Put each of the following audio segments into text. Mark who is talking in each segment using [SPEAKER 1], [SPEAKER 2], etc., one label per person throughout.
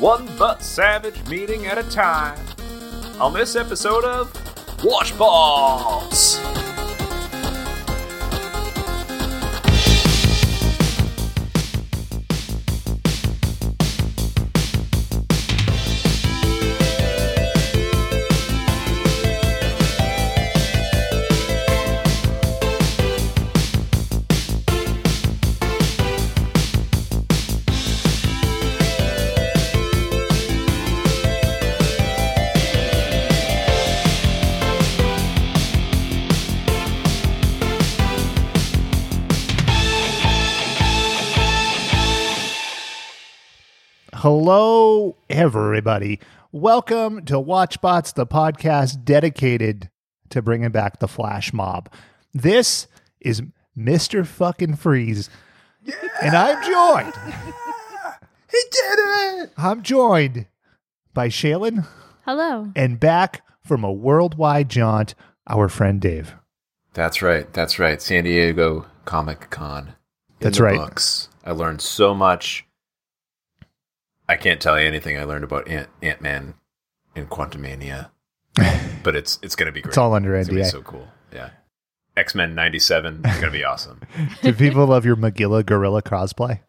[SPEAKER 1] one butt savage meeting at a time on this episode of Wash Balls.
[SPEAKER 2] Hello, everybody. Welcome to Watchbots, the podcast dedicated to bringing back the flash mob. This is Mr. Fucking Freeze. And I'm joined.
[SPEAKER 1] He did it!
[SPEAKER 2] I'm joined by Shaylin
[SPEAKER 3] Hello.
[SPEAKER 2] and back from a worldwide jaunt, our friend Dave.
[SPEAKER 4] That's right. That's right. San Diego Comic Con. In
[SPEAKER 2] That's
[SPEAKER 4] the
[SPEAKER 2] right.
[SPEAKER 4] Books. I learned so much. I can't tell you anything I learned about Ant Ant Man in Quantumania, but it's it's gonna be great.
[SPEAKER 2] It's all under
[SPEAKER 4] It's gonna be
[SPEAKER 2] NDA.
[SPEAKER 4] so cool. Yeah. X Men '97. It's gonna be awesome.
[SPEAKER 2] Do people love your Magilla Gorilla cosplay?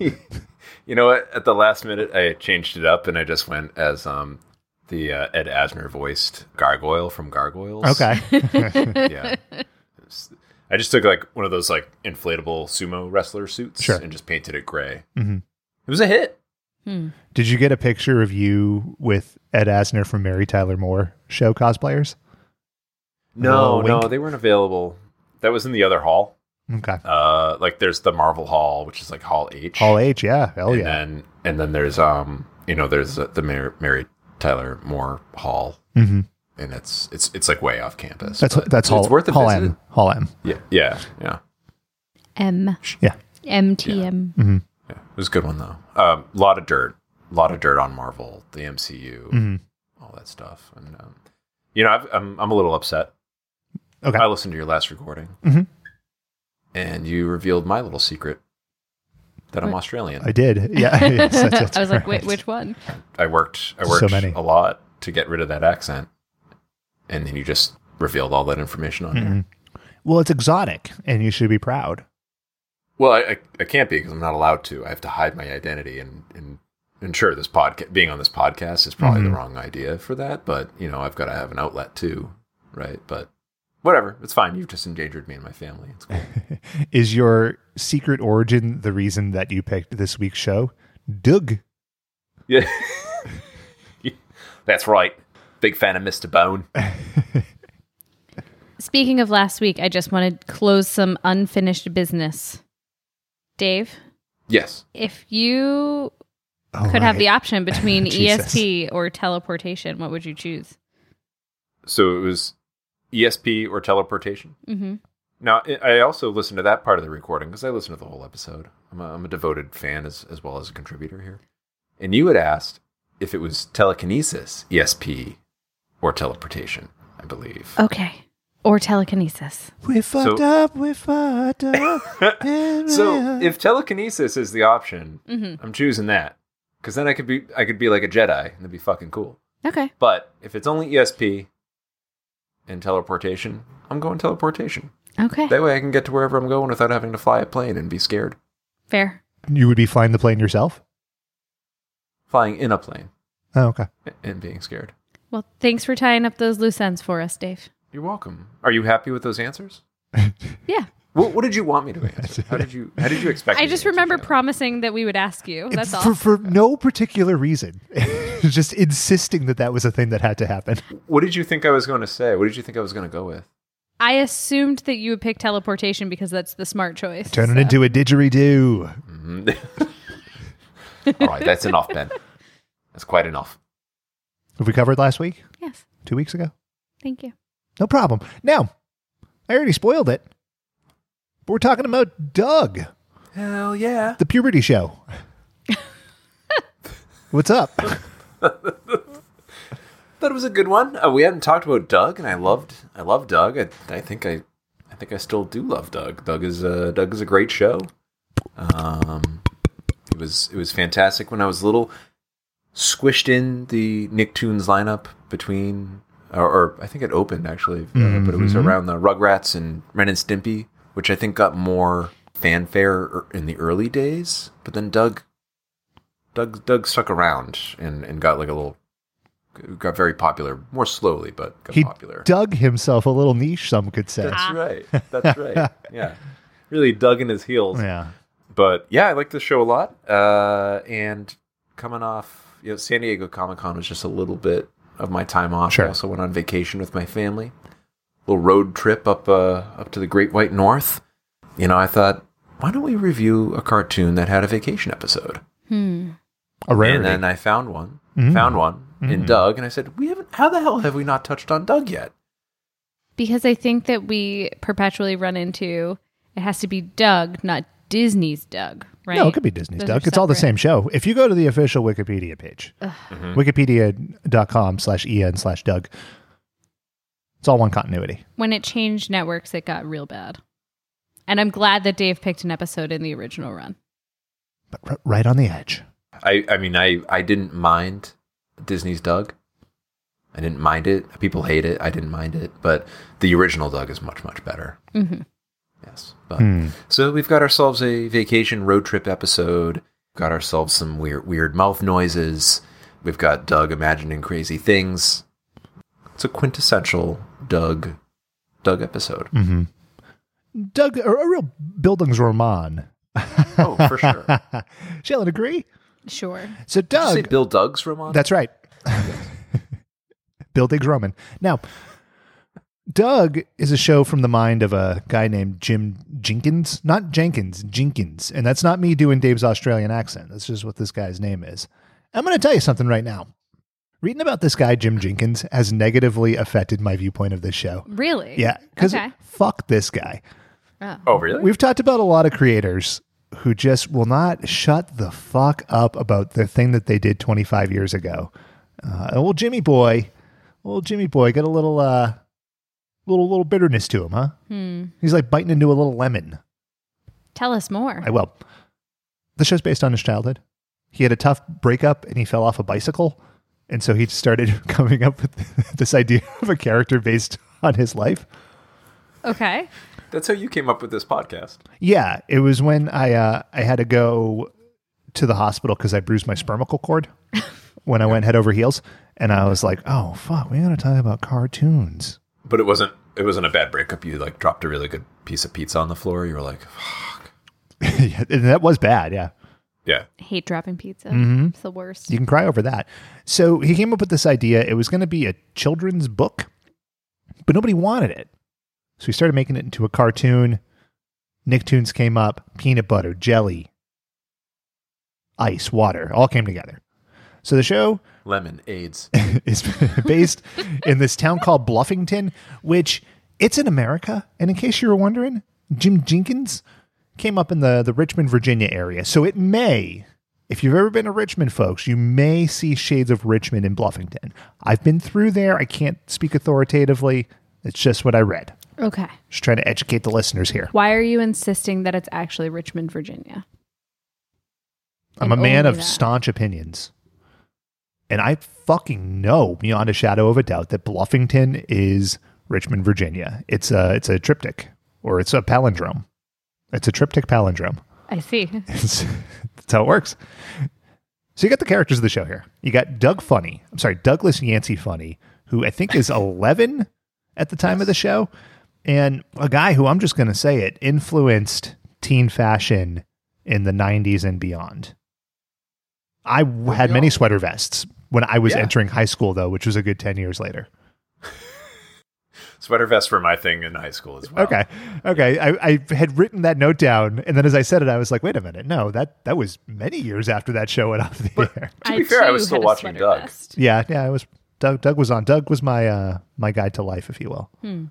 [SPEAKER 4] you know what? At the last minute, I changed it up and I just went as um the uh, Ed Asner voiced Gargoyle from Gargoyles.
[SPEAKER 2] Okay.
[SPEAKER 4] yeah. It's- I just took like one of those like inflatable sumo wrestler suits
[SPEAKER 2] Sure.
[SPEAKER 4] and just painted it gray.
[SPEAKER 2] Mhm.
[SPEAKER 4] It was a hit.
[SPEAKER 3] Hmm.
[SPEAKER 2] Did you get a picture of you with Ed Asner from Mary Tyler Moore show cosplayers?
[SPEAKER 4] No,
[SPEAKER 2] Oh,
[SPEAKER 4] no,
[SPEAKER 2] wink.
[SPEAKER 4] they weren't available. That was in the other hall.
[SPEAKER 2] Okay.
[SPEAKER 4] Uh, like there's the Marvel Hall, which is like Hall H.
[SPEAKER 2] All H, yeah. Hell
[SPEAKER 4] and
[SPEAKER 2] yeah.
[SPEAKER 4] Then, and then there's um, you know, there's uh, the Mary, Mary Tyler Moore Hall,
[SPEAKER 2] Mm-hmm.
[SPEAKER 4] and it's it's it's like way off campus.
[SPEAKER 2] That's
[SPEAKER 4] but
[SPEAKER 2] that's
[SPEAKER 4] it's
[SPEAKER 2] Hall.
[SPEAKER 4] worth a
[SPEAKER 2] Hall
[SPEAKER 4] visit.
[SPEAKER 2] M. Hall M.
[SPEAKER 4] Yeah, yeah, yeah.
[SPEAKER 3] M.
[SPEAKER 2] Yeah. Mm-hmm.
[SPEAKER 3] MTM.
[SPEAKER 4] Yeah, it was a good one though. A lot of dirt, a lot of dirt on Marvel, the MCU,
[SPEAKER 2] Mhm.
[SPEAKER 4] all that stuff. And um, you know, I've, I'm I'm a little upset.
[SPEAKER 2] Okay.
[SPEAKER 4] I listened to your last recording,
[SPEAKER 2] Mhm.
[SPEAKER 4] and you revealed my little secret that I'm
[SPEAKER 3] What?
[SPEAKER 4] Australian.
[SPEAKER 2] I did. Yeah. Yes, that's- that's
[SPEAKER 3] I was like,
[SPEAKER 2] right.
[SPEAKER 3] wait, which one?
[SPEAKER 4] I, worked I
[SPEAKER 2] So
[SPEAKER 4] worked
[SPEAKER 2] many.
[SPEAKER 4] a lot to get rid of that accent, and then you just revealed all that information on there.
[SPEAKER 2] Mhm. Well, it's exotic, and you should be proud.
[SPEAKER 4] Well, I, I, I can't be because I'm not allowed to. I have to hide my identity and and ensure this podcast being on this podcast is probably
[SPEAKER 2] Mhm.
[SPEAKER 4] the wrong idea for that. But you know, I've got to have an outlet too, right? But whatever, it's fine. You've just endangered me and my family. It's cool.
[SPEAKER 2] Is your secret origin the reason that you picked this week's show? Doug.
[SPEAKER 4] yeah, that's right. Big fan of Mr. Bone.
[SPEAKER 3] Speaking of last week, I just want to close some unfinished business. Dave,
[SPEAKER 4] Yes.
[SPEAKER 3] if you
[SPEAKER 2] Oh,
[SPEAKER 3] could have
[SPEAKER 2] right.
[SPEAKER 3] the option between
[SPEAKER 2] Jesus.
[SPEAKER 3] ESP or teleportation, what would you choose?
[SPEAKER 4] So it was ESP or teleportation.
[SPEAKER 3] hmm
[SPEAKER 4] Now, I- I also listened to that part of the recording because I listened to the whole episode. I'm a, I'm a devoted fan as, as well as a contributor here. And you had asked if it was telekinesis, ESP, or teleportation, I believe.
[SPEAKER 3] Okay. Or telekinesis.
[SPEAKER 2] We fucked up. We fucked up. and
[SPEAKER 4] So
[SPEAKER 2] we-
[SPEAKER 4] if telekinesis is the option,
[SPEAKER 3] hmm
[SPEAKER 4] I'm choosing that because then I could be I could be like a Jedi and that'd be fucking cool.
[SPEAKER 3] Okay.
[SPEAKER 4] But if it's only ESP and teleportation, I'm going teleportation.
[SPEAKER 3] Okay.
[SPEAKER 4] That way I can get to wherever I'm going without having to fly a plane and be scared.
[SPEAKER 3] Fair.
[SPEAKER 2] you would be flying the plane yourself.
[SPEAKER 4] Flying in a plane
[SPEAKER 2] Oh, okay.
[SPEAKER 4] and being scared.
[SPEAKER 3] Well, thanks for tying up those loose ends for us, Dave.
[SPEAKER 4] You're welcome. Are you happy with those answers?
[SPEAKER 3] Yeah.
[SPEAKER 4] What, what did you want me to answer? How did you How did you expect?
[SPEAKER 3] I
[SPEAKER 4] me to
[SPEAKER 3] just
[SPEAKER 4] answer,
[SPEAKER 3] remember
[SPEAKER 4] Shannon?
[SPEAKER 3] promising that we would ask you. Oh, That's all.
[SPEAKER 2] for, for no particular reason. Just insisting that that was a thing that had to happen.
[SPEAKER 4] What did you think I was going to say? What did you think I was going to go with?
[SPEAKER 3] I assumed that you would pick teleportation because that's the smart choice.
[SPEAKER 2] Turn it
[SPEAKER 3] so.
[SPEAKER 2] into a didgeridoo.
[SPEAKER 4] Mhm. All right, that's enough, Ben. That's quite enough.
[SPEAKER 2] Have we covered last week?
[SPEAKER 3] Yes.
[SPEAKER 2] Two weeks ago?
[SPEAKER 3] Thank you.
[SPEAKER 2] No problem. Now, I already spoiled it. But we're talking about Doug,
[SPEAKER 4] Hell yeah!
[SPEAKER 2] the puberty show. What's up?
[SPEAKER 4] That was a good one. Uh, we hadn't talked about Doug, and I loved I love Doug. I, I think I I think I still do love Doug. Doug is a Doug is a great show. Um, It was it was fantastic when I was little. Squished in the Nicktoons lineup between, or, or I think it opened actually, uh, but it was
[SPEAKER 2] Mhm.
[SPEAKER 4] around the Rugrats and Ren and Stimpy, which I think got more fanfare er- in the early days. But then Doug, Doug, Doug stuck around and and got like a little, got very popular more slowly, but got
[SPEAKER 2] He
[SPEAKER 4] popular.
[SPEAKER 2] dug himself a little niche, some could say.
[SPEAKER 4] That's right. That's right. Yeah. Really dug in his heels.
[SPEAKER 2] Yeah.
[SPEAKER 4] But yeah, I like the show a lot. Uh, and coming off, you know, San Diego Comic Con was just a little bit of my time off.
[SPEAKER 2] Sure.
[SPEAKER 4] I also went on vacation with my family. Little road trip up uh, up to the Great White North. You know, I thought, why don't we review a cartoon that had a vacation episode?
[SPEAKER 3] Hmm.
[SPEAKER 2] A rarity.
[SPEAKER 4] And then I found one,
[SPEAKER 2] Mm.
[SPEAKER 4] found one in
[SPEAKER 2] Mhm.
[SPEAKER 4] Doug, and I said, we haven't. How the hell have we not touched on Doug yet?
[SPEAKER 3] Because I think that we perpetually run into it has to be Doug, not Disney's Doug, right?
[SPEAKER 2] No, it could be Disney's
[SPEAKER 3] Those
[SPEAKER 2] Doug.
[SPEAKER 3] are
[SPEAKER 2] It's all the
[SPEAKER 3] separate.
[SPEAKER 2] same show. If you go to the official Wikipedia page, wikipedia.com slash en slash Doug, it's all one continuity.
[SPEAKER 3] When it changed networks, it got real bad. And I'm glad that Dave picked an episode in the original run.
[SPEAKER 2] But r- right on the edge.
[SPEAKER 4] I, I mean, I, I didn't mind Disney's Doug. I didn't mind it. People hate it. I didn't mind it. But the original Doug is much, much better.
[SPEAKER 3] hmm
[SPEAKER 4] Yes. But,
[SPEAKER 2] Hmm.
[SPEAKER 4] So we've got ourselves a vacation road trip episode. Got ourselves some weird, weird mouth noises. We've got Doug imagining crazy things. It's a quintessential Doug, Doug episode.
[SPEAKER 2] hmm Doug, a, a real Bildungsroman.
[SPEAKER 4] Oh, for sure. Did
[SPEAKER 2] Shailen, agree?
[SPEAKER 3] Sure.
[SPEAKER 2] So
[SPEAKER 4] you say
[SPEAKER 2] Doug,
[SPEAKER 4] Bill Doug's Ramon?
[SPEAKER 2] that's right. Bill Diggs Roman. Now, Doug is a show from the mind of a guy named Jim Jenkins, not Jenkins, Jenkins. And that's not me doing Dave's Australian accent. That's just what this guy's name is. I'm going to tell you something right now. Reading about this guy, Jim Jenkins, has negatively affected my viewpoint of this show.
[SPEAKER 3] Really?
[SPEAKER 2] Yeah. Because
[SPEAKER 3] Okay.
[SPEAKER 2] fuck this guy.
[SPEAKER 3] Oh.
[SPEAKER 4] oh, really?
[SPEAKER 2] We've talked about a lot of creators who just will not shut the fuck up about the thing that they did 25 years ago. Uh, old Jimmy Boy, old Jimmy Boy, got a little, uh, little, little bitterness to him, huh?
[SPEAKER 3] Hmm.
[SPEAKER 2] He's like biting into a little lemon.
[SPEAKER 3] Tell us more.
[SPEAKER 2] I well, the show's based on his childhood. He had a tough breakup and he fell off a bicycle, and so he started coming up with this idea of a character based on his life.
[SPEAKER 3] Okay.
[SPEAKER 4] That's how you came up with this podcast.
[SPEAKER 2] Yeah, it was when I uh, I had to go to the hospital because I bruised my spermical cord when I went head over heels, and I was like, "Oh fuck, we gotta talk about cartoons."
[SPEAKER 4] But it wasn't. It wasn't a bad breakup. You like dropped a really good piece of pizza on the floor. You were like,
[SPEAKER 2] Yeah, and that was bad. Yeah,
[SPEAKER 4] yeah.
[SPEAKER 3] Hate dropping pizza.
[SPEAKER 2] Mm-hmm.
[SPEAKER 3] It's the worst.
[SPEAKER 2] you can cry over that. So he came up with this idea. It was going to be a children's book, but nobody wanted it, so we started making it into a cartoon. Nicktoons came up, peanut butter, jelly, ice, water, all came together. So the show
[SPEAKER 4] Lemon AIDS.
[SPEAKER 2] is based in this town called Bluffington, which it's in America. And in case you were wondering, Jim Jenkins came up in the, the Richmond, Virginia area. So it may, if you've ever been to Richmond, folks, you may see shades of Richmond in Bluffington. I've been through there. I can't speak authoritatively. It's just what I read.
[SPEAKER 3] Okay.
[SPEAKER 2] Just trying to educate the listeners here.
[SPEAKER 3] Why are you insisting that it's actually Richmond, Virginia?
[SPEAKER 2] I'm a
[SPEAKER 3] And
[SPEAKER 2] man
[SPEAKER 3] only
[SPEAKER 2] of
[SPEAKER 3] that.
[SPEAKER 2] staunch opinions. And I fucking know beyond a shadow of a doubt that Bluffington is Richmond, Virginia. It's a it's a triptych or it's a palindrome. It's a triptych palindrome.
[SPEAKER 3] I see.
[SPEAKER 2] It's, that's how it works. So you got the characters of the show here. You got Doug Funny. I'm sorry, Douglas Yancey Funny, who I think is 11 at the time of the show, and a guy who I'm just going to say it influenced teen fashion in the 90s and beyond. I w- had many sweater vests when I was
[SPEAKER 4] Yeah.
[SPEAKER 2] entering high school, though, which was a good 10 years later.
[SPEAKER 4] Sweater vests were my thing in high school as well.
[SPEAKER 2] Okay. Okay. I, I had written that note down. And then as I said it, I was like, wait a minute. No, that, that was many years after that show went off the air.
[SPEAKER 4] To be fair, I was
[SPEAKER 3] too
[SPEAKER 4] still
[SPEAKER 3] had a
[SPEAKER 4] watching
[SPEAKER 3] sweater
[SPEAKER 4] Doug.
[SPEAKER 3] vest.
[SPEAKER 2] Yeah, yeah, it was Doug. Doug was on. Doug was my uh my guide to life, if you will,
[SPEAKER 3] Hmm.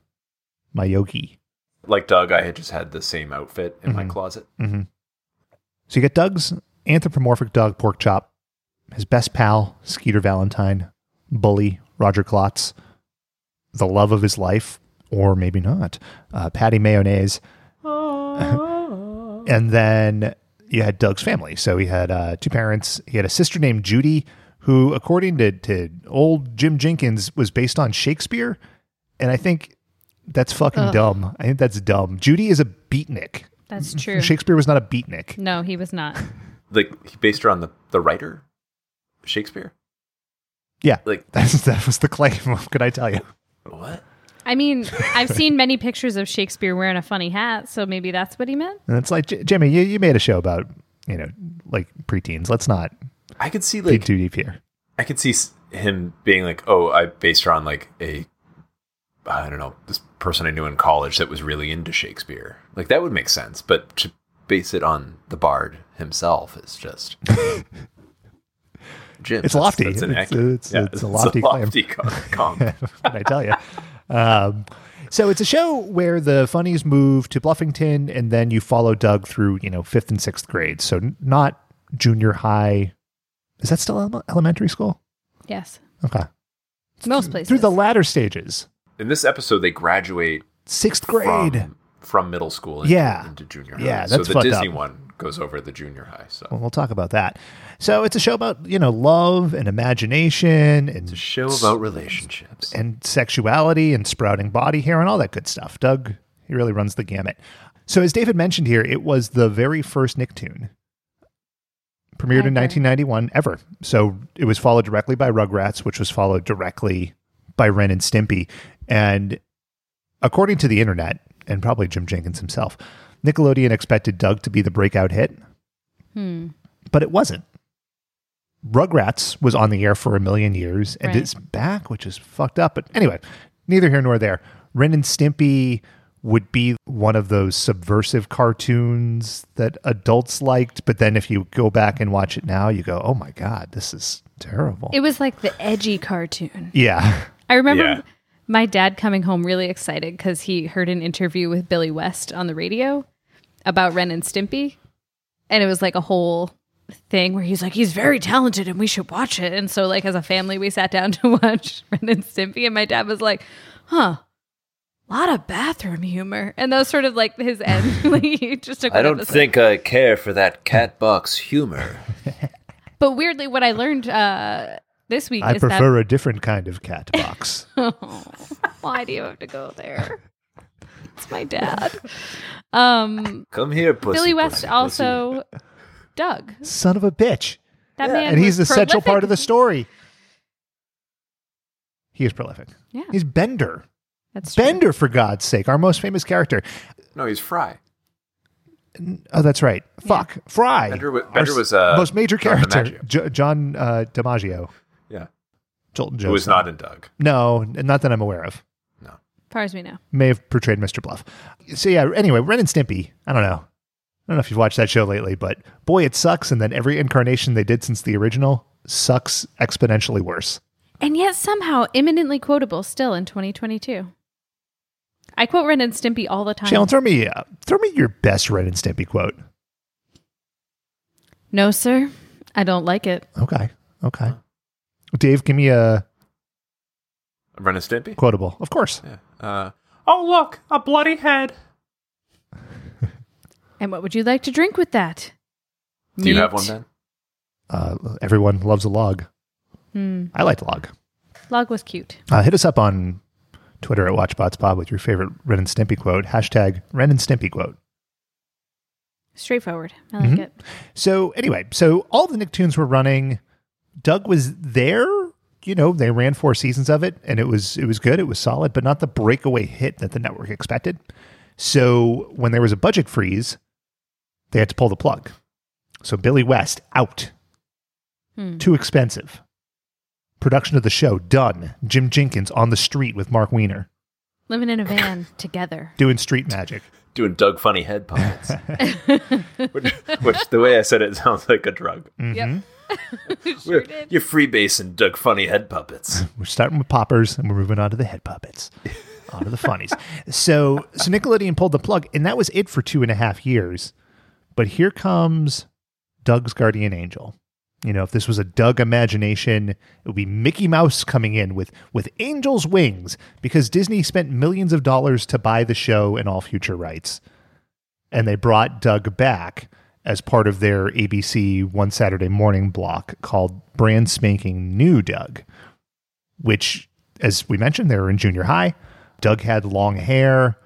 [SPEAKER 2] my yogi.
[SPEAKER 4] Like Doug, I had just had the same outfit in my closet.
[SPEAKER 2] hmm So you get Doug's anthropomorphic dog pork chop, his best pal Skeeter Valentine, bully Roger Klotz, the love of his life, or maybe not, uh, Patty Mayonnaise, and then you had Doug's family. So he had uh, two parents. He had a sister named Judy, who, according to, to old Jim Jenkins, was based on Shakespeare. And I think that's fucking
[SPEAKER 3] Ugh.
[SPEAKER 2] dumb. I think that's dumb. Judy is a beatnik.
[SPEAKER 3] That's true.
[SPEAKER 2] Shakespeare was not a beatnik.
[SPEAKER 3] No, he was not.
[SPEAKER 4] Like he based her on the, the writer, Shakespeare.
[SPEAKER 2] Yeah.
[SPEAKER 4] Like
[SPEAKER 2] That's, that was the claim. What could I tell you?
[SPEAKER 4] what?
[SPEAKER 3] I mean, I've seen many pictures of Shakespeare wearing a funny hat, so maybe that's what he meant.
[SPEAKER 2] And it's like, J- Jimmy, you, you made a show about, you know, like preteens. Let's not
[SPEAKER 4] I could see
[SPEAKER 2] dig
[SPEAKER 4] like
[SPEAKER 2] too deep here.
[SPEAKER 4] I could see s- him being like, "Oh, I based her on like a, I don't know, this person I knew in college that was really into Shakespeare." Like that would make sense, but to base it on the Bard himself is just Jim.
[SPEAKER 2] It's
[SPEAKER 4] that's-
[SPEAKER 2] lofty.
[SPEAKER 4] that's an
[SPEAKER 2] It's-
[SPEAKER 4] ac-
[SPEAKER 2] it's- it's a lofty claim.
[SPEAKER 4] com- com.
[SPEAKER 2] what can I tell you? Um, so it's a show where the funnies move to Bluffington, and then you follow Doug through, you know, fifth and sixth grade. So n- not junior high. Is that still ele- elementary school?
[SPEAKER 3] Yes.
[SPEAKER 2] Okay,
[SPEAKER 3] Most places.
[SPEAKER 2] through the latter stages,
[SPEAKER 4] In this episode, they graduate
[SPEAKER 2] sixth grade.
[SPEAKER 4] from, from middle school, into,
[SPEAKER 2] Yeah.
[SPEAKER 4] into junior high.
[SPEAKER 2] Yeah,
[SPEAKER 4] so
[SPEAKER 2] that's
[SPEAKER 4] the
[SPEAKER 2] fucked
[SPEAKER 4] Disney
[SPEAKER 2] up.
[SPEAKER 4] one goes over the junior high. So
[SPEAKER 2] Well, we'll talk about that. So it's a show about you know love and imagination and
[SPEAKER 4] it's a show about relationships.
[SPEAKER 2] and sexuality and sprouting body hair and all that good stuff. Doug, he really runs the gamut. So, as David mentioned here, it was the very first Nicktoon. Premiered in
[SPEAKER 3] Ever.
[SPEAKER 2] 1991, ever. So it was followed directly by Rugrats, which was followed directly by Ren and Stimpy. And according to the internet, and probably Jim Jenkins himself, Nickelodeon expected Doug to be the breakout hit,
[SPEAKER 3] Hmm.
[SPEAKER 2] but it wasn't. Rugrats was on the air for a million years and
[SPEAKER 3] Right.
[SPEAKER 2] it's back, which is fucked up. But anyway, neither here nor there. Ren and Stimpy would be one of those subversive cartoons that adults liked. But then if you go back and watch it now, you go, oh my God, this is terrible.
[SPEAKER 3] It was like the edgy cartoon.
[SPEAKER 2] yeah.
[SPEAKER 3] I remember
[SPEAKER 4] Yeah.
[SPEAKER 3] my dad coming home really excited because he heard an interview with Billy West on the radio about Ren and Stimpy. And it was like a whole thing where he's like, he's very talented and we should watch it. And so, like, as a family, we sat down to watch Ren and Stimpy. And my dad was like, huh, lot of bathroom humor. And that was sort of like his end. like, he just took
[SPEAKER 4] I
[SPEAKER 3] one
[SPEAKER 4] don't
[SPEAKER 3] episode.
[SPEAKER 4] think I care for that cat box humor.
[SPEAKER 3] But weirdly, what I learned uh, this week
[SPEAKER 2] I
[SPEAKER 3] is
[SPEAKER 2] prefer a different kind of cat box.
[SPEAKER 3] that. why do you have to go there? It's my dad. Um,
[SPEAKER 4] Come here, pussy.
[SPEAKER 3] Billy West
[SPEAKER 4] pussy, pussy.
[SPEAKER 3] also Doug.
[SPEAKER 2] Son of a bitch.
[SPEAKER 3] That
[SPEAKER 4] Yeah.
[SPEAKER 3] man,
[SPEAKER 2] And he's the
[SPEAKER 3] was
[SPEAKER 2] central part of the
[SPEAKER 3] prolific.
[SPEAKER 2] story. He is prolific.
[SPEAKER 3] Yeah,
[SPEAKER 2] He's Bender.
[SPEAKER 3] that's true.
[SPEAKER 2] Bender, for God's sake, our most famous character.
[SPEAKER 4] No, he's Fry.
[SPEAKER 2] Oh, that's right. Fuck. Fry.
[SPEAKER 4] Bender wa-
[SPEAKER 2] Our
[SPEAKER 4] Bender was, uh,
[SPEAKER 2] most major
[SPEAKER 4] John
[SPEAKER 2] character.
[SPEAKER 4] DiMaggio.
[SPEAKER 2] Jo- John uh, DiMaggio.
[SPEAKER 4] Yeah.
[SPEAKER 2] Jolton Jones.
[SPEAKER 4] Who was not in Doug.
[SPEAKER 2] No, not that I'm aware of.
[SPEAKER 3] As far as we know.
[SPEAKER 2] May have portrayed Mr. Bluff. So yeah. Anyway, Ren and Stimpy. I don't know. I don't know if you've watched that show lately, but boy, it sucks. And then every incarnation they did since the original sucks exponentially worse.
[SPEAKER 3] And yet somehow eminently quotable still in 2022. I quote Ren and Stimpy all the time.
[SPEAKER 2] Shannon, throw me, uh, throw me your best Ren and Stimpy quote.
[SPEAKER 3] No, sir. I don't like it.
[SPEAKER 2] Okay. Okay. Dave, give me a
[SPEAKER 4] Ren and Stimpy?
[SPEAKER 2] quotable. Of course.
[SPEAKER 4] Yeah. Uh, oh, look, a bloody head.
[SPEAKER 3] And what would you like to drink with that?
[SPEAKER 4] Do you have
[SPEAKER 3] Meat.
[SPEAKER 4] one, Ben?
[SPEAKER 2] Uh, everyone loves a log.
[SPEAKER 3] Hmm.
[SPEAKER 2] I liked log.
[SPEAKER 3] Log was cute.
[SPEAKER 2] Uh, hit us up on Twitter at WatchBotsPod with your favorite Ren and Stimpy quote. Hashtag Ren and Stimpy quote.
[SPEAKER 3] Straightforward. I like
[SPEAKER 2] Mhm.
[SPEAKER 3] it.
[SPEAKER 2] So anyway, so all the Nicktoons were running. Doug was there. You know, they ran four seasons of it, and it was it was good. It was solid, but not the breakaway hit that the network expected. So when there was a budget freeze, they had to pull the plug. So Billy West out.
[SPEAKER 3] Hmm.
[SPEAKER 2] Too expensive. Production of the show done. Jim Jenkins on the street with Mark Weiner
[SPEAKER 3] Living in a van together.
[SPEAKER 2] doing street magic.
[SPEAKER 4] Doing Doug funny head puppets. which, which, the way I said it, sounds like a drug.
[SPEAKER 2] Mm-hmm.
[SPEAKER 3] Yep.
[SPEAKER 4] We're-
[SPEAKER 3] sure did.
[SPEAKER 4] You're freebasing Doug funny head puppets.
[SPEAKER 2] We're starting with poppers and we're moving on to the head puppets, on to the funnies. So, so Nickelodeon pulled the plug, and that was it for two and a half years. But here comes Doug's guardian angel. You know, if this was a Doug imagination, it would be Mickey Mouse coming in with with angel's wings because Disney spent millions of dollars to buy the show and all future rights, and they brought Doug back. as part of their ABC One Saturday Morning block called Brand Spanking New Doug, which, as we mentioned, they were in junior high. Doug had long hair.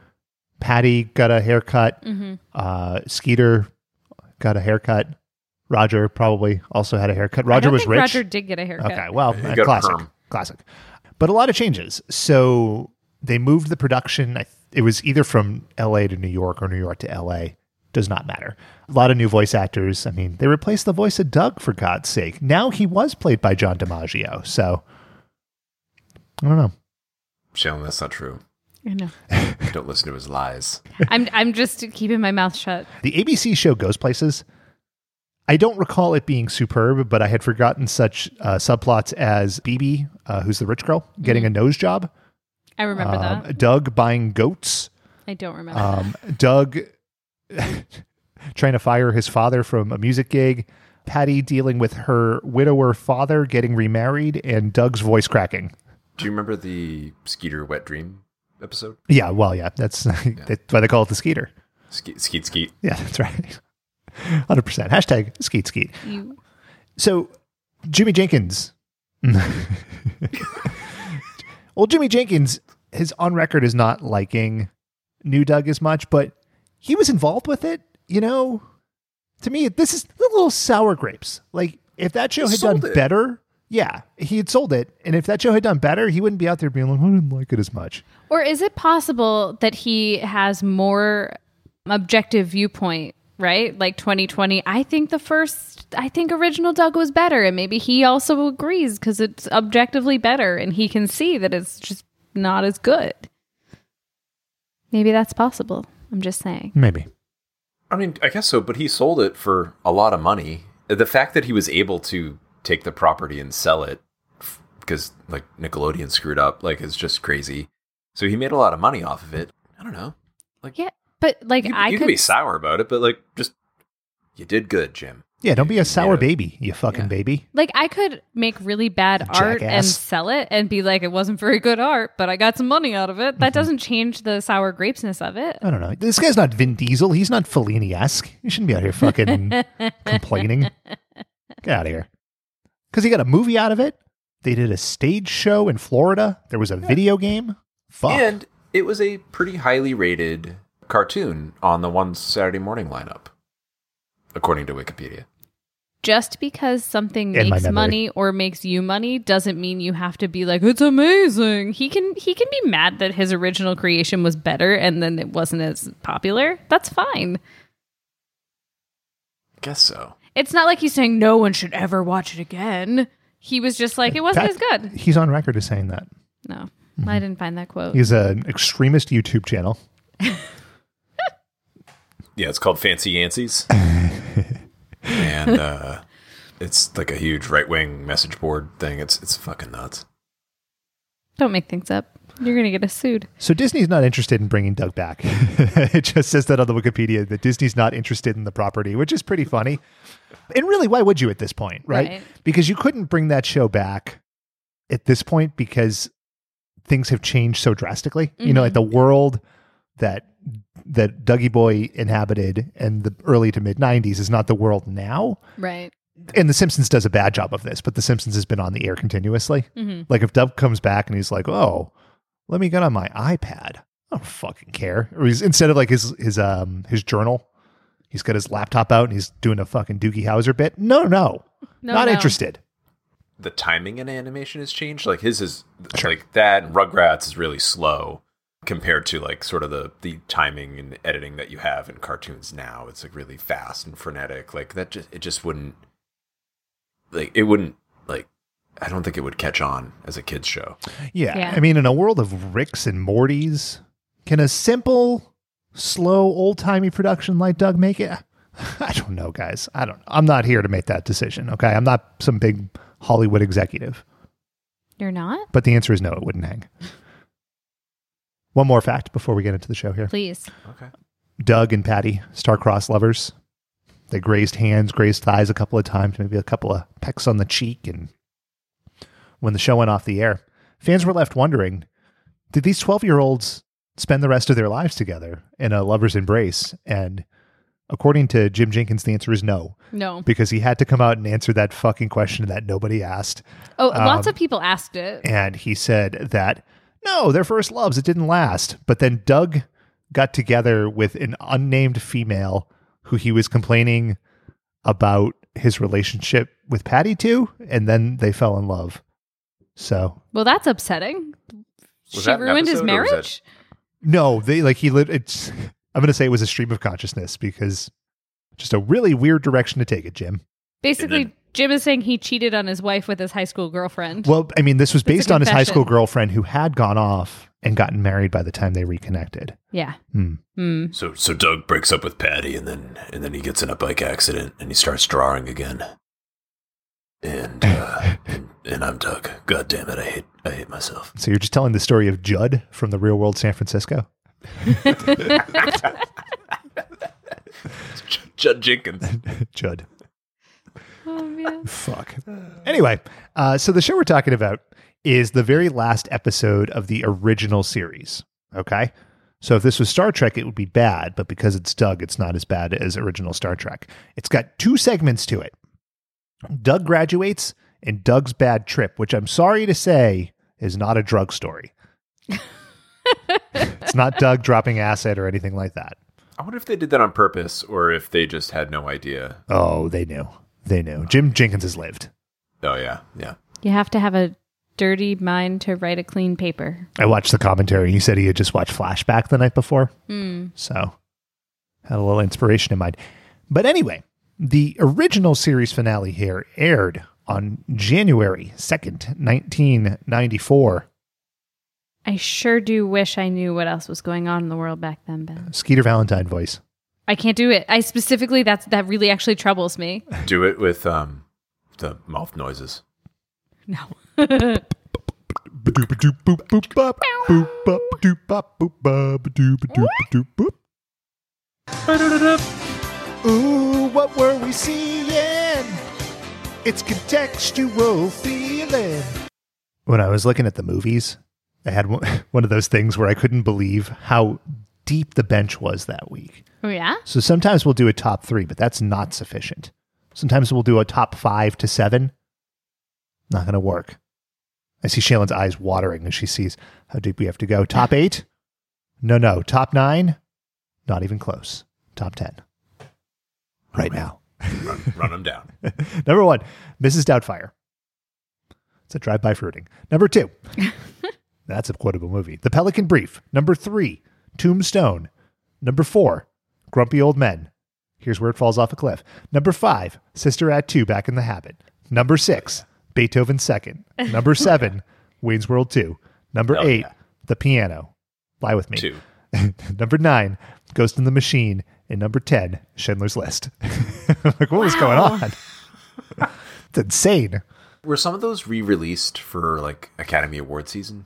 [SPEAKER 2] Patty got a haircut.
[SPEAKER 3] Mm-hmm.
[SPEAKER 2] Uh, Skeeter got a haircut. Roger probably also had a haircut.
[SPEAKER 3] I
[SPEAKER 2] Roger
[SPEAKER 3] don't
[SPEAKER 2] was
[SPEAKER 3] think
[SPEAKER 2] rich.
[SPEAKER 3] Roger did get a haircut.
[SPEAKER 2] Okay, well,
[SPEAKER 4] He
[SPEAKER 2] uh,
[SPEAKER 4] got a
[SPEAKER 2] classic,
[SPEAKER 4] perm.
[SPEAKER 2] classic. But a lot of changes. So they moved the production. I th- it was either from L.A. to New York or New York to L.A. Does not matter. A lot of new voice actors. I mean, they replaced the voice of Doug for God's sake. Now he was played by John DiMaggio. So I don't know.
[SPEAKER 4] Shannon, that's not true.
[SPEAKER 3] I know.
[SPEAKER 4] Don't listen to his lies.
[SPEAKER 3] I'm I'm just keeping my mouth shut.
[SPEAKER 2] The ABC show goes places. I don't recall it being superb, but I had forgotten such uh, subplots as BB, uh, who's the rich girl, getting a nose job,
[SPEAKER 3] I remember
[SPEAKER 2] um,
[SPEAKER 3] that.
[SPEAKER 2] Doug buying goats.
[SPEAKER 3] I don't remember.
[SPEAKER 2] um, Doug trying to fire his father from a music gig, Patty dealing with her widower father getting remarried, and Doug's voice cracking.
[SPEAKER 4] Do you remember the Skeeter Wet Dream episode?
[SPEAKER 2] Yeah, well, yeah, that's that's why they call it the Skeeter.
[SPEAKER 4] Skeet, skeet, skeet.
[SPEAKER 2] Yeah, that's right. Hundred percent. Hashtag Skeet Skeet.
[SPEAKER 3] that. You,
[SPEAKER 2] So, Jimmy Jenkins. well, Jimmy Jenkins is on record as not liking New Doug as much, but he was involved with it. You know, to me, this is the little sour grapes. Like, if that show
[SPEAKER 4] He
[SPEAKER 2] had done
[SPEAKER 4] sold it.
[SPEAKER 2] better, yeah, he had sold it. And if that show had done better, he wouldn't be out there being like, I didn't like it as much.
[SPEAKER 3] or is it possible that he has more objective viewpoint? Right, like 2020. I think the first. I think original Doug was better, and maybe he also agrees because it's objectively better, and he can see that it's just not as good. Maybe that's possible. I'm just saying.
[SPEAKER 2] Maybe.
[SPEAKER 4] I mean, I guess so, but he sold it for a lot of money. The fact that he was able to take the property and sell it because like Nickelodeon screwed up, like is just crazy. So he made a lot of money off of it. I don't know.
[SPEAKER 3] Yeah, but like
[SPEAKER 4] you,
[SPEAKER 3] I
[SPEAKER 4] you
[SPEAKER 3] could
[SPEAKER 4] can be sour about it, but like just you did good, Jim.
[SPEAKER 2] Yeah, don't be a sour
[SPEAKER 4] Yeah.
[SPEAKER 2] baby, you fucking
[SPEAKER 4] Yeah.
[SPEAKER 2] baby.
[SPEAKER 3] Like I could make really bad art and
[SPEAKER 2] Jackass.
[SPEAKER 3] sell it and be like it wasn't very good art, but I got some money out of
[SPEAKER 2] Mm-hmm.
[SPEAKER 3] it. That doesn't change the sour grapesness of it.
[SPEAKER 2] I don't know. This guy's not Vin Diesel. He's not Fellini esque. You shouldn't be out here fucking complaining. Get out of here. Because he got a movie out of it. They did a stage show in Florida. There was a video game. Fuck.
[SPEAKER 4] And it was a pretty highly rated cartoon on the one Saturday morning lineup, according to Wikipedia.
[SPEAKER 3] Just because something
[SPEAKER 2] In my
[SPEAKER 3] makes
[SPEAKER 2] memory.
[SPEAKER 3] money or makes you money doesn't mean you have to be like it's amazing. He can he can be mad that his original creation was better and then it wasn't as popular. That's fine.
[SPEAKER 4] I guess so.
[SPEAKER 3] It's not like he's saying no one should ever watch it again. He was just like it wasn't
[SPEAKER 2] That- Mm-hmm.
[SPEAKER 3] as good.
[SPEAKER 2] He's on record as saying that.
[SPEAKER 3] No. I didn't find that quote.
[SPEAKER 2] He's an extremist YouTube channel.
[SPEAKER 4] Yeah, it's called Fancy Yancy's. and uh, it's like a huge right wing message board thing. It's it's fucking nuts.
[SPEAKER 3] Don't make things up. You're going to get us sued.
[SPEAKER 2] So Disney's not interested in bringing Doug back. it just says that on the Wikipedia that Disney's not interested in the property, which is pretty funny. And really, why would you at this point, right?
[SPEAKER 3] Right.
[SPEAKER 2] Because you couldn't bring that show back at this point because things have changed so drastically. You know, like the world that that Dougie Boy inhabited in the early to mid '90s is not the world now
[SPEAKER 3] Right.
[SPEAKER 2] and The Simpsons does a bad job of this, but The Simpsons has been on the air continuously.
[SPEAKER 3] Mm-hmm.
[SPEAKER 2] Like if Dub comes back and he's like, "Oh, let me get on my iPad," I don't fucking care. Or he's instead of like his his um his journal, he's got his laptop out and he's doing a fucking Doogie Howser bit. No, no,
[SPEAKER 3] No,
[SPEAKER 2] not
[SPEAKER 3] no.
[SPEAKER 2] interested.
[SPEAKER 4] The timing in animation has changed. Like his is like that and Rugrats is really slow compared to like sort of the the timing and editing that you have in cartoons now. It's like really fast and frenetic. Like that just it just wouldn't like it wouldn't like I don't think it would catch on as a kids show.
[SPEAKER 2] Yeah.
[SPEAKER 3] Yeah.
[SPEAKER 2] I mean, in a world of Ricks and Mortys, can a simple, slow, old timey production like Doug make it? I don't know, guys. I don't. I'm not here to make that decision. Okay, I'm not some big Hollywood executive.
[SPEAKER 3] You're not?
[SPEAKER 2] But the answer is no, it wouldn't hang. One more fact before we get into the show here.
[SPEAKER 3] Please.
[SPEAKER 4] Okay.
[SPEAKER 2] Doug and Patty, star-crossed lovers. They grazed hands, grazed thighs a couple of times, maybe a couple of pecks on the cheek. And when the show went off the air, fans were left wondering, did these 12-year-olds spend the rest of their lives together in a lover's embrace? And According to Jim Jenkins, the answer is no,
[SPEAKER 3] No.
[SPEAKER 2] because he had to come out and answer that fucking question that nobody asked.
[SPEAKER 3] Oh, lots
[SPEAKER 4] Um,
[SPEAKER 3] of people asked it.
[SPEAKER 2] And he said that, no, their first loves, it didn't last. But then Doug got together with an unnamed female who he was complaining about his relationship with Patty to, and then they fell in love. So
[SPEAKER 3] Well, that's upsetting. she
[SPEAKER 4] Was that an
[SPEAKER 3] ruined his
[SPEAKER 4] episode or was that-
[SPEAKER 3] marriage.
[SPEAKER 2] No, they like he lit. It's I'm gonna say it was a stream of consciousness because just a really weird direction to take it, Jim.
[SPEAKER 3] Basically,
[SPEAKER 4] then-
[SPEAKER 3] Jim is saying he cheated on his wife with his high school girlfriend.
[SPEAKER 2] Well, I mean, this was
[SPEAKER 3] That's a
[SPEAKER 2] based on his high
[SPEAKER 3] confession.
[SPEAKER 2] school girlfriend who had gone off and gotten married by the time they reconnected.
[SPEAKER 3] yeah.
[SPEAKER 2] Hmm.
[SPEAKER 3] Hmm.
[SPEAKER 5] So so Doug breaks up with Patty and then and then he gets in a bike accident and he starts drawing again. And uh, and, and I'm Doug. God damn it, I hate I hate myself.
[SPEAKER 2] So you're just telling the story of Judd from the real world San Francisco.
[SPEAKER 4] Judd Jenkins.
[SPEAKER 2] Judd.
[SPEAKER 3] Oh, man.
[SPEAKER 2] Fuck. Anyway, uh, so the show we're talking about is the very last episode of the original series. Okay. So if this was Star Trek, it would be bad, but because it's Doug, it's not as bad as original Star Trek. It's got two segments to it Doug graduates and Doug's bad trip, which I'm sorry to say is not a drug story. it's not Doug dropping acid or anything like that.
[SPEAKER 4] I wonder if they did that on purpose or if they just had no idea.
[SPEAKER 2] Oh, they knew. They knew. Jim Jenkins has lived.
[SPEAKER 4] Oh yeah, yeah.
[SPEAKER 3] You have to have a dirty mind to write a clean paper.
[SPEAKER 2] I watched the commentary. He said he had just watched Flashback the night before. So had a little inspiration in mind. But anyway, the original series finale here aired on January 2nd, 1994.
[SPEAKER 3] I sure do wish I knew what else was going on in the world back then, Ben.
[SPEAKER 2] Skeeter Valentine voice.
[SPEAKER 3] I can't do it. I specifically that's that really actually troubles me.
[SPEAKER 4] Do it with um the mouth noises.
[SPEAKER 3] No. Oh,
[SPEAKER 2] Ooh, what were we seeing? It's contextual feeling. When I was looking at the movies, I had one, one of those things where I couldn't believe how deep the bench was that week.
[SPEAKER 3] Oh yeah?
[SPEAKER 2] So sometimes we'll do a top three, but that's not sufficient. Sometimes we'll do a top five to seven. Not going to work. I see Shailen's eyes watering as she sees how deep we have to go. Top eight? No, no. Top nine? Not even close. Top 10. Right now.
[SPEAKER 4] Run, run them down.
[SPEAKER 2] Number one, Mrs. Doubtfire. It's a drive by fruiting. Number two, that's a quotable movie. The Pelican Brief. Number three, Tombstone. Number four, Grumpy Old Men. Here's where it falls off a cliff. Number five, Sister Act 2 Back in the Habit. Number six, Beethoven's Second. Number seven, Wayne's World 2. Number
[SPEAKER 4] Hell
[SPEAKER 2] eight,
[SPEAKER 4] yeah.
[SPEAKER 2] The Piano. Lie with me.
[SPEAKER 4] Two.
[SPEAKER 2] number nine, Ghost in the Machine, and number ten, Schindler's List. like, what was going on? it's insane.
[SPEAKER 4] Were some of those re-released for like Academy Award season?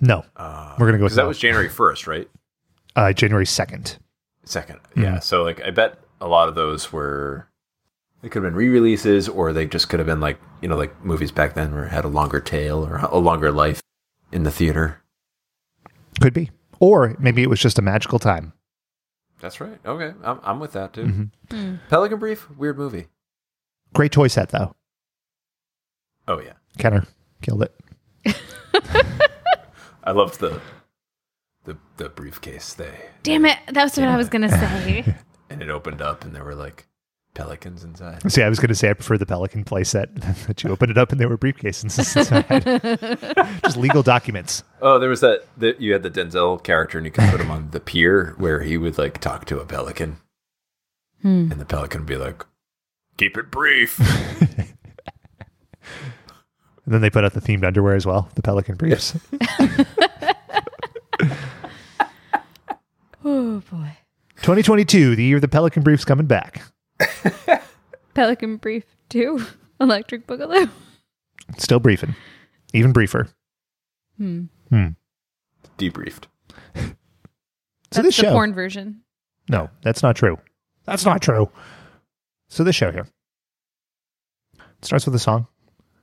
[SPEAKER 2] No, we're gonna go with
[SPEAKER 4] Because that
[SPEAKER 2] no.
[SPEAKER 4] was January first, right?
[SPEAKER 2] uh, January second.
[SPEAKER 4] Second, yeah. So like, I bet a lot of those were they could have been re-releases, or they just could have been like you know like movies back then where it had a longer tail or a longer life in the theater.
[SPEAKER 2] Could be, or maybe it was just a magical time.
[SPEAKER 4] That's right. Okay, I'm I'm with that too. Pelican Brief, weird movie.
[SPEAKER 2] Great toy set though.
[SPEAKER 4] Oh yeah,
[SPEAKER 2] Kenner killed it.
[SPEAKER 4] I loved the the the briefcase they
[SPEAKER 3] Damn it. That's what I was gonna say.
[SPEAKER 4] and it opened up and there were like pelicans inside.
[SPEAKER 2] See, I was going to say I prefer the Pelican play set that you opened it up and there were briefcases inside, just legal documents.
[SPEAKER 4] Oh, there was that that you had the Denzel character, and you could put him on the pier where he would like talk to a pelican, and the pelican would be like,
[SPEAKER 5] Keep it brief.
[SPEAKER 2] And then they put out the themed underwear as well, the Pelican briefs.
[SPEAKER 3] oh boy.
[SPEAKER 2] 2022, the year the Pelican briefs coming back.
[SPEAKER 3] Pelican Brief 2, Electric Boogaloo.
[SPEAKER 2] Still briefing, even briefer.
[SPEAKER 4] debriefed.
[SPEAKER 2] So
[SPEAKER 3] That's
[SPEAKER 2] this
[SPEAKER 3] the
[SPEAKER 2] show,
[SPEAKER 3] porn version.
[SPEAKER 2] no, that's not true. That's not true. So this show here it starts with a song.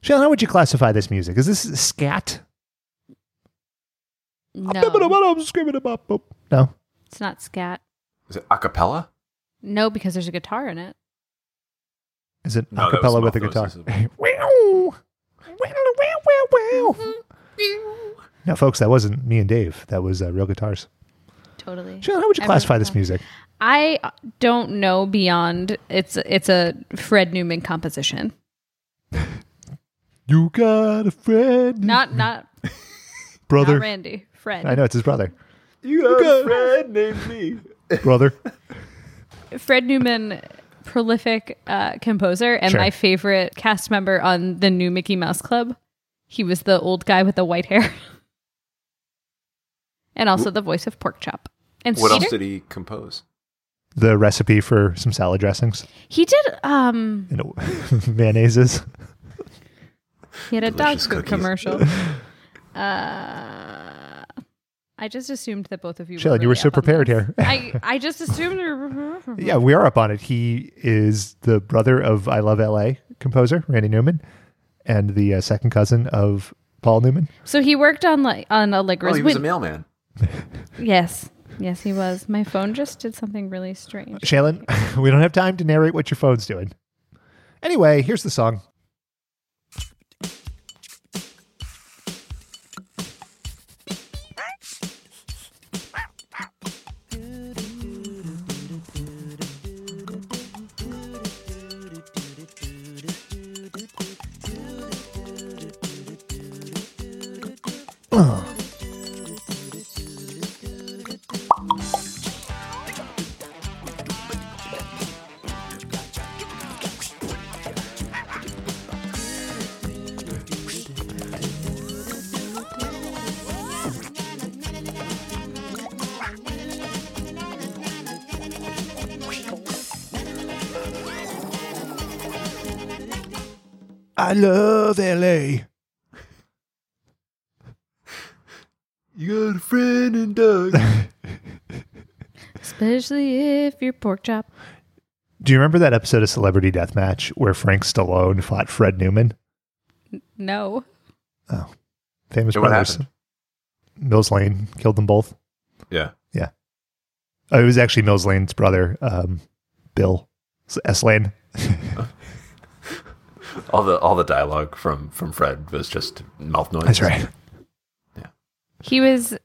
[SPEAKER 2] Shailen, how would you classify this music? Is this scat?
[SPEAKER 3] No.
[SPEAKER 2] No.
[SPEAKER 3] It's not scat.
[SPEAKER 4] Is it a cappella?
[SPEAKER 3] No, because there's a guitar in it.
[SPEAKER 2] Is it
[SPEAKER 4] No,
[SPEAKER 2] a
[SPEAKER 4] that was
[SPEAKER 2] cappella with a
[SPEAKER 4] mouth
[SPEAKER 2] guitar?
[SPEAKER 4] noises.
[SPEAKER 2] wow. Wow, wow, wow, wow. No, folks, that wasn't me and Dave. That was uh, real guitars.
[SPEAKER 3] Totally.
[SPEAKER 2] Jill, how would you
[SPEAKER 3] I
[SPEAKER 2] classify
[SPEAKER 3] really
[SPEAKER 2] this
[SPEAKER 3] don't.
[SPEAKER 2] music?
[SPEAKER 3] I don't know beyond it's it's a Fred Newman composition.
[SPEAKER 2] You got a friend,
[SPEAKER 3] Not not, not
[SPEAKER 2] brother.
[SPEAKER 3] Randy. Fred.
[SPEAKER 2] Hmm. I know it's his brother.
[SPEAKER 4] You got a friend named me.
[SPEAKER 2] Brother.
[SPEAKER 3] Fred Newman, prolific uh, composer and
[SPEAKER 2] Sure.
[SPEAKER 3] my favorite cast member on the new Mickey Mouse Club. He was the old guy with the white hair, and also the voice of Porkchop. And
[SPEAKER 4] What else
[SPEAKER 3] Skeeter?
[SPEAKER 4] did he compose?
[SPEAKER 2] the recipe for some salad dressings
[SPEAKER 3] he did? Um,
[SPEAKER 2] and mayonnaises.
[SPEAKER 3] he had a dog
[SPEAKER 5] Delicious
[SPEAKER 3] food
[SPEAKER 5] cookies.
[SPEAKER 3] commercial. Uh, I just assumed that both of you.
[SPEAKER 2] Shailen,
[SPEAKER 3] were
[SPEAKER 2] you were
[SPEAKER 3] really
[SPEAKER 2] so
[SPEAKER 3] up on
[SPEAKER 2] prepared
[SPEAKER 3] this.
[SPEAKER 2] here.
[SPEAKER 3] I I just assumed.
[SPEAKER 2] Yeah, we are up on it. He is the brother of I Love LA composer Randy Newman and the uh, second cousin of Paul Newman.
[SPEAKER 3] So he worked on like on
[SPEAKER 4] Well,
[SPEAKER 3] Allegra's.
[SPEAKER 4] Oh, he was a
[SPEAKER 3] win-
[SPEAKER 4] mailman.
[SPEAKER 3] yes, yes, he was. My phone just did something really strange.
[SPEAKER 2] Shailen, we don't have time to narrate what your phone's doing. Anyway, here's the song. I love LA.
[SPEAKER 4] You got a friend and dog.
[SPEAKER 3] Especially if you're pork chop.
[SPEAKER 2] Do you remember that episode of Celebrity Deathmatch where Frank Stallone fought Fred Newman?
[SPEAKER 3] No.
[SPEAKER 2] Famous
[SPEAKER 4] Yeah, what
[SPEAKER 2] brothers.
[SPEAKER 4] happened?
[SPEAKER 2] Mills Lane killed them both.
[SPEAKER 4] yeah.
[SPEAKER 2] Oh, it was actually Mills Lane's brother, um, Bill S. Lane.
[SPEAKER 4] All the all the dialogue from from Fred was just mouth noise.
[SPEAKER 2] That's right.
[SPEAKER 3] He was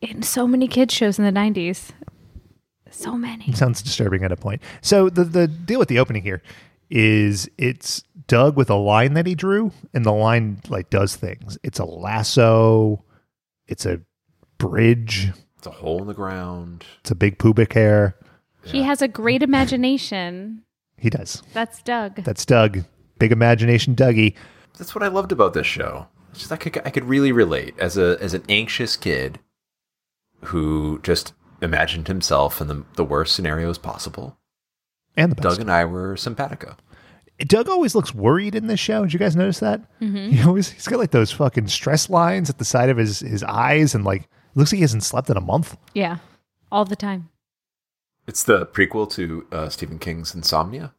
[SPEAKER 3] in so many kids shows in the 90s. So many.
[SPEAKER 2] Sounds disturbing at a point. So the the deal with the opening here is it's Doug with a line that he drew, and the line like does things. It's a lasso, it's a bridge,
[SPEAKER 4] It's a hole in the ground.
[SPEAKER 2] it's a big pubic hair.
[SPEAKER 3] He has a great imagination.
[SPEAKER 2] He does.
[SPEAKER 3] That's Doug.
[SPEAKER 2] That's Doug. Big imagination, Dougie.
[SPEAKER 4] That's what I loved about this show. It's just I could I could really relate as a as an anxious kid who just imagined himself in the the worst scenarios possible.
[SPEAKER 2] And the best.
[SPEAKER 4] Doug and I were simpatico.
[SPEAKER 2] Doug always looks worried in this show. Did you guys notice that? He always he's got like those fucking stress lines at the side of his his eyes, and like looks like he hasn't slept in a month.
[SPEAKER 3] Yeah. All the time.
[SPEAKER 4] It's the prequel to uh, Stephen King's Insomnia.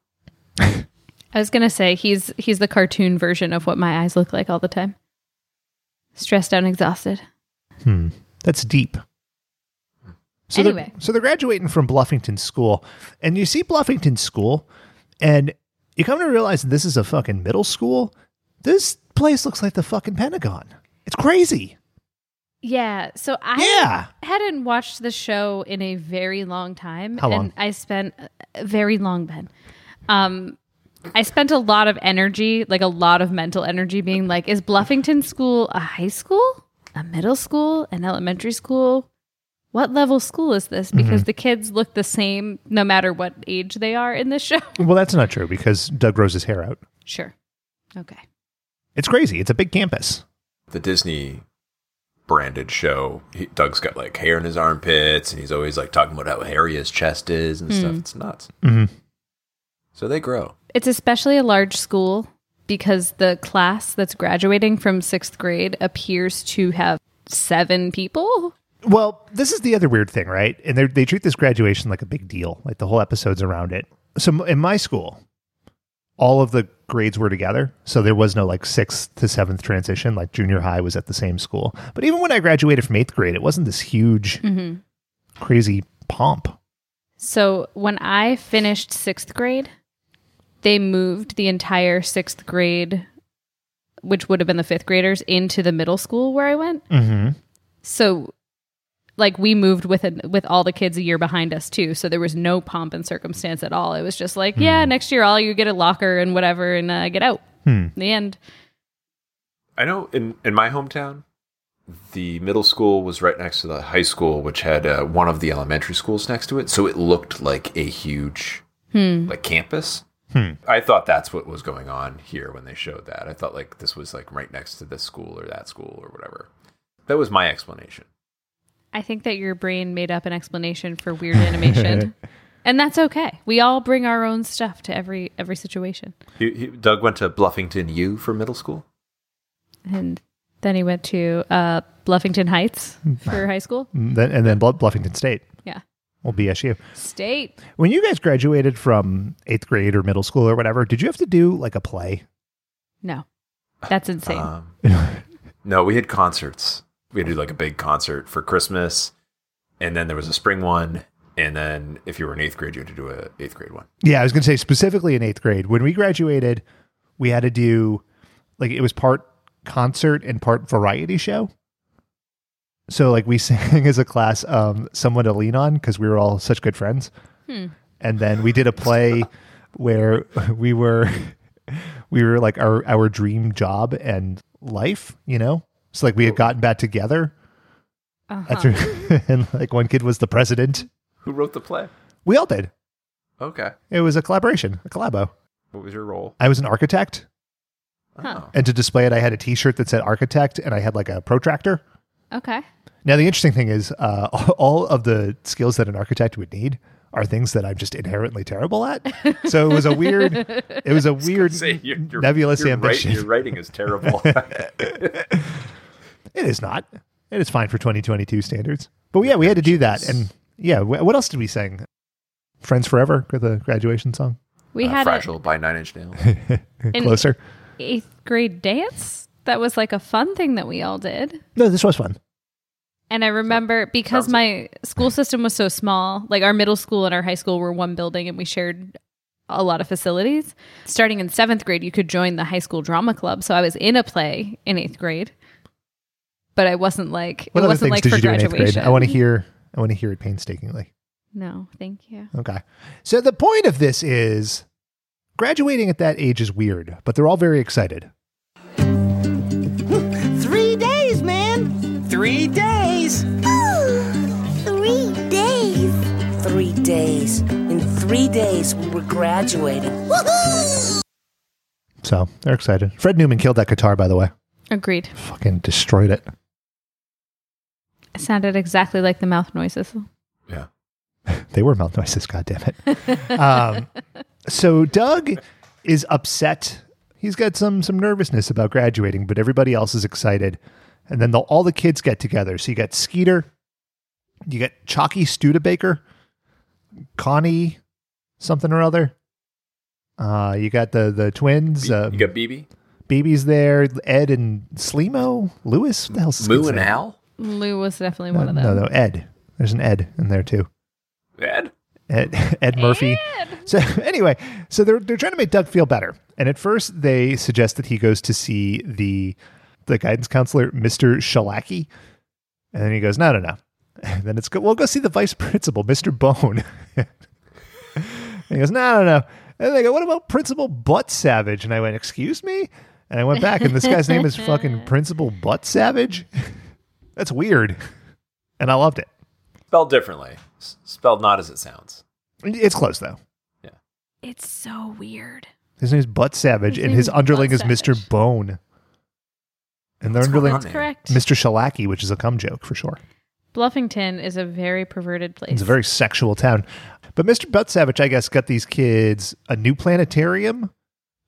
[SPEAKER 3] I was going to say he's he's the cartoon version of what my eyes look like all the time. Stressed out and exhausted.
[SPEAKER 2] Hmm. That's deep. So
[SPEAKER 3] Anyway.
[SPEAKER 2] They're, so they're graduating from Bluffington School, and you see Bluffington School, and you come to realize that this is a fucking middle school. This place looks like the fucking Pentagon. It's crazy.
[SPEAKER 3] Yeah. So I
[SPEAKER 2] Yeah.
[SPEAKER 3] hadn't watched the show in a very long time.
[SPEAKER 2] How long?
[SPEAKER 3] And I spent a very long, Ben. Um, I spent a lot of energy, like a lot of mental energy, being like, is Bluffington School a high school, a middle school, an elementary school? What level school is this? Because
[SPEAKER 2] Mm-hmm.
[SPEAKER 3] the kids look the same no matter what age they are in this show.
[SPEAKER 2] Well, that's not true because Doug grows his hair out.
[SPEAKER 3] sure. Okay.
[SPEAKER 2] It's crazy. It's a big campus.
[SPEAKER 4] the Disney branded show. He, Doug's got like hair in his armpits, and he's always like talking about how hairy his chest is and stuff. It's nuts.
[SPEAKER 2] Mhm.
[SPEAKER 4] So they grow.
[SPEAKER 3] It's especially a large school because the class that's graduating from sixth grade appears to have seven people.
[SPEAKER 2] Well, this is the other weird thing, right? And they they treat this graduation like a big deal, like the whole episode's around it. So m- in my school, all of the grades were together, so there was no like sixth to seventh transition. Like junior high was at the same school, but even when I graduated from eighth grade, it wasn't this huge, crazy pomp.
[SPEAKER 3] So when I finished sixth grade, they moved the entire sixth grade, which would have been the fifth graders, into the middle school where I went.
[SPEAKER 2] Mm-hmm.
[SPEAKER 3] So, like, we moved with it, with all the kids a year behind us too. So there was no pomp and circumstance at all. It was just like, yeah, next year all you get a locker and whatever, and uh, get out.
[SPEAKER 2] Hmm.
[SPEAKER 3] The end.
[SPEAKER 4] I know in, in my hometown, the middle school was right next to the high school, which had uh, one of the elementary schools next to it. So it looked like a huge like campus.
[SPEAKER 2] Hmm.
[SPEAKER 4] I thought that's what was going on here when they showed that. I thought like this was like right next to this school or that school or whatever. That was my explanation.
[SPEAKER 3] I think that your brain made up an explanation for weird animation. And that's okay. We all bring our own stuff to every every situation.
[SPEAKER 4] He, he, Doug went to Bluffington U for middle school.
[SPEAKER 3] And then he went to uh, Bluffington Heights for high school.
[SPEAKER 2] Then, and then Bluff- Bluffington State
[SPEAKER 3] Yeah.
[SPEAKER 2] will BSU.
[SPEAKER 3] State.
[SPEAKER 2] When you guys graduated from eighth grade or middle school or whatever, did you have to do like a play?
[SPEAKER 3] No. That's insane.
[SPEAKER 4] Um, no, we had concerts. We had to do like a big concert for Christmas, and then there was a spring one, and then if you were in eighth grade, you had to do a eighth grade one.
[SPEAKER 2] Yeah, I was going to say specifically in eighth grade. When we graduated, we had to do like it was part concert and part variety show. So like we sang as a class, um, someone to lean on because we were all such good friends. And then we did a play where we were we were like our our dream job and life, you know. So like we had gotten back together.
[SPEAKER 3] Uh-huh.
[SPEAKER 2] That's right. and like one kid was the president.
[SPEAKER 4] Who wrote the play?
[SPEAKER 2] We all did.
[SPEAKER 4] Okay,
[SPEAKER 2] It was a collaboration, a collabo.
[SPEAKER 4] what was your role?
[SPEAKER 2] I was an architect,
[SPEAKER 3] Huh.
[SPEAKER 2] and to display it, I had a T-shirt that said architect, and I had like a protractor.
[SPEAKER 3] Okay.
[SPEAKER 2] Now, the interesting thing is, uh, all of the skills that an architect would need are things that I'm just inherently terrible at. So it was a weird, it was a weird
[SPEAKER 4] Say, your- your-
[SPEAKER 2] nebulous
[SPEAKER 4] your write-
[SPEAKER 2] ambition.
[SPEAKER 4] your writing is terrible. Uh,
[SPEAKER 2] It is not. It is fine for 2022 standards. But yeah, we had to do that, and yeah, wh- what else did we sing? Friends Forever, the graduation song.
[SPEAKER 3] We
[SPEAKER 4] Uh,
[SPEAKER 3] had
[SPEAKER 4] fragile by Nine Inch Nails.
[SPEAKER 3] an
[SPEAKER 2] Closer.
[SPEAKER 3] eighth grade dance that was like a fun thing that we all did.
[SPEAKER 2] No, this was fun.
[SPEAKER 3] And I remember because my school system was so small, like our middle school and our high school were one building and we shared a lot of facilities. Starting in seventh grade, you could join the high school drama club. So I was in a play in eighth grade, but I wasn't like,
[SPEAKER 2] What
[SPEAKER 3] it
[SPEAKER 2] other things
[SPEAKER 3] wasn't like
[SPEAKER 2] did
[SPEAKER 3] for
[SPEAKER 2] you do in eighth
[SPEAKER 3] graduation.
[SPEAKER 2] grade? I want to hear. I want to hear it painstakingly.
[SPEAKER 3] No, thank you.
[SPEAKER 2] Okay. So the point of this is graduating at that age is weird, but they're all very excited.
[SPEAKER 6] Three days, man. Three days.
[SPEAKER 7] Three days.
[SPEAKER 6] Three days. In three days, we were graduating.
[SPEAKER 2] So they're excited. Fred Newman killed that guitar, by the way.
[SPEAKER 3] Agreed.
[SPEAKER 2] Fucking destroyed it.
[SPEAKER 3] It sounded exactly like the mouth noises.
[SPEAKER 4] yeah,
[SPEAKER 2] They were mouth noises, God damn it. um, so Doug is upset. He's got some some nervousness about graduating, but everybody else is excited. And then the, all the kids get together. So you got Skeeter, you got Chalky Studebaker, Connie, something or other. Uh, you got the the twins. Uh,
[SPEAKER 4] you got BB,
[SPEAKER 2] BB's there. Ed and Slimo, Lewis. What the hell's his
[SPEAKER 4] Moo,
[SPEAKER 2] kid's
[SPEAKER 4] and
[SPEAKER 2] name?
[SPEAKER 4] Al.
[SPEAKER 3] Lou was definitely
[SPEAKER 2] No,
[SPEAKER 3] one of them.
[SPEAKER 2] no, no, Ed. There's an Ed in there too.
[SPEAKER 4] Ed.
[SPEAKER 2] Ed, Ed Murphy. So anyway, so they're they're trying to make Doug feel better. And at first, they suggest that he goes to see the the guidance counselor, Mister Shalaki, and then he goes, no, no, no. And then it's go, well, go see the vice principal, Mister Bone. and he goes, no, no, no. And they go, what about Principal Butt Savage? And I went, excuse me. And I went back, and this guy's name is fucking Principal Butt Savage. That's weird. And I loved it.
[SPEAKER 4] Spelled differently. S- spelled not as it sounds.
[SPEAKER 2] It's close though.
[SPEAKER 3] It's so weird.
[SPEAKER 2] His name's Butt Savage,
[SPEAKER 3] His
[SPEAKER 2] and
[SPEAKER 3] name
[SPEAKER 2] his
[SPEAKER 3] is
[SPEAKER 2] underling
[SPEAKER 3] Butt
[SPEAKER 2] is Mr.
[SPEAKER 3] Savage.
[SPEAKER 2] Bone. And their underling,
[SPEAKER 4] on?
[SPEAKER 3] Correct.
[SPEAKER 2] Mr. Shalaki, which is a cum joke for sure.
[SPEAKER 3] Bluffington is a very perverted place.
[SPEAKER 2] It's a very sexual town. But Mr. Butt Savage, I guess, got these kids a new planetarium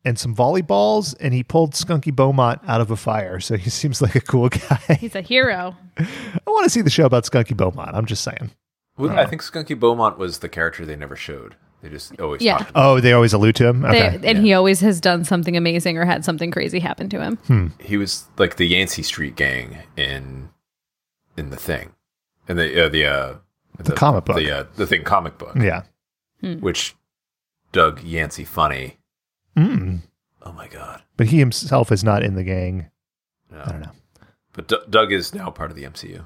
[SPEAKER 2] and some volleyballs, and he pulled Skunky Beaumont out of a fire. So he seems like a cool guy.
[SPEAKER 3] He's a hero.
[SPEAKER 2] I want to see the show about Skunky Beaumont. I'm just saying.
[SPEAKER 4] Who- I think Skunky Beaumont was the character they never showed. They just always
[SPEAKER 3] Yeah.
[SPEAKER 4] talked about.
[SPEAKER 2] Oh, they always allude to him?
[SPEAKER 3] They-
[SPEAKER 2] Okay.
[SPEAKER 3] and he always has done something amazing or had something crazy happen to him.
[SPEAKER 2] Oh.
[SPEAKER 4] He was like the Yancey Street gang in in the thing, and the uh, the uh, The,
[SPEAKER 2] comic book.
[SPEAKER 4] The, uh, the thing comic book,
[SPEAKER 2] Yeah.
[SPEAKER 3] Hmm.
[SPEAKER 4] which Doug Yancey funny.
[SPEAKER 2] Mm.
[SPEAKER 4] Oh my God.
[SPEAKER 2] But he himself is not in the gang.
[SPEAKER 4] No.
[SPEAKER 2] I don't know.
[SPEAKER 4] But D- Doug is now part of the MCU.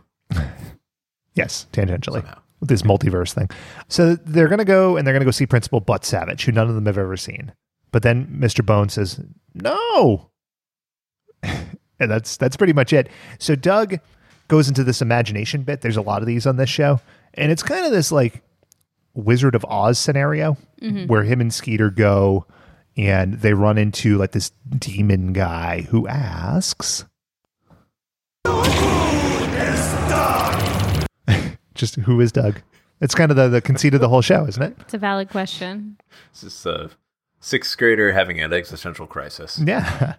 [SPEAKER 2] Yes, tangentially.
[SPEAKER 4] Somehow.
[SPEAKER 2] With this multiverse thing. So they're going to go and they're going to go see Principal Butt Savage, who none of them have ever seen. But then Mr. Bone says, no. and that's that's pretty much it. So Doug goes into this imagination bit. There's a lot of these on this show. And it's kind of this like Wizard of Oz scenario where him and Skeeter go and they run into like this demon guy who asks just who is Doug? It's kind of the, the conceit of the whole show, isn't it?
[SPEAKER 3] It's a valid question.
[SPEAKER 4] This is a sixth grader having an existential crisis.
[SPEAKER 2] Yeah.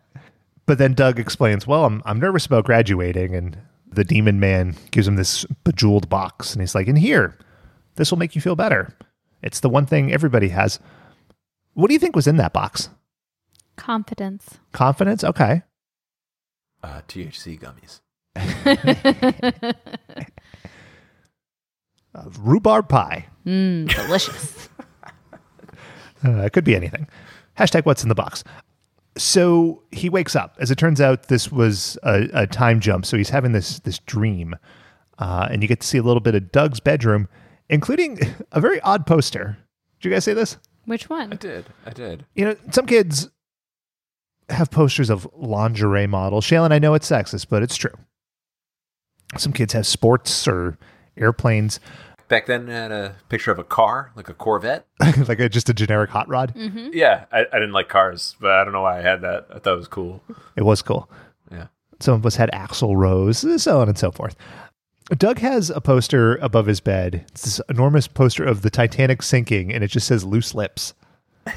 [SPEAKER 2] But then Doug explains, Well, I'm, I'm nervous about graduating. And the demon man gives him this bejeweled box. And he's like, In here, this will make you feel better. It's the one thing everybody has. What do you think was in that box?
[SPEAKER 3] Confidence.
[SPEAKER 2] Confidence? Okay.
[SPEAKER 4] Uh, THC gummies.
[SPEAKER 2] Uh, rhubarb pie.
[SPEAKER 3] Mm, delicious.
[SPEAKER 2] Uh, it could be anything. Hashtag what's in the box. So he wakes up. As it turns out, this was a, a time jump. So he's having this this dream, uh, and you get to see a little bit of Doug's bedroom, including a very odd poster. Did you guys see this?
[SPEAKER 3] Which
[SPEAKER 4] I
[SPEAKER 3] one?
[SPEAKER 4] did. I did.
[SPEAKER 2] You know, some kids have posters of lingerie models. Shaylin, I know it's sexist, but it's true. Some kids have sports or airplanes,
[SPEAKER 4] Back then, I had a picture of a car, like a Corvette.
[SPEAKER 2] like a, just a generic hot rod.
[SPEAKER 3] Mm-hmm.
[SPEAKER 4] Yeah, I, I didn't like cars, but I don't know why I had that. I thought it was cool.
[SPEAKER 2] It was cool.
[SPEAKER 4] Yeah.
[SPEAKER 2] Some of us had Axl Rose, so on and so forth. Doug has a poster above his bed. It's this enormous poster of the Titanic sinking, and it just says loose lips.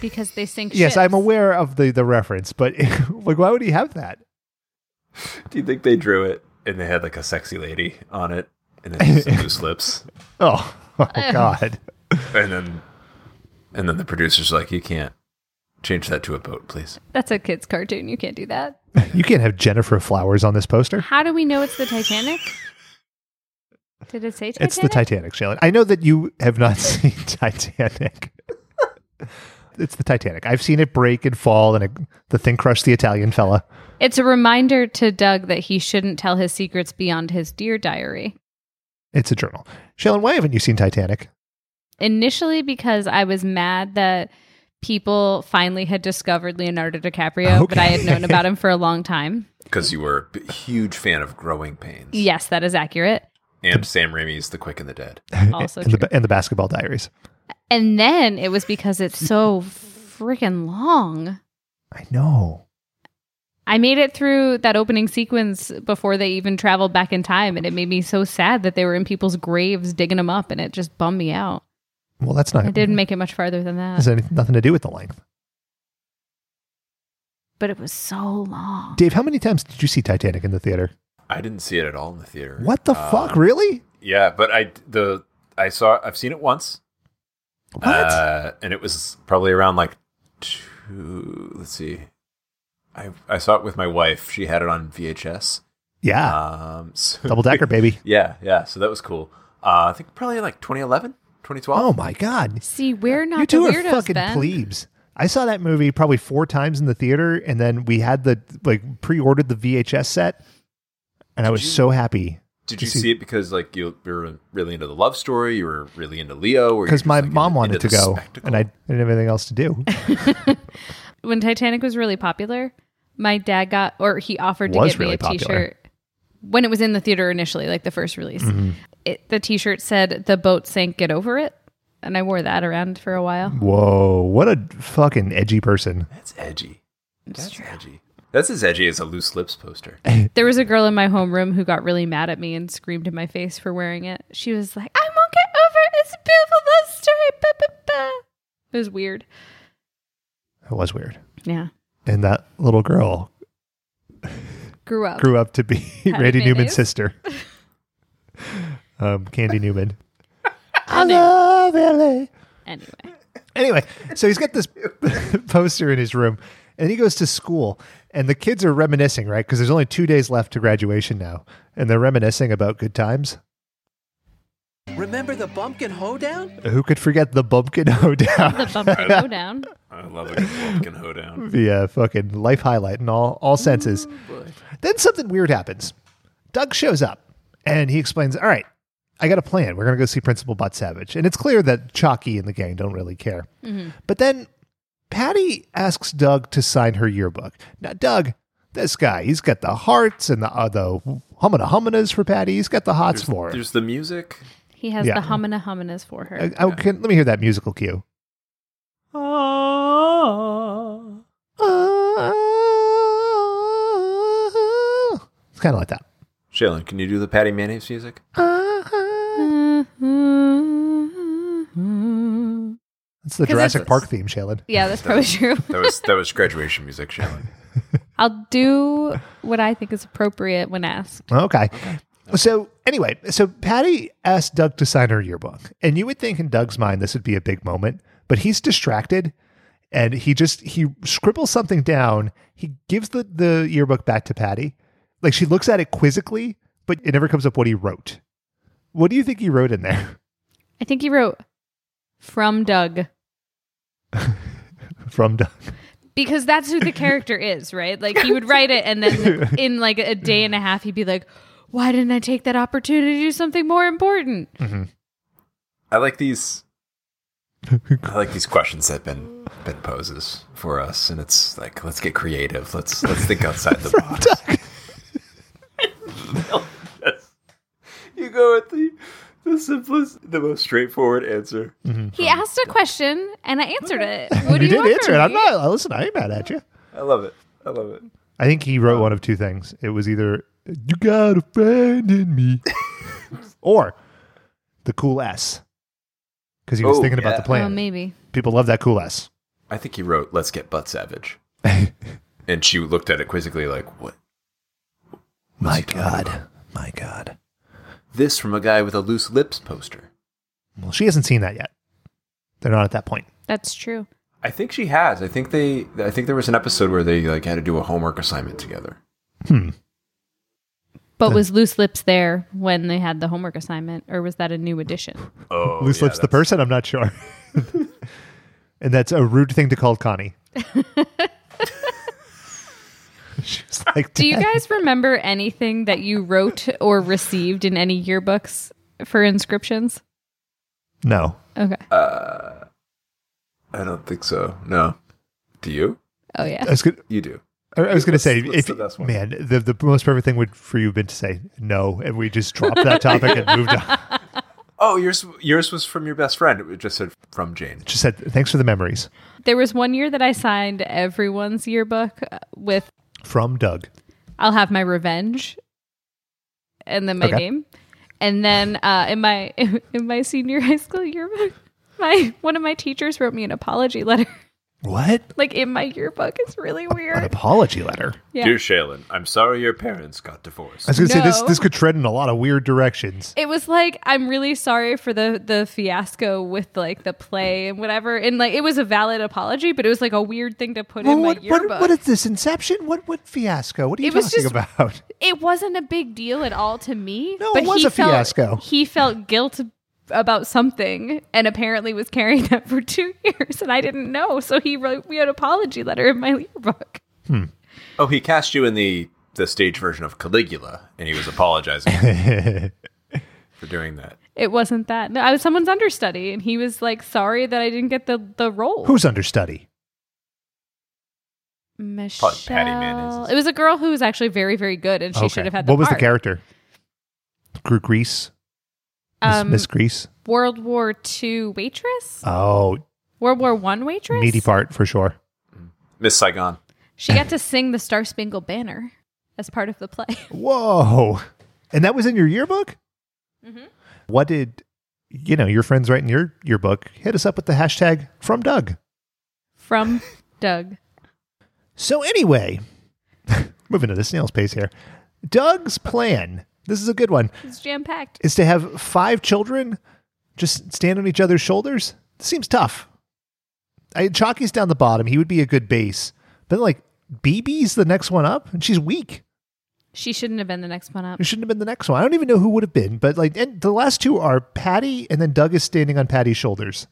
[SPEAKER 3] Because they sink
[SPEAKER 2] Yes,
[SPEAKER 3] ships.
[SPEAKER 2] I'm aware of the, the reference, but like, why would he have that?
[SPEAKER 4] Do you think they drew it and they had like a sexy lady on it and then some loose lips?
[SPEAKER 2] Oh, oh God.
[SPEAKER 4] And then, and then the producers were like, you can't change that to a boat, please.
[SPEAKER 3] That's a kid's cartoon. You can't do that.
[SPEAKER 2] You can't have Jennifer Flowers on this poster.
[SPEAKER 3] How do we know it's the Titanic? Did it say Titanic?
[SPEAKER 2] It's the Titanic, Shaylin. I know that you have not seen Titanic. it's the Titanic. I've seen it break and fall, and it, the thing crushed the Italian fella.
[SPEAKER 3] It's a reminder to Doug that he shouldn't tell his secrets beyond his dear diary.
[SPEAKER 2] It's a journal. Shaylin, why haven't you seen Titanic?
[SPEAKER 3] Initially, because I was mad that people finally had discovered Leonardo DiCaprio, but I had known about him for a long time.
[SPEAKER 4] Because you were a b- huge fan of Growing Pains.
[SPEAKER 3] Yes, that is accurate.
[SPEAKER 4] And Sam Raimi's The Quick and the Dead.
[SPEAKER 3] Also
[SPEAKER 2] and
[SPEAKER 3] true.
[SPEAKER 2] the, and the basketball diaries.
[SPEAKER 3] and then it was because it's so freaking long.
[SPEAKER 2] I know.
[SPEAKER 3] I made it through that opening sequence before they even traveled back in time, and it made me so sad that they were in people's graves digging them up, and it just bummed me out.
[SPEAKER 2] Well, that's not.
[SPEAKER 3] I didn't make it much farther than that,
[SPEAKER 2] Has any, nothing to do with the length.
[SPEAKER 3] but it was so long.
[SPEAKER 2] Dave, how many times did you see Titanic in the theater?
[SPEAKER 4] I didn't see it at all in the theater.
[SPEAKER 2] What the
[SPEAKER 4] Um,
[SPEAKER 2] fuck? Really?
[SPEAKER 4] Yeah, but I the I saw I've seen it once.
[SPEAKER 2] What?
[SPEAKER 4] Uh, and it was probably around like two. Let's see. I I saw it with my wife. She had it on VHS.
[SPEAKER 2] yeah,
[SPEAKER 4] Um, so-
[SPEAKER 2] Ah. double decker, baby.
[SPEAKER 4] Yeah, yeah. So that was cool. Uh, I think probably like 2011, 2012.
[SPEAKER 2] Oh my god,
[SPEAKER 3] See, we're not
[SPEAKER 2] you two
[SPEAKER 3] the
[SPEAKER 2] are
[SPEAKER 3] weirdos,
[SPEAKER 2] fucking
[SPEAKER 3] Ben.
[SPEAKER 2] plebes. I saw that movie probably four times in the theater, and then we had the like pre-ordered the VHS set, and I was so happy
[SPEAKER 4] Did you
[SPEAKER 2] You see-
[SPEAKER 4] see it because like you, you were really into the love story? You were really into Leo? or you
[SPEAKER 2] because
[SPEAKER 4] were
[SPEAKER 2] my
[SPEAKER 4] just, like,
[SPEAKER 2] mom
[SPEAKER 4] into-
[SPEAKER 2] wanted
[SPEAKER 4] into
[SPEAKER 2] to
[SPEAKER 4] the
[SPEAKER 2] go,
[SPEAKER 4] spectacle?
[SPEAKER 2] and I didn't have anything else to do.
[SPEAKER 3] When Titanic was really popular, my dad got, or he offered to
[SPEAKER 2] Was
[SPEAKER 3] get
[SPEAKER 2] really
[SPEAKER 3] me a
[SPEAKER 2] popular.
[SPEAKER 3] shirt when it was in the theater initially, like the first release.
[SPEAKER 2] Mm-hmm.
[SPEAKER 3] It, the t shirt said, The boat sank, get over it. And I wore that around for a while.
[SPEAKER 2] Whoa, what a fucking edgy person!
[SPEAKER 4] That's edgy. That's edgy. That's as edgy as a loose lips poster.
[SPEAKER 3] There was a girl in my homeroom who got really mad at me and screamed in my face for wearing it. She was like, I won't get over it. It's a beautiful love story. Bah, bah, bah." It was weird.
[SPEAKER 2] It was weird,
[SPEAKER 3] Yeah.
[SPEAKER 2] and that little girl
[SPEAKER 3] Grew up.
[SPEAKER 2] grew up to be Randy
[SPEAKER 3] mayonnaise.
[SPEAKER 2] Newman's sister, um, Candy Newman. I love LA.
[SPEAKER 3] Anyway.
[SPEAKER 2] Anyway, so he's got this poster in his room, and he goes to school, and the kids are reminiscing, right? Because there's only two days left to graduation now, and they're reminiscing about good times.
[SPEAKER 8] Remember the Bumpkin Hoedown?
[SPEAKER 2] Who could forget the Bumpkin Hoedown?
[SPEAKER 3] The bumper go down.
[SPEAKER 5] I love a good pumpkin
[SPEAKER 4] Hmm.
[SPEAKER 5] hoedown.
[SPEAKER 2] yeah, uh, fucking life highlight in all, all senses. Then something weird happens. Doug shows up and he explains, All right, I got a plan. We're going to go see Principal Butt Savage. And it's clear that Chalky and the gang don't really care.
[SPEAKER 4] Mm-hmm.
[SPEAKER 2] But then Patty asks Doug to sign her yearbook. Now, Doug, this guy, he's got the hearts and the, uh, the humina huminas for Patty. He's got the hots for her.
[SPEAKER 4] There's the music.
[SPEAKER 3] He has
[SPEAKER 2] Yeah. Uh,
[SPEAKER 3] the homina hominas for her.
[SPEAKER 2] I, I oh, can, let me hear that musical cue. It's kind of like that.
[SPEAKER 4] Shaylin, can you do the Patty Mayonnaise music?
[SPEAKER 2] It's the
[SPEAKER 3] 'Cause
[SPEAKER 2] Jurassic
[SPEAKER 3] it's-
[SPEAKER 2] Park theme, Shaylin.
[SPEAKER 3] yeah, that's probably true.
[SPEAKER 4] That was that was graduation music, Shaylin.
[SPEAKER 3] I'll do what I think is appropriate when asked.
[SPEAKER 2] Okay. So anyway, so Patty asked Doug to sign her yearbook, and you would think in Doug's mind this would be a big moment, but he's distracted, and he just he scribbles something down. He gives the the yearbook back to Patty, like she looks at it quizzically, but it never comes up what he wrote. What do you think he wrote in there
[SPEAKER 3] I think he wrote from Doug
[SPEAKER 2] from Doug?
[SPEAKER 3] because that's who the character is, right? Like he would write it, and then in like a day and a half, he'd be like, "Why didn't I take that opportunity to do something more important?"
[SPEAKER 4] I like these. I like these questions that Ben Ben poses for us, and it's like let's get creative. Let's let's think outside the box. you go with the the simplest, the most straightforward answer.
[SPEAKER 3] He asked a question, and I answered it. What do Mm-hmm. you
[SPEAKER 2] did
[SPEAKER 3] want
[SPEAKER 2] answer
[SPEAKER 3] from
[SPEAKER 2] it. I'm
[SPEAKER 3] me?
[SPEAKER 2] not. I- Listen, I ain't mad at you.
[SPEAKER 4] I love it. I love it.
[SPEAKER 2] I think he wrote one of two things. It was either "You got a friend in me," or the cool S, because he was
[SPEAKER 4] Oh,
[SPEAKER 2] thinking about
[SPEAKER 4] yeah.
[SPEAKER 2] the plan.
[SPEAKER 3] Oh, maybe.
[SPEAKER 2] People love that cool S.
[SPEAKER 4] I think he wrote "Let's get butt savage," and she looked at it quizzically, like what?
[SPEAKER 2] My God, my God.
[SPEAKER 4] This from a guy with a loose lips poster.
[SPEAKER 2] Well, she hasn't seen that yet. They're not at that point.
[SPEAKER 3] That's true.
[SPEAKER 4] I think she has. I think they. I think there was an episode where they like had to do a homework assignment together.
[SPEAKER 3] But was Loose Lips there when they had the homework assignment, or was that a new addition?
[SPEAKER 4] Oh,
[SPEAKER 2] Loose lips, the person. I'm not sure. and that's a rude thing to call Connie. She's like,
[SPEAKER 3] Do you
[SPEAKER 2] "Dad."
[SPEAKER 3] guys remember anything that you wrote or received in any yearbooks for inscriptions?
[SPEAKER 2] No,
[SPEAKER 3] Okay.
[SPEAKER 4] I don't think so. No. Do you?
[SPEAKER 3] Oh yeah.
[SPEAKER 2] I was gonna,
[SPEAKER 4] You do.
[SPEAKER 2] I I was going to say,
[SPEAKER 4] Let's- let's
[SPEAKER 2] if,
[SPEAKER 4] do this one.
[SPEAKER 2] man, the, the most perfect thing would for you have been to say no, and we just dropped that topic and moved on.
[SPEAKER 4] Oh, yours yours was from your best friend. It just said from Jane.
[SPEAKER 2] Just said, thanks for the memories
[SPEAKER 3] There was one year that I signed everyone's yearbook uh, with
[SPEAKER 2] from Doug.
[SPEAKER 3] I'll have my revenge, and then my
[SPEAKER 2] Okay.
[SPEAKER 3] name, and then uh, in my in my senior high school yearbook, my one of my teachers wrote me an apology letter.
[SPEAKER 2] What?
[SPEAKER 3] Like in my yearbook, it's really
[SPEAKER 2] An
[SPEAKER 3] weird.
[SPEAKER 2] apology letter.
[SPEAKER 3] Yeah.
[SPEAKER 5] Dear Shaylin, I'm sorry your parents got divorced.
[SPEAKER 2] I was going to say this.
[SPEAKER 3] No.
[SPEAKER 2] This could tread in a lot of weird directions.
[SPEAKER 3] It was like I'm really sorry for the the fiasco with like the play and whatever, and like it was a valid apology, but it was like a weird thing to put in my
[SPEAKER 2] what,
[SPEAKER 3] yearbook.
[SPEAKER 2] what, what is this inception? What what fiasco? What are you
[SPEAKER 3] It was
[SPEAKER 2] talking
[SPEAKER 3] just-
[SPEAKER 2] about?
[SPEAKER 3] it wasn't a big deal at all to me.
[SPEAKER 2] No, it was
[SPEAKER 3] he
[SPEAKER 2] a
[SPEAKER 3] felt,
[SPEAKER 2] fiasco.
[SPEAKER 3] He felt guilt about something and apparently was carrying that for two years, and I didn't know. So he wrote me an apology letter in my yearbook.
[SPEAKER 4] Oh, he cast you in the the stage version of Caligula, and he was apologizing for doing that.
[SPEAKER 3] It wasn't that. No, I was someone's understudy, and he was like sorry that I didn't get the the role.
[SPEAKER 2] Who's understudy?
[SPEAKER 3] Michelle?
[SPEAKER 4] Probably Patty Mayonnaise.
[SPEAKER 3] It was a girl who was actually very, very good, and she
[SPEAKER 2] Okay.
[SPEAKER 3] should have had.
[SPEAKER 2] What was the
[SPEAKER 3] part.
[SPEAKER 2] character? Gr- Grease. Miss,
[SPEAKER 3] Um,
[SPEAKER 2] Miss Grease.
[SPEAKER 3] World War II waitress,
[SPEAKER 2] Oh,
[SPEAKER 3] World War One waitress.
[SPEAKER 2] meaty part for sure.
[SPEAKER 4] Miss Saigon.
[SPEAKER 3] She got to sing the Star Spangled Banner as part of the play.
[SPEAKER 2] Whoa. And that was in your yearbook? What did, you know, your friends write in your yearbook? Hit us up with the hashtag from Doug.
[SPEAKER 3] from Doug.
[SPEAKER 2] So, anyway, moving to the snail's pace here. Doug's plan, this is a good one,
[SPEAKER 3] It's jam packed.
[SPEAKER 2] is to have five children just stand on each other's shoulders. Seems tough. I Chalky's down the bottom. He would be a good base. But, like, BB's the next one up, and she's weak.
[SPEAKER 3] She shouldn't have been the next one up.
[SPEAKER 2] It shouldn't have been the next one. I don't even know who would have been, but like, and the last two are Patty, and then Doug is standing on Patty's shoulders.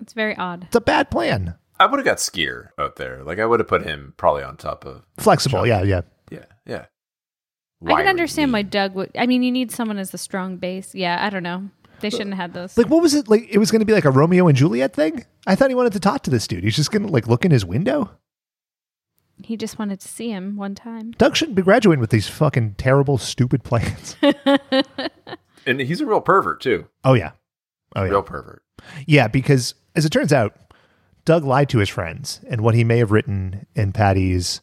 [SPEAKER 3] It's very odd.
[SPEAKER 2] It's a bad plan.
[SPEAKER 4] I would have got Skier out there. Like I would have put him probably on top of.
[SPEAKER 2] Flexible, yeah, yeah.
[SPEAKER 4] Yeah, yeah.
[SPEAKER 3] I can
[SPEAKER 4] Wiry
[SPEAKER 3] understand why
[SPEAKER 4] knee.
[SPEAKER 3] Doug would. I mean, you need someone as a strong base. Yeah, I don't know. They shouldn't have had those.
[SPEAKER 2] Like, what was it? Like, it was going to be like a Romeo and Juliet thing. I thought he wanted to talk to this dude. He's just going to like look in his window.
[SPEAKER 3] he just wanted to see him one time.
[SPEAKER 2] Doug shouldn't be graduating with these fucking terrible, stupid plans.
[SPEAKER 4] and he's a real pervert too.
[SPEAKER 2] oh yeah, oh yeah,
[SPEAKER 4] Real pervert.
[SPEAKER 2] yeah. Because as it turns out, Doug lied to his friends, and what he may have written in Patty's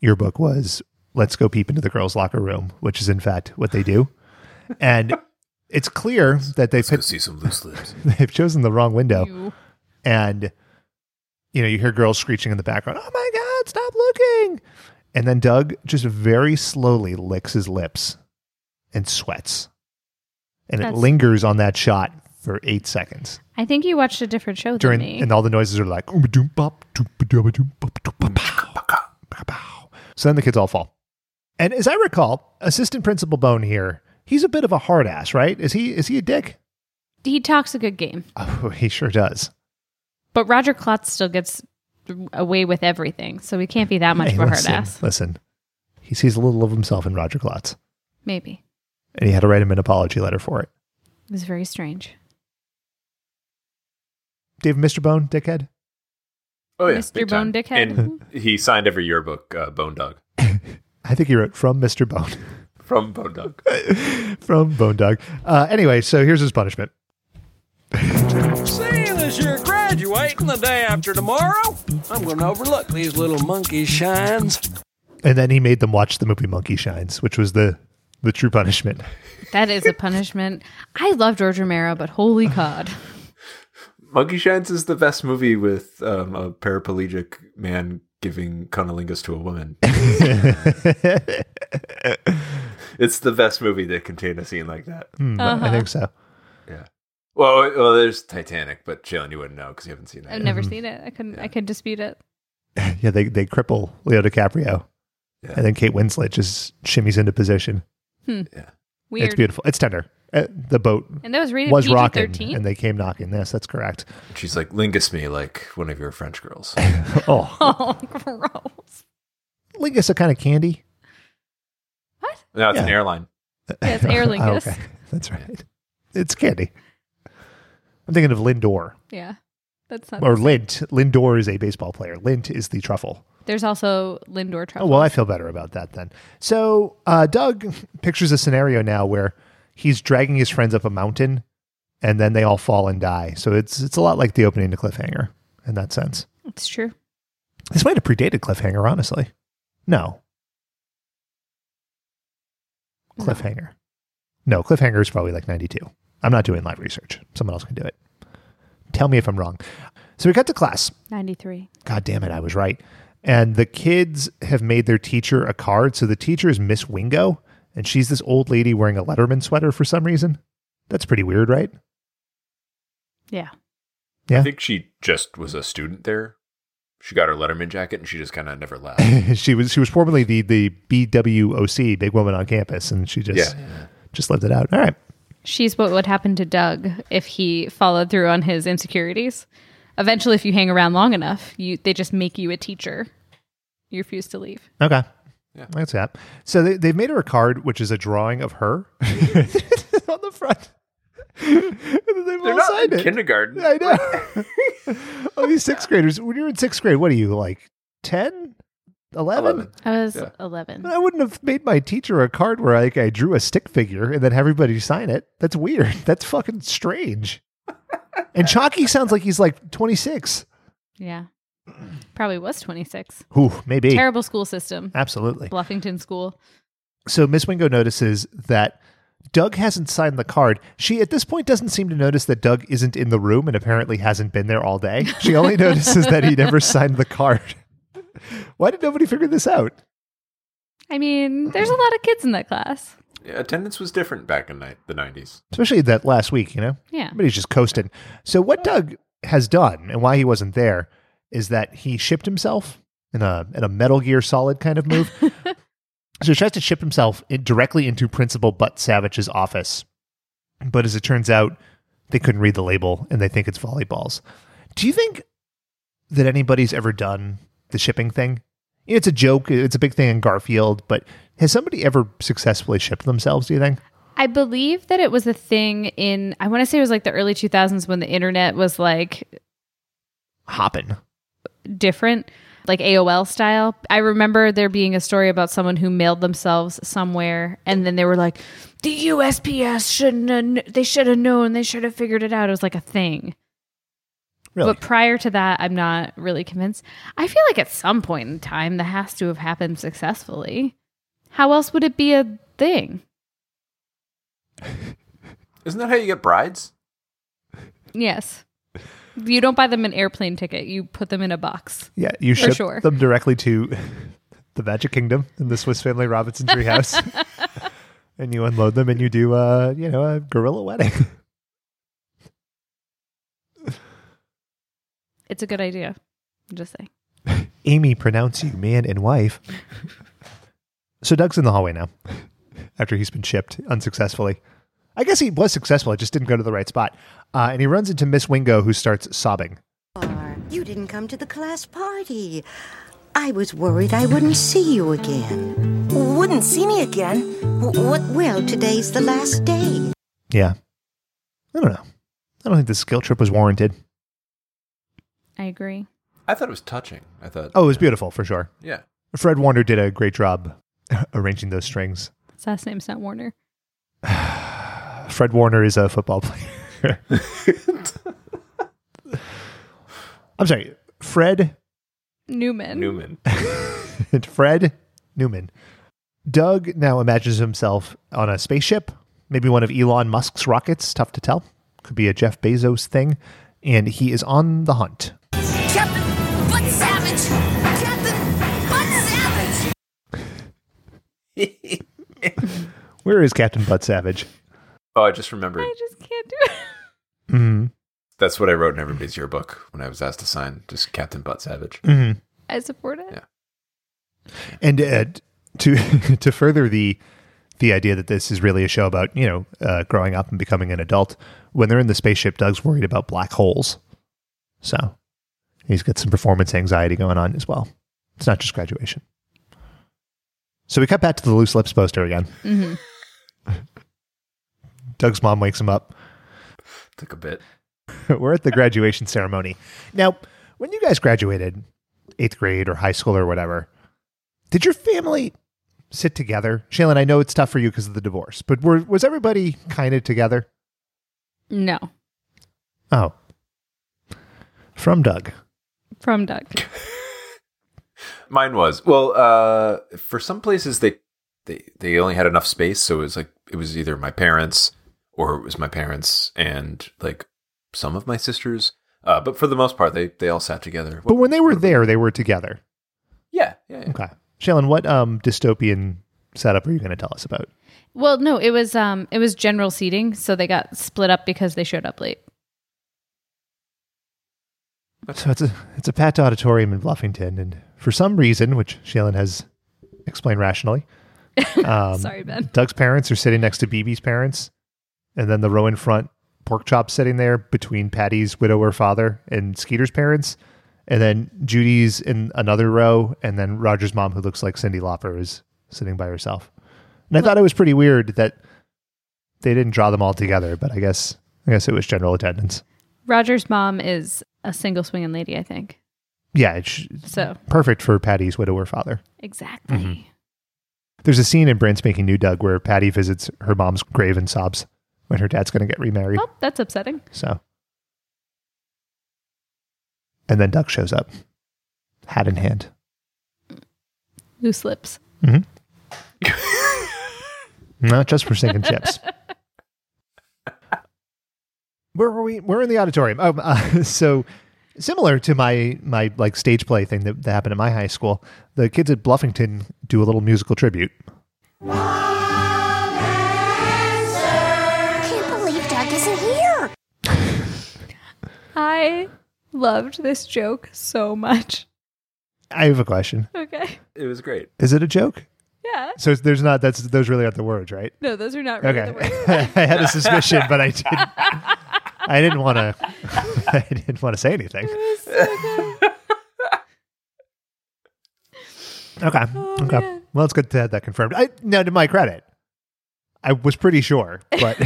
[SPEAKER 2] yearbook was "Let's go peep into the girls' locker room," which is in fact what they do. And it's clear that they
[SPEAKER 5] Let's go
[SPEAKER 2] picked,
[SPEAKER 5] see some loose lips.
[SPEAKER 2] they've chosen the wrong window.
[SPEAKER 3] You.
[SPEAKER 2] and you know you hear girls screeching in the background oh my god stop looking and then doug just very slowly licks his lips and sweats and it
[SPEAKER 3] That's-
[SPEAKER 2] lingers on that shot for eight seconds
[SPEAKER 3] I think you watched a different show
[SPEAKER 2] during
[SPEAKER 3] than me.
[SPEAKER 2] and all the noises are like "Oom-a-doom bop, doom-a-doom bop, doom-a-pow, pow-pow." so then the kids all fall and as i recall assistant principal bone here he's a bit of a hard ass right is he is he a dick
[SPEAKER 3] he talks a good game,
[SPEAKER 2] oh he sure does
[SPEAKER 3] but Roger Klotz still gets away with everything, so we can't be that much
[SPEAKER 2] Hey,
[SPEAKER 3] of a hard
[SPEAKER 2] listen,
[SPEAKER 3] ass.
[SPEAKER 2] Listen, he sees a little of himself in Roger Klotz,
[SPEAKER 3] Maybe
[SPEAKER 2] and he had to write him an apology letter for it.
[SPEAKER 3] it was very strange.
[SPEAKER 2] Dave, Mr. Bone, dickhead.
[SPEAKER 4] Oh yeah,
[SPEAKER 3] Mr.
[SPEAKER 4] big time.
[SPEAKER 3] Bone Dickhead.
[SPEAKER 4] And he signed every yearbook uh, Bone Dog
[SPEAKER 2] I think he wrote from Mr. Bone,
[SPEAKER 4] from Bone Dog.
[SPEAKER 2] from Bone Dog. Uh, anyway, so here's his punishment.
[SPEAKER 8] Seeing as you're graduating the day after tomorrow, I'm going to overlook these little monkey shines.
[SPEAKER 2] And then he made them watch the movie Monkey Shines, which was the the true punishment.
[SPEAKER 3] That is a punishment. I love George Romero, but holy cod,
[SPEAKER 4] Monkey Shines is the best movie with um, a paraplegic man giving cunnilingus to a woman. it's the best movie that contained a scene like that.
[SPEAKER 2] Hmm, I think
[SPEAKER 3] Uh-huh.
[SPEAKER 2] so.
[SPEAKER 4] Yeah. Well, well, there's Titanic, but Jalen, you wouldn't know because you haven't seen that.
[SPEAKER 3] I've
[SPEAKER 4] yet.
[SPEAKER 3] never seen it. I couldn't. I could dispute it.
[SPEAKER 2] Yeah, they they cripple Leo DiCaprio,
[SPEAKER 4] Yeah.
[SPEAKER 2] and then Kate Winslet just shimmies into position. It's
[SPEAKER 3] Weird.
[SPEAKER 2] beautiful. It's tender. Uh, the boat
[SPEAKER 3] and that was rated
[SPEAKER 2] was
[SPEAKER 3] PG
[SPEAKER 2] rocking,
[SPEAKER 3] thirteen.
[SPEAKER 2] and they came knocking. Yes, that's correct.
[SPEAKER 4] She's like, lingus me like one of your French girls.
[SPEAKER 2] Oh,
[SPEAKER 3] oh, gross.
[SPEAKER 2] Lingus a kind of candy.
[SPEAKER 3] What?
[SPEAKER 4] No, it's an
[SPEAKER 2] Yeah.
[SPEAKER 4] airline.
[SPEAKER 3] Yeah, it's Aer Lingus.
[SPEAKER 2] Oh, That's right. It's candy. I'm thinking of Lindor
[SPEAKER 3] Yeah, that's not.
[SPEAKER 2] or Lint. Lindor is a baseball player. Lint is the truffle.
[SPEAKER 3] There's also Lindor
[SPEAKER 2] Oh,
[SPEAKER 3] Truffle.
[SPEAKER 2] well, I feel better about that then. So, uh, Doug pictures a scenario now where he's dragging his friends up a mountain and then they all fall and die. So, it's it's a lot like the opening to Cliffhanger in that sense.
[SPEAKER 3] it's true.
[SPEAKER 2] This might have predated Cliffhanger, honestly. No.
[SPEAKER 3] No.
[SPEAKER 2] Cliffhanger. No, Cliffhanger is probably like 92. I'm not doing live research. Someone else can do it. Tell me if I'm wrong. So we got to class.
[SPEAKER 3] Ninety three.
[SPEAKER 2] God damn it, I was right. And the kids have made their teacher a card. So the teacher is Miss Wingo, and she's this old lady wearing a Letterman sweater for some reason. That's pretty weird, right?
[SPEAKER 3] Yeah.
[SPEAKER 2] Yeah.
[SPEAKER 4] I think she just was a student there. She got her Letterman jacket and she just kind of never left.
[SPEAKER 2] she was she was formerly the the BWOC, big woman on campus, and she just
[SPEAKER 4] yeah.
[SPEAKER 2] just lived it out. All right.
[SPEAKER 3] She's what would happen to Doug if he followed through on his insecurities. Eventually, if you hang around long enough, you they just make you a teacher. You refuse to leave.
[SPEAKER 2] Okay.
[SPEAKER 4] Yeah.
[SPEAKER 2] That's that. So they, they've made her a card, which is a drawing of her on the front. and then they've
[SPEAKER 4] They're
[SPEAKER 2] all
[SPEAKER 4] not
[SPEAKER 2] signed
[SPEAKER 4] in
[SPEAKER 2] it.
[SPEAKER 4] kindergarten.
[SPEAKER 2] I know. all these sixth graders. When you're in sixth grade, what are you, like 10? 11?
[SPEAKER 4] Eleven.
[SPEAKER 3] I was
[SPEAKER 4] Yeah.
[SPEAKER 3] eleven.
[SPEAKER 2] I wouldn't have made my teacher a card where like, I drew a stick figure and then everybody sign it. That's weird. That's fucking strange. and Chalky sounds like he's like 26.
[SPEAKER 3] Yeah, probably was twenty six.
[SPEAKER 2] Ooh, maybe.
[SPEAKER 3] Terrible school system.
[SPEAKER 2] Absolutely.
[SPEAKER 3] Bluffington School.
[SPEAKER 2] So Miss Wingo notices that Doug hasn't signed the card. She at this point doesn't seem to notice that Doug isn't in the room and apparently hasn't been there all day. She only notices that he never signed the card. Why did nobody figure this out?
[SPEAKER 3] I mean, there's a lot of kids in that class.
[SPEAKER 4] Yeah, attendance was different back in ni- the 90s.
[SPEAKER 2] Especially that last week, you know?
[SPEAKER 3] Yeah.
[SPEAKER 2] Everybody's just coasting. So what Doug has done and why he wasn't there is that he shipped himself in a in a Metal Gear Solid kind of move. So he tries to ship himself in directly into Principal Butt Savage's office. But as it turns out, they couldn't read the label and they think it's volleyballs. Do you think that anybody's ever done the shipping thing? It's a joke, it's a big thing in Garfield, but has somebody ever successfully shipped themselves, do you think?
[SPEAKER 3] I believe that it was a thing in, I want to say it was like the early 2000s when the internet was like
[SPEAKER 2] Hoppin'.
[SPEAKER 3] different, like AOL style. I remember there being a story about someone who mailed themselves somewhere, and then they were like, "The USPS shouldn't. Have, kn- they should have known. They should have figured it out." It was like a thing.
[SPEAKER 2] Really?
[SPEAKER 3] But prior to that, I'm not really convinced. I feel like at some point in time, that has to have happened successfully. How else would it be a thing?
[SPEAKER 4] Isn't that how you get brides?
[SPEAKER 3] Yes. You don't buy them an airplane ticket. You put them in a box.
[SPEAKER 2] Yeah, you ship
[SPEAKER 3] sure.
[SPEAKER 2] them directly to the Magic Kingdom in the Swiss Family Robinson treehouse, and you unload them, and you do, uh, you know, a gorilla wedding.
[SPEAKER 3] It's a good idea. I'm just saying.
[SPEAKER 2] Amy pronounce you man and wife. so Doug's in the hallway now, after he's been shipped unsuccessfully. I guess he was successful. It just didn't go to the right spot, uh, and he runs into Miss Wingo, who starts sobbing.
[SPEAKER 7] You didn't come to the class party. I was worried I wouldn't see you again.
[SPEAKER 6] Wouldn't see me again.
[SPEAKER 7] W- what? Well, today's the last day.
[SPEAKER 2] Yeah, I don't know. I don't think the skill trip was warranted.
[SPEAKER 3] I agree.
[SPEAKER 4] I thought it was touching. I thought.
[SPEAKER 2] Oh, it was beautiful for sure.
[SPEAKER 4] Yeah.
[SPEAKER 2] Fred Warner did a great job arranging those strings.
[SPEAKER 3] His last name's not Warner.
[SPEAKER 2] Fred Warner is a football player. I'm sorry, Fred
[SPEAKER 3] Newman.
[SPEAKER 4] Newman.
[SPEAKER 2] Fred Newman. Doug now imagines himself on a spaceship, maybe one of Elon Musk's rockets, tough to tell. Could be a Jeff Bezos thing, and he is on the hunt.
[SPEAKER 7] Captain Butt Savage! Captain Butt Savage!
[SPEAKER 2] Where is Captain Butt Savage?
[SPEAKER 4] Oh, I just remembered.
[SPEAKER 3] I just can't do it.
[SPEAKER 2] hmm
[SPEAKER 4] That's what I wrote in everybody's yearbook when I was asked to sign. Just Captain Butt Savage.
[SPEAKER 2] hmm
[SPEAKER 3] I support it.
[SPEAKER 4] Yeah.
[SPEAKER 2] And uh, to to further the the idea that this is really a show about you know uh, growing up and becoming an adult, when they're in the spaceship, Doug's worried about black holes, so he's got some performance anxiety going on as well. It's not just graduation. So we cut back to the loose lips poster again.
[SPEAKER 3] Mhm.
[SPEAKER 2] Doug's mom wakes him up.
[SPEAKER 4] Took a bit.
[SPEAKER 2] We're at the graduation ceremony. Now, when you guys graduated, eighth grade or high school or whatever, did your family sit together? Shaylin, I know it's tough for you because of the divorce, but were, was everybody kind of together?
[SPEAKER 3] No,
[SPEAKER 2] Oh. From Doug.
[SPEAKER 3] from Doug.
[SPEAKER 4] Mine was well. Uh, for some places they they they only had enough space, so it was like it was either my parents or it was my parents and like some of my sisters. Uh, but for the most part, they they all sat together.
[SPEAKER 2] But when they were there, they were together.
[SPEAKER 4] yeah, yeah, yeah.
[SPEAKER 2] Okay. Shaylin, what um, dystopian setup are you going to tell us about?
[SPEAKER 3] Well, no, it was um, it was general seating, so they got split up because they showed up late.
[SPEAKER 2] So it's a it's a packed auditorium in Bluffington, and for some reason, which Shaylin has explained rationally, um,
[SPEAKER 3] Sorry, Ben.
[SPEAKER 2] Doug's parents are sitting next to BB's parents, and then the row in front, pork chop sitting there between Patty's widower father and Skeeter's parents, and then Judy's in another row, and then Roger's mom, who looks like Cindy Lauper, is sitting by herself. And I thought it was pretty weird that they didn't draw them all together, but I guess I guess it was general attendance.
[SPEAKER 3] Roger's mom is a single swinging lady, I think.
[SPEAKER 2] Yeah, it's
[SPEAKER 3] So
[SPEAKER 2] perfect for Patty's widower father.
[SPEAKER 3] exactly.
[SPEAKER 2] There's a scene in Brand Spanking New Doug where Patty visits her mom's grave and sobs when her dad's going to get remarried.
[SPEAKER 3] Well, that's upsetting.
[SPEAKER 2] So, and then Doug shows up, hat in hand.
[SPEAKER 3] Loose lips.
[SPEAKER 2] Not just for sinking chips. Where were we? We're in the auditorium. Oh, uh, so similar to my my like stage play thing that, that happened at my high school. The kids at Bluffington do a little musical tribute.
[SPEAKER 7] Can't believe Doug isn't here!
[SPEAKER 3] I loved this joke so much.
[SPEAKER 2] I have a question.
[SPEAKER 3] Okay.
[SPEAKER 4] It was great.
[SPEAKER 2] Is it a joke?
[SPEAKER 3] Yeah. Yeah.
[SPEAKER 2] So it's- there's not that's those really aren't the words, right?
[SPEAKER 3] No, those are not really
[SPEAKER 2] Okay.
[SPEAKER 3] the words.
[SPEAKER 2] I had a suspicion, but I didn't. I didn't want to. I didn't want to say anything. okay. okay.
[SPEAKER 3] man.
[SPEAKER 2] Well, it's good to have that confirmed. I now to my credit, I was pretty sure, but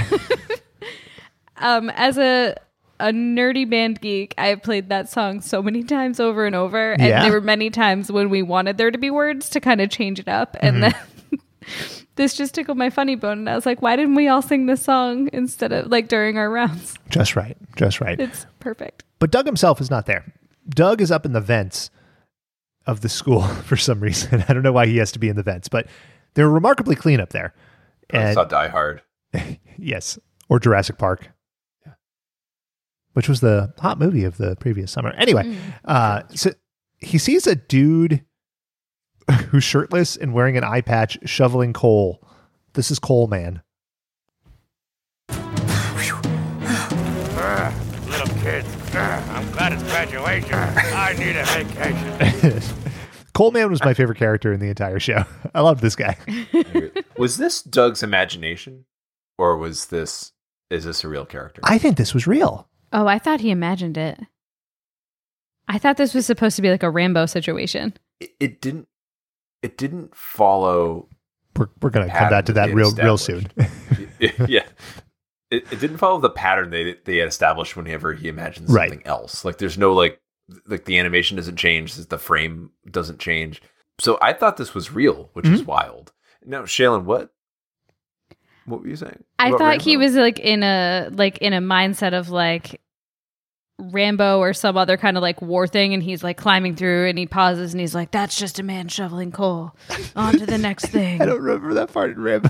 [SPEAKER 3] Um, as a a nerdy band geek, I've played that song so many times over and over, and
[SPEAKER 2] Yeah.
[SPEAKER 3] there were many times when we wanted there to be words to kind of change it up, and then. This just tickled my funny bone, and I was like, "Why didn't we all sing this song instead of like during our rounds?"
[SPEAKER 2] just right. Just right.
[SPEAKER 3] It's perfect.
[SPEAKER 2] But Doug himself is not there. Doug is up in the vents of the school for some reason. I don't know why he has to be in the vents, but they're remarkably clean up there.
[SPEAKER 4] I
[SPEAKER 2] And-
[SPEAKER 4] saw Die Hard.
[SPEAKER 2] Yes, or Jurassic Park, which was the hot movie of the previous summer. Anyway, uh, so he sees a dude who's shirtless and wearing an eye patch shoveling coal. This is Coal Man.
[SPEAKER 9] Uh, Little kids, uh, I'm glad it's graduation. I need a vacation.
[SPEAKER 2] Coal Man was my favorite character in the entire show. I love this guy.
[SPEAKER 4] was this Doug's imagination, or was this is this a real character?
[SPEAKER 2] I think this was real.
[SPEAKER 3] Oh, I thought he imagined it. I thought this was supposed to be like a Rambo situation.
[SPEAKER 4] it, it didn't. It didn't follow.
[SPEAKER 2] We're, we're going to come back to that real real soon.
[SPEAKER 4] yeah, it, it didn't follow the pattern they they had established whenever he imagined
[SPEAKER 2] Right.
[SPEAKER 4] something else. Like there's no like like the animation doesn't change, the frame doesn't change. So I thought this was real, which is wild. Now, Shailen, what what were you saying?
[SPEAKER 3] I
[SPEAKER 4] About
[SPEAKER 3] thought he
[SPEAKER 4] Rambo?
[SPEAKER 3] was like in a like in a mindset of like Rambo or some other kind of like war thing, and he's like climbing through, and he pauses, and he's like, "That's just a man shoveling coal. On to the next thing."
[SPEAKER 2] I don't remember that part in Rambo.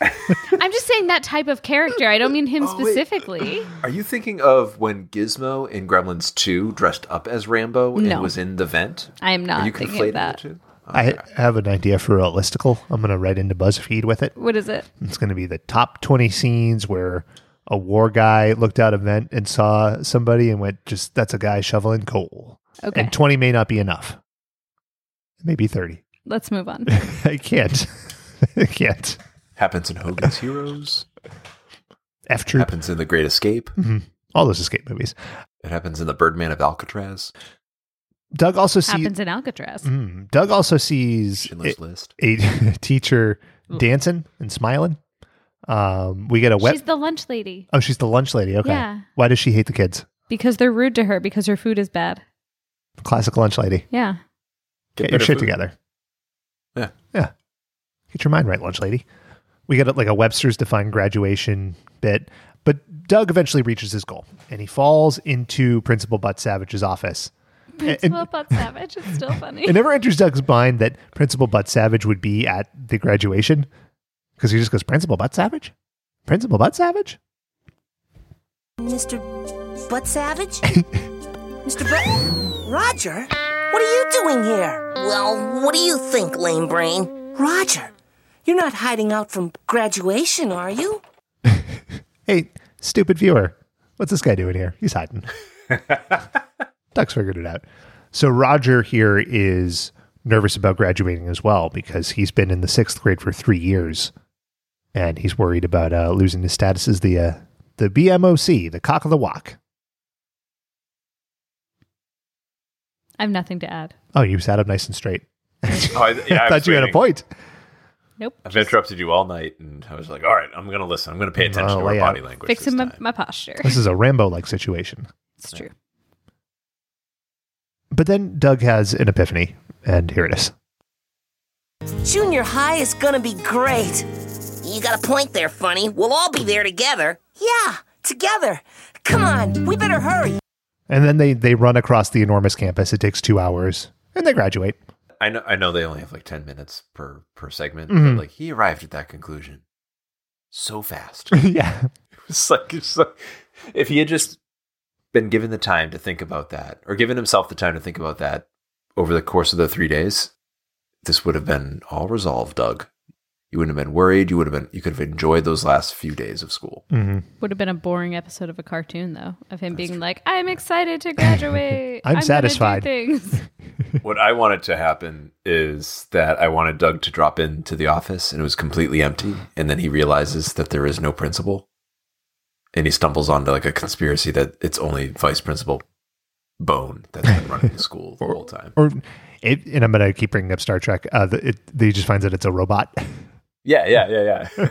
[SPEAKER 3] I'm just saying that type of character. I don't mean him
[SPEAKER 4] Oh, wait.
[SPEAKER 3] specifically.
[SPEAKER 4] Are you thinking of when Gizmo in Gremlins 2 dressed up as Rambo and
[SPEAKER 3] No.
[SPEAKER 4] was in the vent?
[SPEAKER 3] I am
[SPEAKER 4] Are
[SPEAKER 3] not
[SPEAKER 4] you
[SPEAKER 3] thinking
[SPEAKER 4] conflating
[SPEAKER 3] of that.
[SPEAKER 4] the two?
[SPEAKER 2] I have an idea for a listicle. I'm going to write into BuzzFeed with it.
[SPEAKER 3] What is it?
[SPEAKER 2] It's going to be the top 20 scenes where a war guy looked out a vent and saw somebody and went, just that's a guy shoveling coal.
[SPEAKER 3] Okay,
[SPEAKER 2] And 20 may not be enough. Maybe 30.
[SPEAKER 3] let's move on.
[SPEAKER 2] I can't. I can't.
[SPEAKER 4] Happens in Hogan's Heroes.
[SPEAKER 2] F Troop.
[SPEAKER 4] happens in The Great Escape.
[SPEAKER 2] All those escape movies.
[SPEAKER 4] It happens in The Birdman of Alcatraz.
[SPEAKER 2] Doug also sees.
[SPEAKER 3] Happens in Alcatraz.
[SPEAKER 2] Mm, Doug also sees
[SPEAKER 4] Schindler's List.
[SPEAKER 2] a, a teacher dancing and smiling. Um, we get a wet.
[SPEAKER 3] She's the lunch lady
[SPEAKER 2] oh, she's the lunch lady. Okay.
[SPEAKER 3] Yeah.
[SPEAKER 2] Why does she hate the kids?
[SPEAKER 3] because they're rude to her because her food is bad.
[SPEAKER 2] Classic lunch lady.
[SPEAKER 3] Yeah.
[SPEAKER 2] Get, your
[SPEAKER 4] better
[SPEAKER 2] shit
[SPEAKER 4] food.
[SPEAKER 2] together.
[SPEAKER 4] Yeah.
[SPEAKER 2] Yeah. Get your mind right, lunch lady. We got like a Webster's defined graduation bit, but Doug eventually reaches his goal and he falls into Principal Butt Savage's office.
[SPEAKER 3] Principal Butt Savage. It's still funny.
[SPEAKER 2] It never enters Doug's mind that Principal Butt Savage would be at the graduation because he just goes, Principal Butt Savage? Principal Butt Savage?
[SPEAKER 6] Mr. Butt Savage? Mr. Butt. Roger? What are you doing here? Well, what do you think, lame brain? Roger, you're not hiding out from graduation, are you?
[SPEAKER 2] Hey, stupid viewer, what's this guy doing here? He's hiding. Duck's figured it out. So Roger here is nervous about graduating as well because he's been in the sixth grade for three years, and he's worried about uh, losing his status as the uh, the BMOC, the cock of the walk.
[SPEAKER 3] I have nothing to add.
[SPEAKER 2] Oh, you sat up nice and straight.
[SPEAKER 4] Oh, I, yeah,
[SPEAKER 2] I
[SPEAKER 4] I
[SPEAKER 2] thought
[SPEAKER 4] was
[SPEAKER 2] you had a
[SPEAKER 4] waiting.
[SPEAKER 2] point.
[SPEAKER 3] Nope.
[SPEAKER 4] I've interrupted you all night, and I was like, all right, I'm going to listen. I'm going to pay attention
[SPEAKER 2] Oh,
[SPEAKER 4] to our
[SPEAKER 2] layout.
[SPEAKER 4] body language.
[SPEAKER 3] Fixing
[SPEAKER 4] this
[SPEAKER 3] my,
[SPEAKER 4] time.
[SPEAKER 3] my posture.
[SPEAKER 2] This is a Rambo-like situation.
[SPEAKER 3] It's true.
[SPEAKER 2] But then Doug has an epiphany, and here it is.
[SPEAKER 6] Junior high is gonna be great. You got a point there, funny. We'll all be there together. Yeah, together. Come on, we better hurry.
[SPEAKER 2] And then they they run across the enormous campus. It takes two hours, and they graduate.
[SPEAKER 4] I know, I know they only have like 10 minutes per, per segment,
[SPEAKER 2] Mhm.
[SPEAKER 4] but like he arrived at that conclusion so fast.
[SPEAKER 2] yeah,
[SPEAKER 4] It's like, it's like if he had just been given the time to think about that, or given himself the time to think about that over the course of the three days, this would have been all resolved, Doug. You wouldn't have been worried. You would have been. You could have enjoyed those last few days of school.
[SPEAKER 3] Would have been a boring episode of a cartoon though, of him being like, "I'm excited to graduate.
[SPEAKER 2] I'm
[SPEAKER 3] gonna do
[SPEAKER 2] satisfied."
[SPEAKER 3] Things.
[SPEAKER 4] what I wanted to happen is that I wanted Doug to drop into the office and it was completely empty. And then he realizes that there is no principal. And he stumbles onto like a conspiracy that it's only vice principal Bone that's been running the school the whole time.
[SPEAKER 2] or it, and I'm going to keep bringing up Star Trek. Uh, the, it, they just finds that it's a robot.
[SPEAKER 4] Yeah, yeah, yeah, yeah.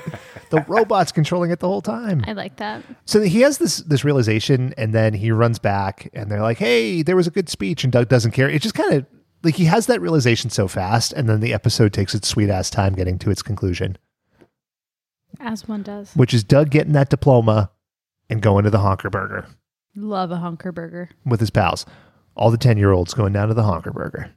[SPEAKER 2] the robot's controlling it the whole time.
[SPEAKER 3] I like that.
[SPEAKER 2] So he has this this realization, and then he runs back, and they're like, "Hey, there was a good speech," and Doug doesn't care. It just kind of like he has that realization so fast, and then the episode takes its sweet ass time getting to its conclusion,
[SPEAKER 3] As one does.
[SPEAKER 2] which is Doug getting that diploma and going to the honker burger
[SPEAKER 3] Love a honker burger.
[SPEAKER 2] with his pals. All the ten year olds going down to the honker burger.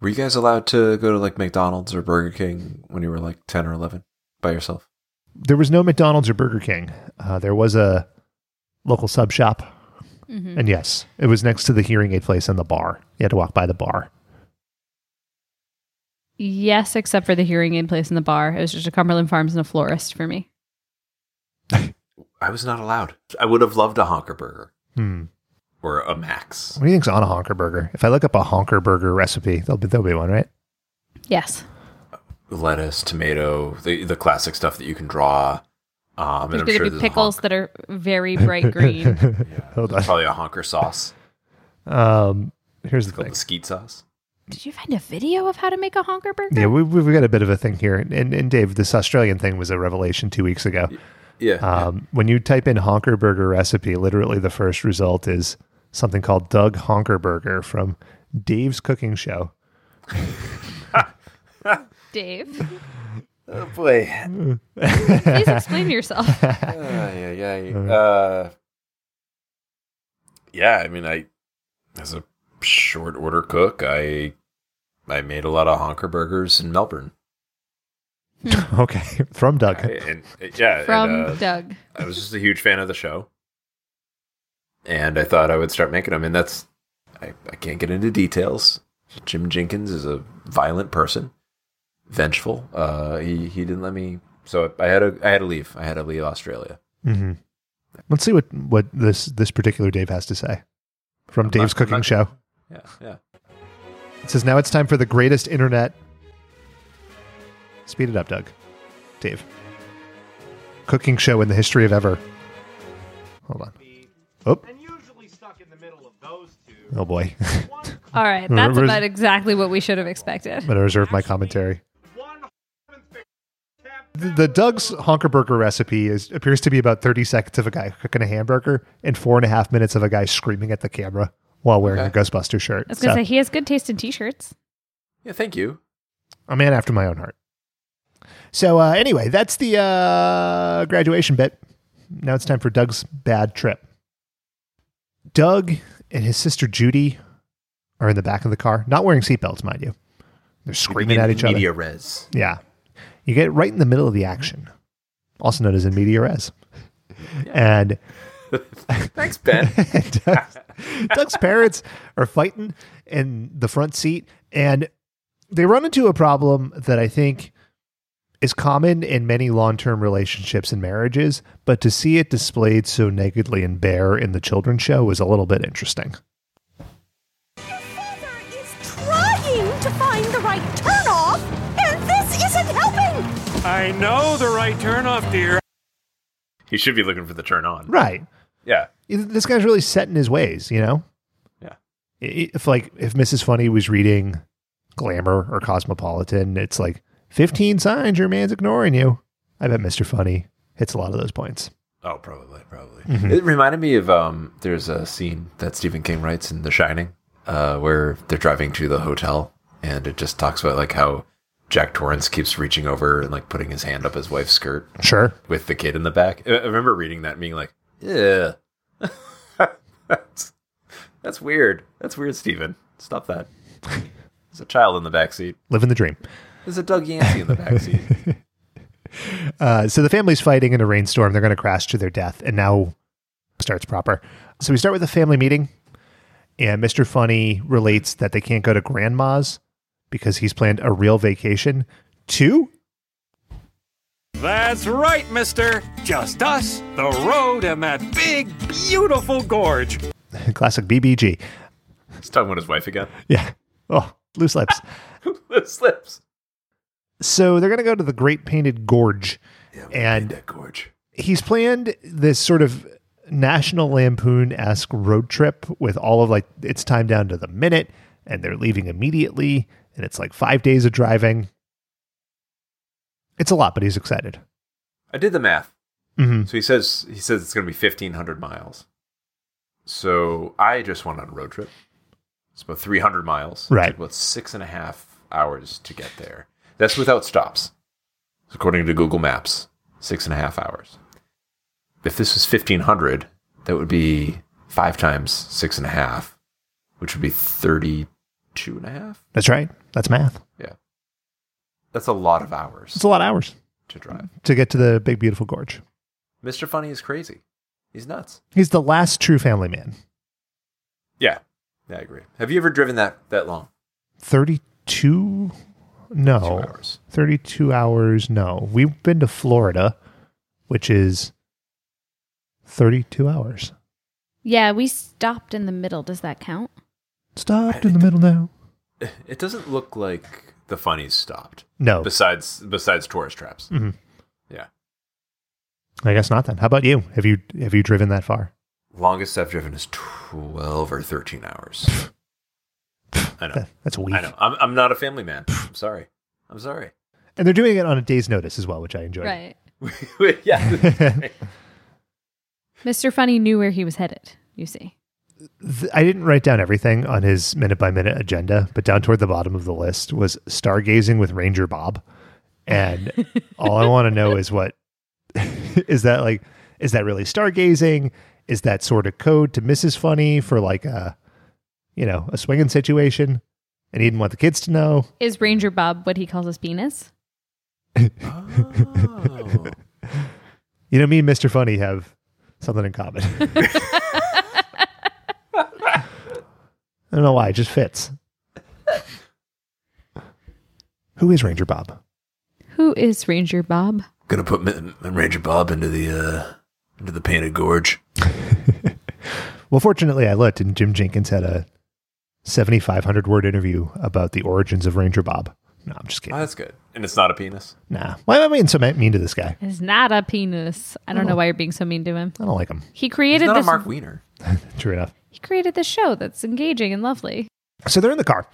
[SPEAKER 4] Were you guys allowed to go to like McDonald's or Burger King when you were like 10 or 11 by yourself?
[SPEAKER 2] There was no McDonald's or Burger King. Uh, there was a local sub shop, and yes, it was next to the hearing aid place and the bar. You had to walk by the bar.
[SPEAKER 3] Yes, except for the hearing aid place in the bar. It was just a Cumberland Farms and a florist for me.
[SPEAKER 4] I was not allowed. I would have loved a honker burger
[SPEAKER 2] Hmm.
[SPEAKER 4] or a Max.
[SPEAKER 2] What do you think's on a honker burger? If I look up a honker burger recipe, there'll be there'll be one, right?
[SPEAKER 3] Yes.
[SPEAKER 4] Lettuce, tomato, the, the classic stuff that you can draw. Um, and
[SPEAKER 3] There's going
[SPEAKER 4] I'm sure
[SPEAKER 3] to
[SPEAKER 4] there's
[SPEAKER 3] be
[SPEAKER 4] a
[SPEAKER 3] pickles
[SPEAKER 4] honk-
[SPEAKER 3] that are very bright green.
[SPEAKER 2] Hold on.
[SPEAKER 4] probably a honker sauce
[SPEAKER 2] Um, here's the
[SPEAKER 4] called
[SPEAKER 2] thing.
[SPEAKER 4] the skeet sauce.
[SPEAKER 3] Did you find a video of how to make a honker burger?
[SPEAKER 2] Yeah, we, we've got a bit of a thing here, and and Dave, this Australian thing was a revelation two weeks ago.
[SPEAKER 4] Yeah.
[SPEAKER 2] Um, when you type in honker burger recipe, literally the first result is something called Doug Honker Burger from Dave's Cooking Show.
[SPEAKER 3] Dave,
[SPEAKER 4] oh boy.
[SPEAKER 3] please explain yourself.
[SPEAKER 4] yeah, yeah, yeah. Uh, yeah, I mean, I as a short order cook, I I made a lot of honker burgers in Melbourne.
[SPEAKER 2] okay, from Doug.
[SPEAKER 4] I- and uh, yeah,
[SPEAKER 3] From
[SPEAKER 4] and, uh,
[SPEAKER 3] Doug.
[SPEAKER 4] I was just a huge fan of the show, and I thought I would start making them. And that's I, I can't get into details. Jim Jenkins is a violent person, vengeful. Uh, he he didn't let me, so I had to I had to leave. I had to leave Australia.
[SPEAKER 2] hmm Let's see what what this this particular Dave has to say from Dave's
[SPEAKER 4] not- I'm
[SPEAKER 2] Cooking
[SPEAKER 4] not-
[SPEAKER 2] Show.
[SPEAKER 4] Yeah, yeah.
[SPEAKER 2] It says now it's time for the greatest internet. Speed it up, Doug. Dave. Cooking show in the history of ever. Hold on. Oh. Oh boy.
[SPEAKER 3] All right. That's
[SPEAKER 2] Remember-
[SPEAKER 3] about exactly what we should have expected.
[SPEAKER 2] I'm going to reserve my commentary. The the Doug's Honker Burger recipe is appears to be about 30 seconds of a guy cooking a hamburger and four and a half minutes of a guy screaming at the camera while wearing
[SPEAKER 4] Okay.
[SPEAKER 2] a Ghostbuster shirt.
[SPEAKER 3] I was going
[SPEAKER 2] So,
[SPEAKER 3] to say, he has good taste in t shirts.
[SPEAKER 4] Yeah, thank you.
[SPEAKER 2] a man after my own heart. So uh, anyway, that's the uh, graduation bit. Now it's time for Doug's bad trip. Doug and his sister Judy are in the back of the car, not wearing seatbelts, mind you. They're screaming at each other.
[SPEAKER 4] Media res.
[SPEAKER 2] Yeah. You get right in the middle of the action, also known as in media res. And
[SPEAKER 4] Thanks, Ben.
[SPEAKER 2] Doug's, Doug's parents are fighting in the front seat, and they run into a problem that I think is common in many long term relationships and marriages, but to see it displayed so nakedly and bare in the children's show was a little bit interesting.
[SPEAKER 6] Your father is trying to find the right turnoff, and this isn't helping!
[SPEAKER 8] I know the right turn off, dear.
[SPEAKER 4] he should be looking for the turn on.
[SPEAKER 2] Right.
[SPEAKER 4] Yeah.
[SPEAKER 2] this guy's really set in his ways, you know?
[SPEAKER 4] Yeah.
[SPEAKER 2] I- If like if Mrs. Funny was reading Glamour or Cosmopolitan, it's like 15 signs your man's ignoring you. I bet Mr. Funny hits a lot of those points.
[SPEAKER 4] Oh, probably, probably.
[SPEAKER 5] Mm-hmm.
[SPEAKER 4] It reminded me of um. There's a scene that Stephen King writes in The Shining, uh, where they're driving to the hotel, and it just talks about like how Jack Torrance keeps reaching over and like putting his hand up his wife's skirt
[SPEAKER 2] Sure.
[SPEAKER 4] with the kid in the back. I I remember reading that and being like, yeah, that's that's weird. That's weird, Stephen. Stop that. There's a child in the back seat.
[SPEAKER 2] Living the dream.
[SPEAKER 4] There's a Doug Yancey in the back seat.
[SPEAKER 2] Uh, so the family's fighting in a rainstorm. They're going to crash to their death. And now starts proper. So we start with a family meeting. And Mr. Funny relates that they can't go to grandma's because he's planned a real vacation to
[SPEAKER 8] That's right, mister. Just us, the road, and that big, beautiful gorge.
[SPEAKER 2] classic BBG.
[SPEAKER 4] He's talking about his wife again.
[SPEAKER 2] Yeah. Oh, Loose lips.
[SPEAKER 4] the slips.
[SPEAKER 2] So they're going to go to the Great Painted Gorge.
[SPEAKER 5] Yeah, we
[SPEAKER 2] And-
[SPEAKER 5] made that gorge.
[SPEAKER 2] He's planned this sort of National Lampoon esque road trip with all of like, it's time down to the minute, and they're leaving immediately, and it's like five days of driving. It's a lot, but he's excited.
[SPEAKER 4] I did the math.
[SPEAKER 2] hmm
[SPEAKER 4] So he says he says it's going to be fifteen hundred miles. So I just went on a road trip. It's about three hundred miles. It
[SPEAKER 2] Right.
[SPEAKER 4] took about six and a half hours to get there. That's without stops. According to Google Maps, six and a half hours. If this was fifteen hundred, that would be five times six and a half, which would be thirty-two and a half.
[SPEAKER 2] That's right. That's math.
[SPEAKER 4] Yeah. That's a lot of hours
[SPEAKER 2] It's a lot of hours
[SPEAKER 4] to drive.
[SPEAKER 2] to get to the big, beautiful gorge.
[SPEAKER 4] Mr. Funny is crazy. He's nuts.
[SPEAKER 2] He's the last true family man.
[SPEAKER 4] Yeah. Yeah, I agree. Have you ever driven that that long?
[SPEAKER 2] 32?
[SPEAKER 4] Two
[SPEAKER 2] No.
[SPEAKER 4] hours.
[SPEAKER 2] 32 hours. No. We've been to Florida, which is 32 hours.
[SPEAKER 3] Yeah, we stopped in the middle. Does that count?
[SPEAKER 2] Stopped in the middle now.
[SPEAKER 4] It doesn't look like the funnies stopped.
[SPEAKER 2] No.
[SPEAKER 4] Besides besides tourist traps.
[SPEAKER 2] Mhm.
[SPEAKER 4] Yeah.
[SPEAKER 2] I guess not then. How about you? Have you have you driven that far?
[SPEAKER 4] Longest I've driven is twelve or thirteen hours. I know.
[SPEAKER 2] That- That's weak.
[SPEAKER 4] I know. I'm I'm not a family man. I'm sorry. I'm sorry.
[SPEAKER 2] And they're doing it on a day's notice as well, which I enjoy.
[SPEAKER 3] Right.
[SPEAKER 4] yeah.
[SPEAKER 3] Mr. Funny knew where he was headed, you see.
[SPEAKER 2] Th- I didn't write down everything on his minute by minute agenda, but down toward the bottom of the list was stargazing with Ranger Bob. And all I want to know is what is that like is that really stargazing? Is that sort of code to Mrs. Funny for like a you know, a swinging situation? And he didn't want the kids to know.
[SPEAKER 3] Is Ranger Bob what he calls his penis?
[SPEAKER 4] Oh.
[SPEAKER 2] You know, me and Mr. Funny have something in common. I don't know why, it just fits. Who is Ranger Bob?
[SPEAKER 3] Who is Ranger Bob?
[SPEAKER 5] Gonna put M- M- Ranger Bob into the uh, into the painted gorge.
[SPEAKER 2] Well, fortunately, I looked, and Jim Jenkins had a 7,500 word interview about the origins of Ranger Bob. No, I'm just kidding.
[SPEAKER 4] Oh, that's good. And it's not a penis.
[SPEAKER 2] nah. Why am I being so ma- mean to this guy?
[SPEAKER 3] Is not a penis. I don't know why you're being so mean to him.
[SPEAKER 2] I don't like him.
[SPEAKER 3] Oh. He
[SPEAKER 4] It's
[SPEAKER 3] created
[SPEAKER 4] not a
[SPEAKER 3] this.
[SPEAKER 4] Mark Wiener.
[SPEAKER 2] True enough.
[SPEAKER 3] he created this show that's engaging and lovely.
[SPEAKER 2] So they're in the car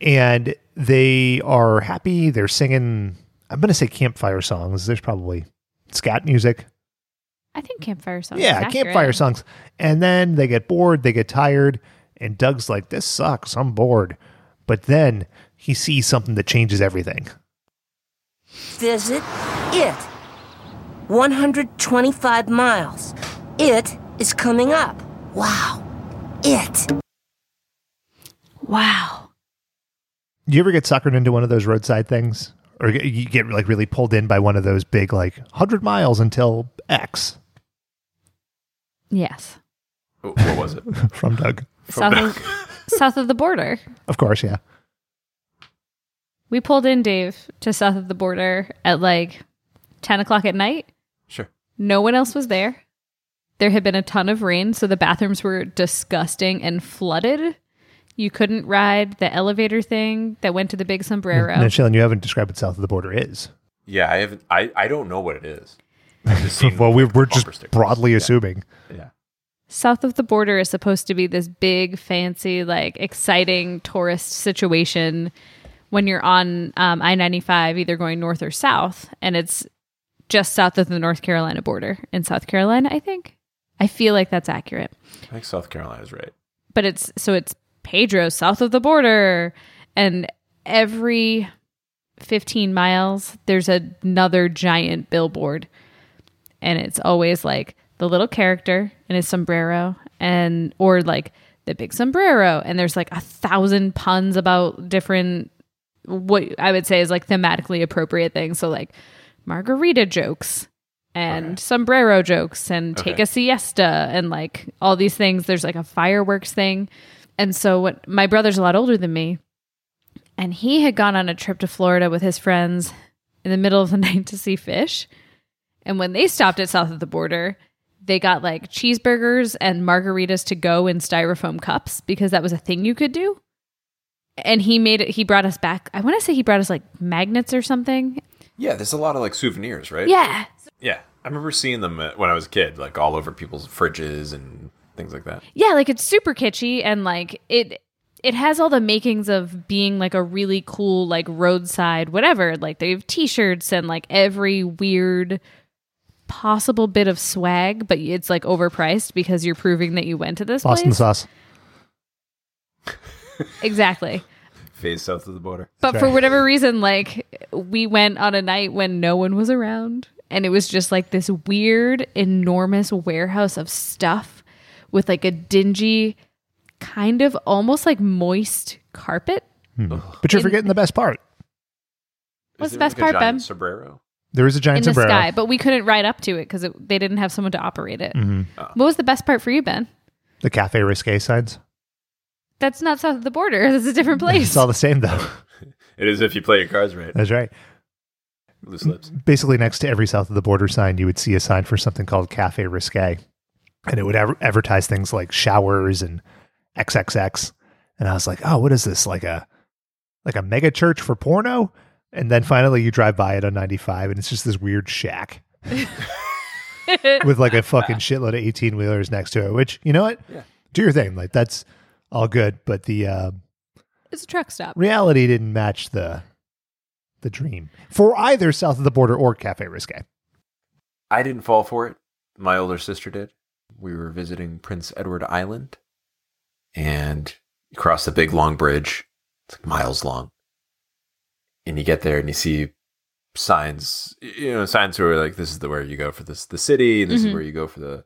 [SPEAKER 2] and they are happy. They're singing, I'm going to say campfire songs. There's probably scat music.
[SPEAKER 3] I think campfire songs.
[SPEAKER 2] yeah,
[SPEAKER 3] is accurate.
[SPEAKER 2] campfire songs. And then they get bored, they get tired. And Doug's like, this sucks. I'm bored. But then he sees something that changes everything.
[SPEAKER 6] This is it. 125 miles. It is coming up. Wow. It.
[SPEAKER 3] Wow.
[SPEAKER 2] Do you ever get suckered into one of those roadside things? Or get- you get like really pulled in by one of those big, like 100 miles until X
[SPEAKER 3] Yes.
[SPEAKER 4] Oh, What was it?
[SPEAKER 2] from Doug?
[SPEAKER 3] South of, south of the border.
[SPEAKER 2] Of course, yeah.
[SPEAKER 3] We pulled in, Dave, to south of the border at like 10 o'clock at night.
[SPEAKER 4] Sure.
[SPEAKER 3] No one else was there. There had been a ton of rain, so the bathrooms were disgusting and flooded. You couldn't ride the elevator thing that went to the big sombrero.
[SPEAKER 2] And Shailen, you haven't described what south of the border is.
[SPEAKER 4] Yeah, I haven't I, I don't know what it is. I've just seen,
[SPEAKER 2] well, we're,
[SPEAKER 4] like,
[SPEAKER 2] we're
[SPEAKER 4] bumper
[SPEAKER 2] just
[SPEAKER 4] stickers.
[SPEAKER 2] broadly
[SPEAKER 4] Yeah.
[SPEAKER 2] assuming.
[SPEAKER 4] Yeah.
[SPEAKER 3] South of the border is supposed to be this big, fancy, like exciting tourist situation when you're on um, I 95, either going north or south. And it's just south of the North Carolina border in South Carolina, I think. I feel like that's accurate.
[SPEAKER 4] I think South Carolina's right.
[SPEAKER 3] but it's so it's Pedro south of the border and every 15 miles there's another giant billboard and it's always like the little character in his sombrero and or like the big sombrero and there's like a thousand puns about different what I would say is like thematically appropriate things so like margarita jokes and sombrero jokes and take
[SPEAKER 4] Okay.
[SPEAKER 3] a siesta and like all these things. There's like a fireworks thing. And so what my brother's a lot older than me. And he had gone on a trip to Florida with his friends in the middle of the night to see fish. And when they stopped at south of the border, they got like cheeseburgers and margaritas to go in styrofoam cups because that was a thing you could do. and he made it. He brought us back. I want to say he brought us like magnets or something.
[SPEAKER 4] Yeah, there's a lot of like souvenirs, right?
[SPEAKER 3] Yeah,
[SPEAKER 4] Yeah. I remember seeing them uh, when I was a kid, like all over people's fridges and things like that.
[SPEAKER 3] yeah. Like it's super kitschy and like it. It has all the makings of being like a really cool like roadside whatever. Like they have T-shirts and like every weird possible bit of swag, but it's like overpriced because you're proving that you went to this
[SPEAKER 2] Boston
[SPEAKER 3] place.
[SPEAKER 2] sauce.
[SPEAKER 3] Exactly.
[SPEAKER 4] Phase south of the border.
[SPEAKER 3] But for whatever reason, like we went on a night when no one was around, and it was just like this weird, enormous warehouse of stuff with like a dingy, kind of almost like moist carpet.
[SPEAKER 2] But you're
[SPEAKER 3] In-
[SPEAKER 2] forgetting the best part.
[SPEAKER 3] What's
[SPEAKER 4] Is
[SPEAKER 3] the
[SPEAKER 4] there,
[SPEAKER 3] best
[SPEAKER 4] like, a
[SPEAKER 3] part, Ben?
[SPEAKER 4] giant Sombrero.
[SPEAKER 2] There is a giant
[SPEAKER 3] In the
[SPEAKER 2] sombrero.
[SPEAKER 3] sky, but we couldn't ride up to it because they didn't have someone to operate
[SPEAKER 2] Mm.
[SPEAKER 3] it. What was the best part for you, Ben?
[SPEAKER 2] Mm-hmm. The cafe risque signs.
[SPEAKER 3] That's not south of the border. That's a different place.
[SPEAKER 2] It's all the same though.
[SPEAKER 4] It is if you play your cards right.
[SPEAKER 2] That's right.
[SPEAKER 4] Loose lips.
[SPEAKER 2] Basically, next to every south of the border sign, you would see a sign for something called Cafe Risque, and it would adver- advertise things like showers and XXX. And I was like, oh, what is this? Like a like a mega church for porno? And then finally, you drive by it on 95, and it's just this weird shack with like a fucking shitload of 18 wheelers next to it. Which you know what? Do your thing. Like that's all good, but the uh,
[SPEAKER 3] it's a truck stop.
[SPEAKER 2] reality didn't match the the dream for either south of the border or Cafe Risque.
[SPEAKER 4] I didn't fall for it. My older sister did. We were visiting Prince Edward Island and you cross the big long bridge. It's like miles long. And you get there and you see signs, you know, signs where like this is the where you go for this the city and this is where you go for the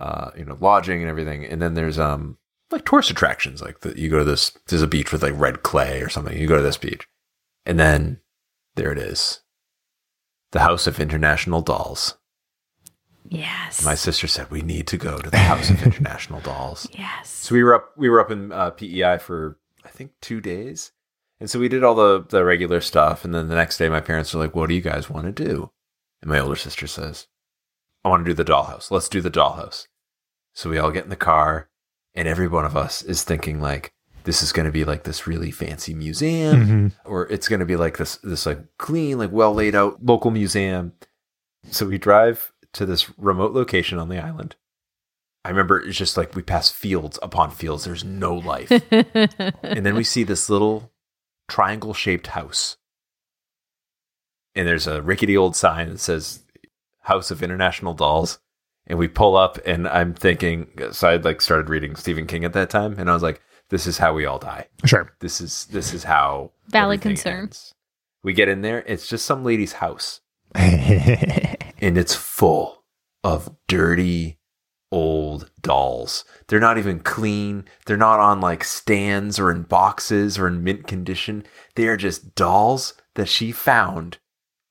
[SPEAKER 4] uh, you know, lodging and everything. And then there's um like tourist attractions like the, you go to this there's a beach with like red clay or something. You go to this beach. And then there it is. The House of International Dolls.
[SPEAKER 3] Yes.
[SPEAKER 4] My sister said we need to go to the House of International Dolls.
[SPEAKER 3] yes.
[SPEAKER 4] So we were up we were up in uh, PEI for I think two days, and so we did all the the regular stuff. And then the next day, my parents were like, "What do you guys want to do?" And my older sister says, "I want to do the dollhouse. Let's do the dollhouse." So we all get in the car, and every one of us is thinking like, "This is going to be like this really fancy museum, or it's going to be like this this like clean, like well laid out local museum." So we drive to this remote location on the island. I remember it's just like we pass fields upon fields. There's no life. and then we see this little triangle shaped house. And there's a rickety old sign that says House of International Dolls. And we pull up, and I'm thinking, so I like started reading Stephen King at that time, and I was like, this is how we all die
[SPEAKER 2] Sure.
[SPEAKER 4] this is this is how
[SPEAKER 3] Valid
[SPEAKER 4] everything
[SPEAKER 3] concern.
[SPEAKER 4] ends. We get in there, it's just some lady's house. and it's full of dirty old dolls. They're not even clean. They're not on like stands or in boxes or in mint condition. They are just dolls that she found.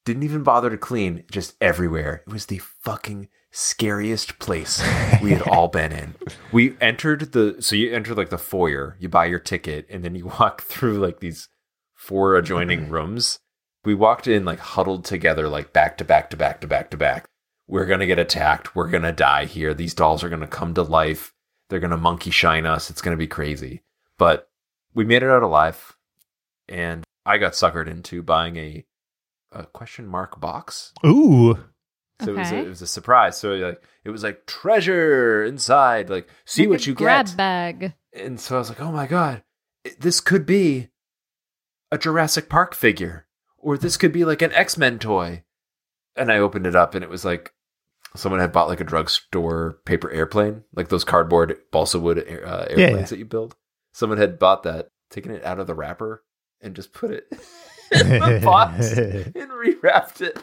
[SPEAKER 4] Didn't even bother to clean, just everywhere. It was the fucking scariest place we had all been in. We entered the so you enter like the foyer, you buy your ticket, and then you walk through like these four adjoining rooms. We walked in like huddled together, like back to back to back to back to back. We're gonna get attacked. We're gonna die here. These dolls are gonna come to life. They're gonna monkey shine us. It's gonna be crazy. But we made it out alive, and I got suckered into buying a a question mark box
[SPEAKER 2] Ooh.
[SPEAKER 4] so it, was a,
[SPEAKER 3] Okay.
[SPEAKER 4] it was a surprise. So like it was like treasure inside. Like see
[SPEAKER 3] Like
[SPEAKER 4] what
[SPEAKER 3] a
[SPEAKER 4] you
[SPEAKER 3] grab
[SPEAKER 4] get.
[SPEAKER 3] bag.
[SPEAKER 4] And so I was like, oh my god, it- this could be a Jurassic Park figure, or this could be like an X Men toy. And I opened it up, and it was like someone had bought like a drugstore paper airplane, like those cardboard balsa wood air- uh, airplanes
[SPEAKER 2] yeah.
[SPEAKER 4] that you build. Someone had bought that, taken it out of the wrapper, and just put it in the box and rewrapped it.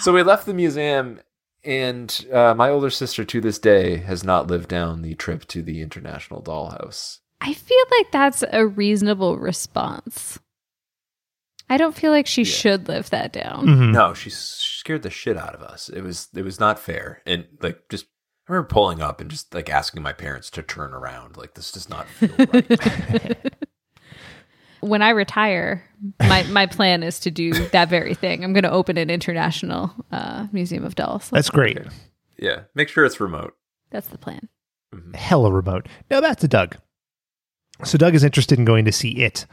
[SPEAKER 4] So we left the museum, and uh, my older sister to this day has not lived down the trip to the International Dollhouse.
[SPEAKER 3] I feel like that's a reasonable response. I don't feel like she should live that down.
[SPEAKER 4] No, she s- she scared the shit out of us. It was it was not fair, and like just I remember pulling up and just like asking my parents to turn around. Like this does not feel right.
[SPEAKER 3] When I retire, my, my plan is to do that very thing. I'm going to open an international uh, museum of dolls.
[SPEAKER 2] That's great.
[SPEAKER 4] yeah, make sure it's remote.
[SPEAKER 3] That's the plan.
[SPEAKER 2] Hella remote. Now back to Doug. So Doug is interested in going to see it,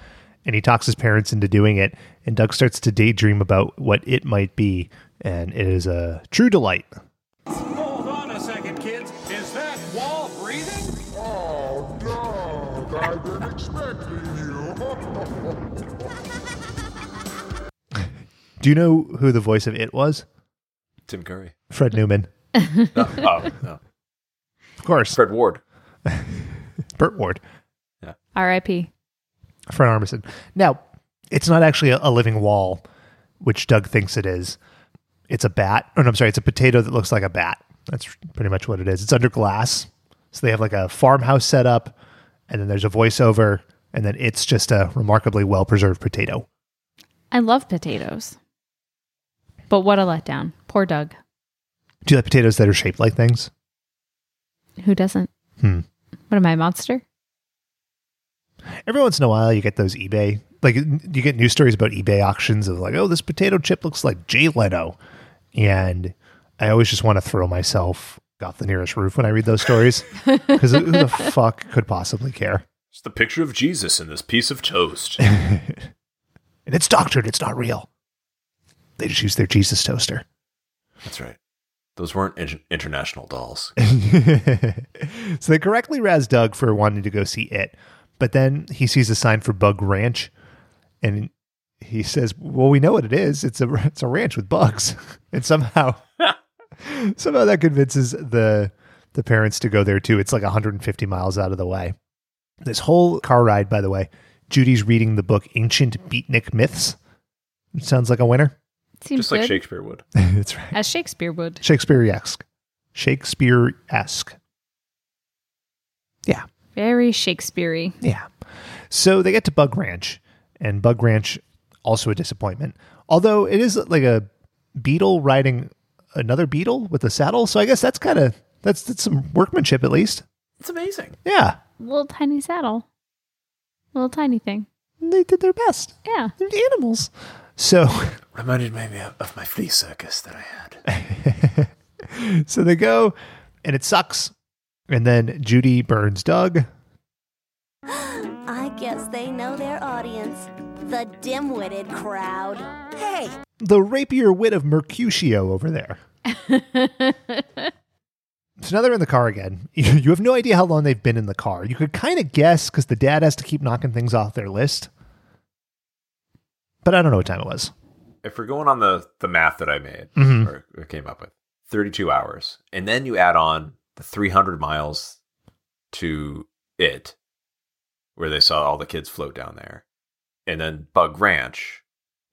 [SPEAKER 2] and he talks his parents into doing it. And Doug starts to daydream about what it might be, and it is a true delight.
[SPEAKER 8] Hold on a second, kids. Is that wall breathing?
[SPEAKER 10] Oh, Doug, I've been expecting you.
[SPEAKER 2] Do you know who the voice of it was?
[SPEAKER 4] Tim Curry.
[SPEAKER 2] Fred Newman,
[SPEAKER 4] Oh, oh, no.
[SPEAKER 2] of course.
[SPEAKER 4] Fred Ward.
[SPEAKER 2] Burt Ward,
[SPEAKER 3] R.I.P.
[SPEAKER 2] Fred Armisen. Now, it's not actually a, a living wall, which Doug thinks it is. It's a bat, or no, I'm sorry, it's a potato that looks like a bat. That's pretty much what it is. It's under glass, so they have like a farmhouse set up, and then there's a voiceover, and then it's just a remarkably well preserved potato.
[SPEAKER 3] I love potatoes. But what a letdown. Poor Doug.
[SPEAKER 2] Do you like potatoes that are shaped like things?
[SPEAKER 3] Who doesn't?
[SPEAKER 2] Hmm.
[SPEAKER 3] What am I, a monster?
[SPEAKER 2] Every once in a while, you get those eBay, like you get news stories about eBay auctions of like, oh, this potato chip looks like Jay Leno, and I always just want to throw myself off the nearest roof when I read those stories because who the fuck could possibly care?
[SPEAKER 5] It's the picture of Jesus in this piece of toast.
[SPEAKER 2] And it's doctored; it's not real. They just use their Jesus toaster.
[SPEAKER 4] That's right.
[SPEAKER 5] Those weren't in- international dolls.
[SPEAKER 2] so they correctly razz Doug for wanting to go see it, but then he sees a sign for Bug Ranch, and he says, "Well, we know what it is. It's a it's a ranch with bugs." And somehow, somehow that convinces the the parents to go there too. It's like 150 miles out of the way. This whole car ride, by the way, Judy's reading the book Ancient Beatnik Myths. It sounds like a winner.
[SPEAKER 3] Seems
[SPEAKER 4] Just like
[SPEAKER 3] good.
[SPEAKER 4] Shakespeare would.
[SPEAKER 2] That's right.
[SPEAKER 3] As Shakespeare would.
[SPEAKER 2] Shakespeare-esque. Shakespeare-esque. Yeah.
[SPEAKER 3] Very Shakespeare
[SPEAKER 2] Yeah. So they get to Bug Ranch, and Bug Ranch also a disappointment. Although it is like a beetle riding another beetle with a saddle, so I guess that's kind of that's that's some workmanship at least.
[SPEAKER 4] It's amazing.
[SPEAKER 2] Yeah,
[SPEAKER 3] Little tiny saddle. Little tiny thing.
[SPEAKER 2] they did their best.
[SPEAKER 3] Yeah.
[SPEAKER 2] They're animals. So
[SPEAKER 5] Reminded me of- of my flea circus that I had.
[SPEAKER 2] so they go, and it sucks. And then Judy burns Doug.
[SPEAKER 6] I guess they know their audience. The dim witted crowd. Hey,
[SPEAKER 2] The rapier wit of Mercutio over there. So now they're in the car again. You, you have no idea how long they've been in the car. You could kind of guess because the dad has to keep knocking things off their list. But I don't know what time it was.
[SPEAKER 4] If we're going on the, the math that I made
[SPEAKER 2] Mhm.
[SPEAKER 4] or, or came up with, 32 hours. And then you add on the 300 miles to it, where they saw all the kids float down there. And then Bug Ranch,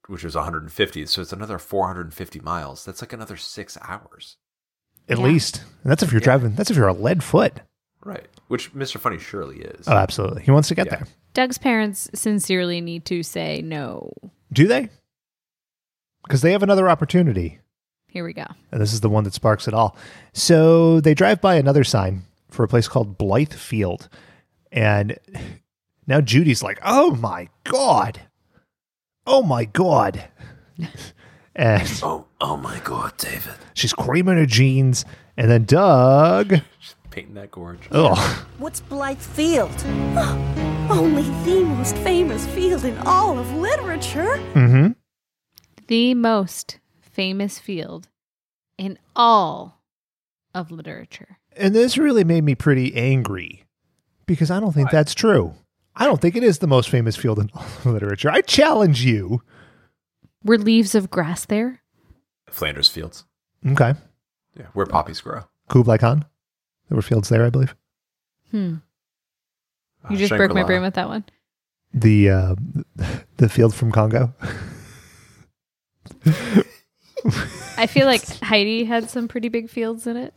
[SPEAKER 4] which was 150. So it's another 450 miles. That's like another six hours.
[SPEAKER 2] At
[SPEAKER 3] Yeah.
[SPEAKER 2] least. And that's if you're driving, that's if you're a lead foot.
[SPEAKER 4] Right. Which Mr. Funny surely is.
[SPEAKER 2] Oh, absolutely. He wants to get
[SPEAKER 4] Yeah.
[SPEAKER 2] there.
[SPEAKER 3] Doug's parents sincerely need to say no.
[SPEAKER 2] Do they? Because they have another opportunity.
[SPEAKER 3] Here we go.
[SPEAKER 2] And this is the one that sparks it all. So they drive by another sign for a place called Blythe Field. And now Judy's like, oh my God. Oh my God. and
[SPEAKER 5] Oh, oh my God, David.
[SPEAKER 2] she's creaming her jeans. And then Doug,
[SPEAKER 4] Painting that gorge.
[SPEAKER 2] oh,
[SPEAKER 6] what's Blythe Field? Only the most famous field in all of literature.
[SPEAKER 2] mm-hmm.
[SPEAKER 3] The most famous field in all of literature.
[SPEAKER 2] And this really made me pretty angry because I don't think that's true. I don't think it is the most famous field in all of literature. I challenge you.
[SPEAKER 3] Were leaves of grass there?
[SPEAKER 4] Flanders Fields.
[SPEAKER 2] Okay.
[SPEAKER 4] Yeah. Where poppies grow.
[SPEAKER 2] Kublai Khan. There were fields there, I believe.
[SPEAKER 3] Hmm.
[SPEAKER 4] Uh,
[SPEAKER 3] You just broke my
[SPEAKER 4] Shangri-La.
[SPEAKER 3] brain with that one.
[SPEAKER 2] the uh, the field from Congo.
[SPEAKER 3] I feel like Heidi had some pretty big fields in it.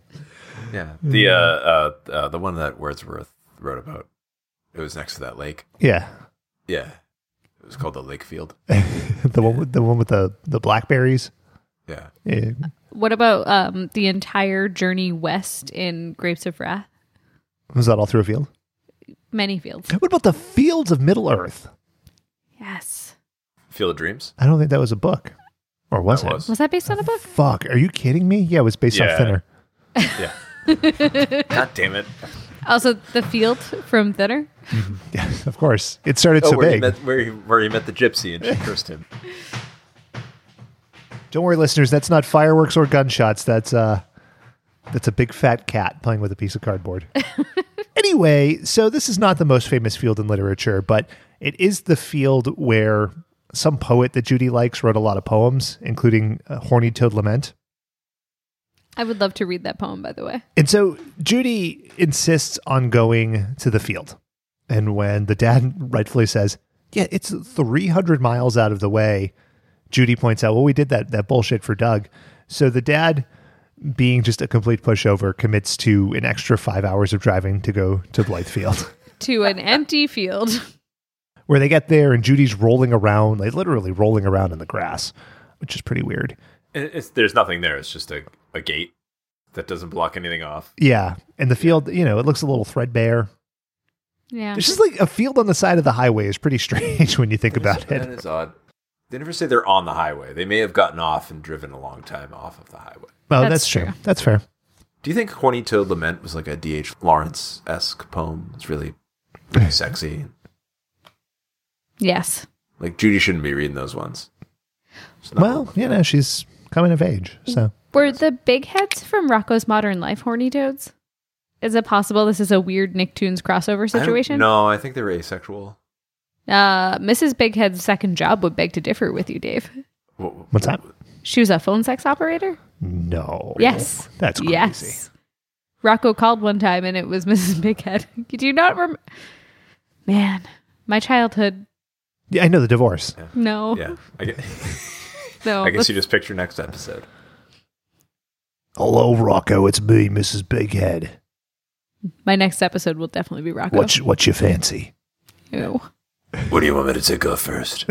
[SPEAKER 4] Yeah, the uh, uh, uh, the one that Wordsworth wrote about. It was next to that lake.
[SPEAKER 2] Yeah,
[SPEAKER 4] Yeah, it was called the Lake Field.
[SPEAKER 2] the one with the one with the the blackberries.
[SPEAKER 4] Yeah,
[SPEAKER 2] Yeah.
[SPEAKER 3] What about um, the entire journey west in Grapes of Wrath?
[SPEAKER 2] Was that all through a field?
[SPEAKER 3] Many fields.
[SPEAKER 2] What about the fields of Middle Earth?
[SPEAKER 3] Yes.
[SPEAKER 4] Field of Dreams.
[SPEAKER 2] I don't think that was a book, or was
[SPEAKER 4] That
[SPEAKER 2] it?
[SPEAKER 4] was.
[SPEAKER 3] Was that based on a book?
[SPEAKER 2] Fuck, are you kidding me? Yeah, it was based on
[SPEAKER 4] Yeah.
[SPEAKER 2] Thinner.
[SPEAKER 4] Yeah. God damn it!
[SPEAKER 3] Also, the field from Thinner.
[SPEAKER 2] Yes, of course. It started
[SPEAKER 4] Oh,
[SPEAKER 2] so
[SPEAKER 4] where
[SPEAKER 2] big.
[SPEAKER 4] he met where he, where he met the gypsy and she cursed him.
[SPEAKER 2] Don't worry, listeners. That's not fireworks or gunshots. That's uh, that's a big fat cat playing with a piece of cardboard. anyway, so this is not the most famous field in literature, but it is the field where some poet that Judy likes wrote a lot of poems, including uh, "Horny Toad Lament."
[SPEAKER 3] I would love to read that poem, by the way.
[SPEAKER 2] And so Judy insists on going to the field. And when the dad rightfully says, Yeah, it's 300 miles out of the way, Judy points out, Well, we did that, that bullshit for Doug. So the dad, being just a complete pushover, commits to an extra five hours of driving to go to Blythe Field.
[SPEAKER 3] To an empty field.
[SPEAKER 2] where they get there and Judy's rolling around, like literally rolling around in the grass, which is pretty weird.
[SPEAKER 4] It- It's, there's nothing there. It's just a, a gate that doesn't block anything off.
[SPEAKER 2] Yeah. And the field, you know, it looks a little threadbare.
[SPEAKER 3] Yeah.
[SPEAKER 2] It's just like a field on the side of the highway is pretty strange when you think about
[SPEAKER 4] That
[SPEAKER 2] it.
[SPEAKER 4] is odd. They never say they're on the highway. They may have gotten off and driven a long time off of the highway.
[SPEAKER 2] Well,
[SPEAKER 3] That's
[SPEAKER 2] that's, true.
[SPEAKER 3] true.
[SPEAKER 2] That's fair.
[SPEAKER 4] Do you think Horny Toad Lament was like a D.H. Lawrence esque poem? It's really sexy.
[SPEAKER 3] yes.
[SPEAKER 4] Like, Judy shouldn't be reading those ones. It's not-
[SPEAKER 2] Well, you know, she's coming of age,
[SPEAKER 3] Mm.
[SPEAKER 2] so
[SPEAKER 3] Were the big heads from Rocco's Modern Life horny toads? Is it possible this is a weird Nicktoons crossover
[SPEAKER 4] I don't-
[SPEAKER 3] situation?
[SPEAKER 4] No, I think they were asexual.
[SPEAKER 3] Uh, Mrs. Bighead's second job would beg to differ with you, Dave.
[SPEAKER 4] Wha-
[SPEAKER 2] what's that?
[SPEAKER 3] She was a phone sex operator?
[SPEAKER 2] No.
[SPEAKER 3] Yes.
[SPEAKER 2] That's crazy.
[SPEAKER 3] Yes. Rocco called one time and it was Mrs. Bighead. Do you not remember? Man, my childhood.
[SPEAKER 2] Yeah, I know the divorce.
[SPEAKER 3] No.
[SPEAKER 4] Yeah. I guess,
[SPEAKER 3] No.
[SPEAKER 4] I guess you just picture next episode.
[SPEAKER 2] Hello, Rocco. It's me, Mrs. Bighead.
[SPEAKER 3] my next episode will definitely be Rocco.
[SPEAKER 2] What's what's your fancy?
[SPEAKER 3] Ew.
[SPEAKER 5] What do you want me to take off first?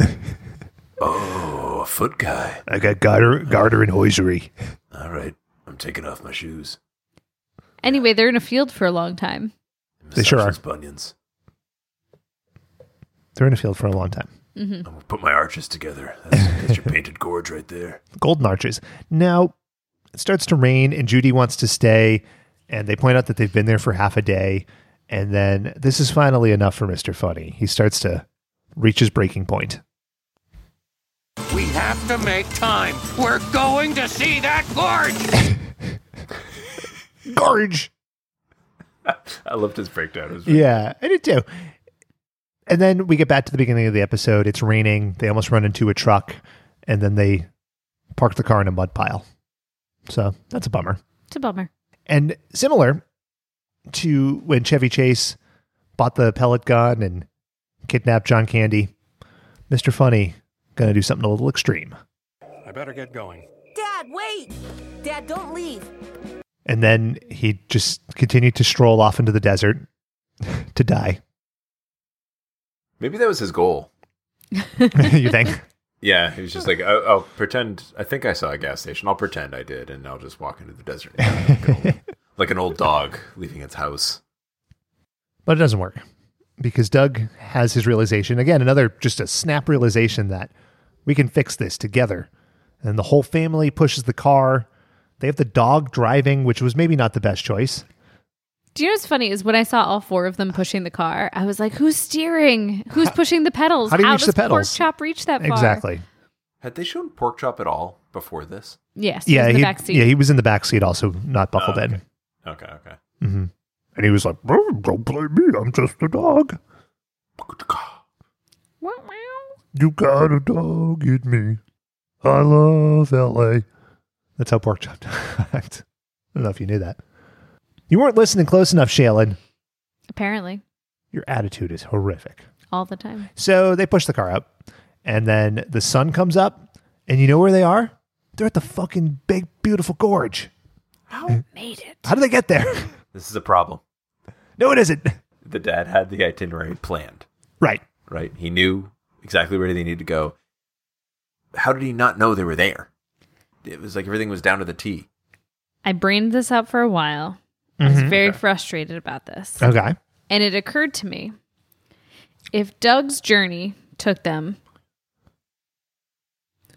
[SPEAKER 5] oh, a foot guy.
[SPEAKER 2] I got garter, garter and hosiery.
[SPEAKER 5] All right, I'm taking off my shoes.
[SPEAKER 3] Anyway, they're in a field for a long time.
[SPEAKER 2] They sure
[SPEAKER 5] Massage those Bunions.
[SPEAKER 2] They're in a field for a long time.
[SPEAKER 5] I'm gonna put my arches together. That's, that's your painted gorge right there.
[SPEAKER 2] Golden arches. Now it starts to rain, and Judy wants to stay, and they point out that they've been there for half a day, and then this is finally enough for Mister Funny. He starts to reach his breaking point.
[SPEAKER 8] We have to make time. We're going to see that gorge.
[SPEAKER 2] Gorge.
[SPEAKER 4] I loved his breakdown. It was
[SPEAKER 2] Yeah, I did too. And then we get back to the beginning of the episode. It's raining. They almost run into a truck, and then they park the car in a mud pile. So that's a bummer.
[SPEAKER 3] It's a bummer.
[SPEAKER 2] And similar to when Chevy Chase bought the pellet gun and kidnapped John Candy, Mr. Funny gonna do something a little extreme.
[SPEAKER 8] I better get going.
[SPEAKER 6] Dad, wait! Dad, don't leave.
[SPEAKER 2] And then he just continued to stroll off into the desert to die.
[SPEAKER 4] Maybe that was his goal.
[SPEAKER 2] you think?
[SPEAKER 4] Yeah, he was just like, I'll, I'll pretend. I think I saw a gas station. I'll pretend I did, and I'll just walk into the desert like, an old, like an old dog leaving its house.
[SPEAKER 2] But it doesn't work because Doug has his realization again, another just a snap realization that we can fix this together. And the whole family pushes the car. They have the dog driving, which was maybe not the best choice.
[SPEAKER 3] Do you know what's funny is when I saw all four of them pushing the car, I was like, "Who's steering? Who's pushing the pedals?
[SPEAKER 2] how do you reach
[SPEAKER 3] does
[SPEAKER 2] the pedals?
[SPEAKER 3] Pork chop reach that far?
[SPEAKER 2] Exactly.
[SPEAKER 4] Had they shown pork chop at all before this?
[SPEAKER 3] Yes.
[SPEAKER 2] Yeah,
[SPEAKER 3] Yeah. In the
[SPEAKER 2] he,
[SPEAKER 3] back seat.
[SPEAKER 2] yeah, he was in the back seat, also not buckled in,
[SPEAKER 4] Okay, okay.
[SPEAKER 2] and he was like, "Oh, "Don't blame me, I'm just a dog.
[SPEAKER 3] Wow, wow.
[SPEAKER 2] You got a dog in me. I love L.A." That's how Pork Chop talked. I don't know if you knew that. You weren't listening close enough, Shailen.
[SPEAKER 3] Apparently,
[SPEAKER 2] Your attitude is horrific.
[SPEAKER 3] all the time.
[SPEAKER 2] So they push the car up, and then the sun comes up, and you know where they are? They're at the fucking big, beautiful gorge. Eh.
[SPEAKER 3] Made it.
[SPEAKER 2] How do they get there?
[SPEAKER 4] This is a problem.
[SPEAKER 2] no, it isn't.
[SPEAKER 4] The dad had the itinerary planned,
[SPEAKER 2] Right.
[SPEAKER 4] right? He knew exactly where they needed to go. How did he not know they were there? It was like everything was down to the T.
[SPEAKER 3] I brained this out for a while. I was very frustrated about this,
[SPEAKER 2] Mm-hmm. Okay.
[SPEAKER 3] and it occurred to me if Doug's journey took them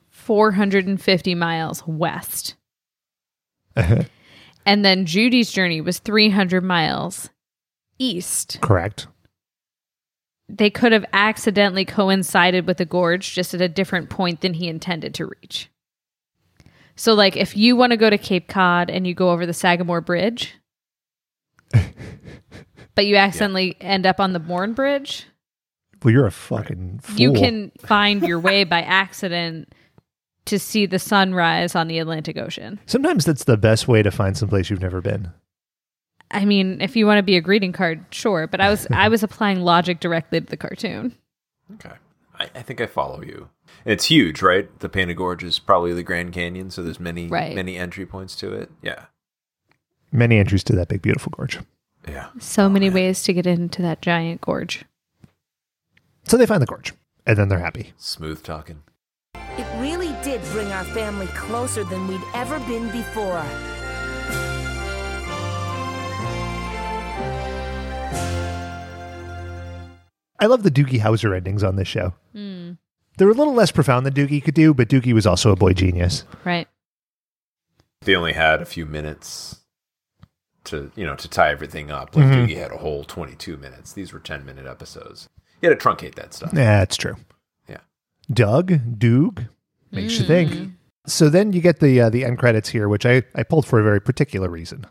[SPEAKER 3] 450 miles west, and then Judy's journey was 300 miles east.
[SPEAKER 2] Correct.
[SPEAKER 3] They could have accidentally coincided with the gorge just at a different point than he intended to reach. So, like, if you want to go to Cape Cod and you go over the Sagamore Bridge, but you accidentally end up on the Bourne Bridge,
[SPEAKER 2] Well, you're a fucking fool.
[SPEAKER 3] you can find your way by accident to see the sunrise on the Atlantic Ocean.
[SPEAKER 2] Sometimes that's the best way to find someplace you've never been.
[SPEAKER 3] I mean, if you want to be a greeting card, sure. But I was I was applying logic directly to the cartoon.
[SPEAKER 4] Okay. I, I think I follow you. It's huge, right? The Panda Gorge is probably the Grand Canyon, so there's many
[SPEAKER 3] Right.
[SPEAKER 4] many entry points to it. Yeah.
[SPEAKER 2] Many entries to that big, beautiful gorge.
[SPEAKER 4] Yeah. Oh,
[SPEAKER 3] So many ways to get into that giant gorge.
[SPEAKER 2] So they find the gorge, and then they're happy.
[SPEAKER 4] Smooth talking.
[SPEAKER 6] It really did bring our family closer than we'd ever been before.
[SPEAKER 2] I love the Doogie Howser endings on this show.
[SPEAKER 3] Hmm.
[SPEAKER 2] They were a little less profound than Doogie could do, but Doogie was also a boy genius.
[SPEAKER 3] Right.
[SPEAKER 4] They only had a few minutes to you know to tie everything up. Like
[SPEAKER 2] Mhm.
[SPEAKER 4] Doogie had a whole 22 minutes. These were 10 minute episodes. You had to truncate that stuff.
[SPEAKER 2] Yeah, that's true.
[SPEAKER 4] Yeah.
[SPEAKER 2] Doug, Doog, makes you
[SPEAKER 3] Hmm.
[SPEAKER 2] think. So then you get the uh, the end credits here, which I, I pulled for a very particular reason.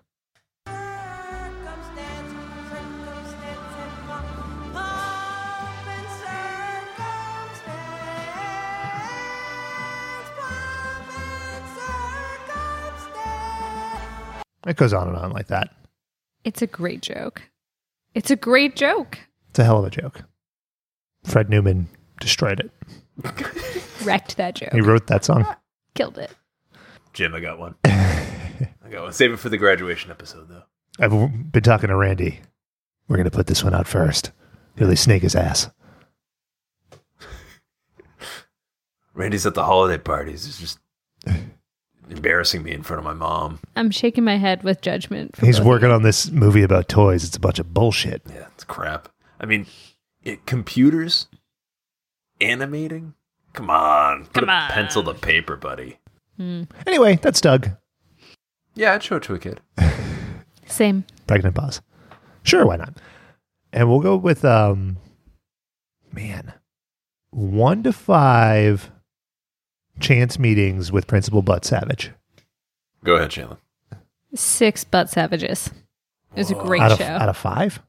[SPEAKER 2] It goes on and on like that.
[SPEAKER 3] It's a great joke. It's a great joke.
[SPEAKER 2] It's a hell of a joke. Fred Newman destroyed it.
[SPEAKER 3] Wrecked that joke.
[SPEAKER 2] He wrote that song.
[SPEAKER 3] Killed it.
[SPEAKER 4] Jim, I got one. I got one. Save it for the graduation episode though.
[SPEAKER 2] I've been talking to Randy. We're going to put this one out first. Really snake his ass.
[SPEAKER 4] Randy's at the holiday parties. It's just embarrassing me in front of my mom.
[SPEAKER 3] I'm shaking my head with judgment. for
[SPEAKER 2] He's
[SPEAKER 3] both.
[SPEAKER 2] working on this movie about toys. It's a bunch of bullshit.
[SPEAKER 4] Yeah, it's crap. I mean, it, computers animating? Come on. Put
[SPEAKER 3] Come
[SPEAKER 4] a
[SPEAKER 3] on.
[SPEAKER 4] pencil to paper, buddy.
[SPEAKER 3] Hmm.
[SPEAKER 2] Anyway, that's Doug.
[SPEAKER 4] Yeah, I'd show it to a kid.
[SPEAKER 3] Same.
[SPEAKER 2] Pregnant pause. Sure, why not? And we'll go with, um, man, one to five chance meetings with Principal Butt Savage
[SPEAKER 4] Go ahead, Shaylin.
[SPEAKER 3] Six butt savages. It was a great
[SPEAKER 2] out of,
[SPEAKER 3] show.
[SPEAKER 2] out of five.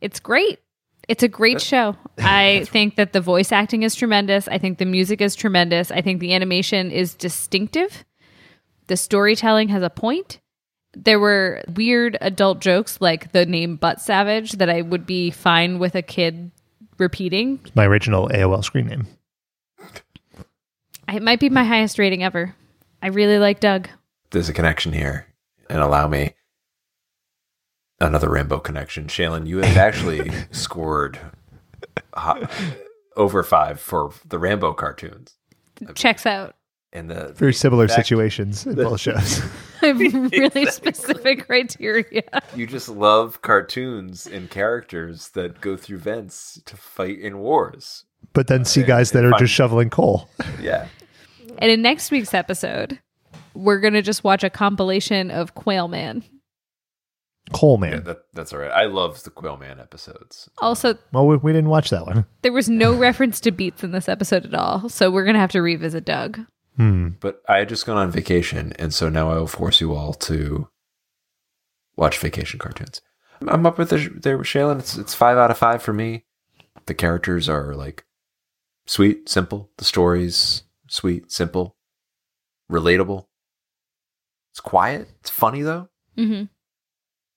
[SPEAKER 3] it's great. It's a great show. I think that the voice acting is tremendous. I think the music is tremendous. I think the animation is distinctive. The storytelling has a point. There were weird adult jokes like the name Butt Savage that I would be fine with a kid repeating.
[SPEAKER 2] It's my original AOL screen name.
[SPEAKER 3] It might be my highest rating ever. I really like Doug.
[SPEAKER 4] There's a connection here, and allow me another Rambo connection. Shaylin, you have actually scored ho- over five for the Rambo cartoons.
[SPEAKER 3] Checks out.
[SPEAKER 4] And the
[SPEAKER 2] Very similar
[SPEAKER 4] fact-
[SPEAKER 2] situations in both shows.
[SPEAKER 3] I have really specific criteria.
[SPEAKER 4] You just love cartoons and characters that go through vents to fight in wars.
[SPEAKER 2] But then see guys that
[SPEAKER 4] and
[SPEAKER 2] are
[SPEAKER 4] fun.
[SPEAKER 2] just shoveling coal.
[SPEAKER 4] Yeah.
[SPEAKER 3] And in next week's episode, we're going to just watch a compilation of Quail Man.
[SPEAKER 2] Coal man.
[SPEAKER 4] Yeah, that, that's all right. I love the Quail Man episodes.
[SPEAKER 3] Also,
[SPEAKER 2] Well, we, we didn't watch that one.
[SPEAKER 3] there was no reference to beats in this episode at all. So we're going to have to revisit Doug.
[SPEAKER 2] Hmm.
[SPEAKER 4] But I had just gone on vacation, and so now I will force you all to watch vacation cartoons. I'm- I'm up with the, there with Shaylin. It's, it's five out of five for me. The characters are like sweet, simple. The stories, sweet, simple, relatable. It's quiet. It's funny, though.
[SPEAKER 3] Mm-hmm.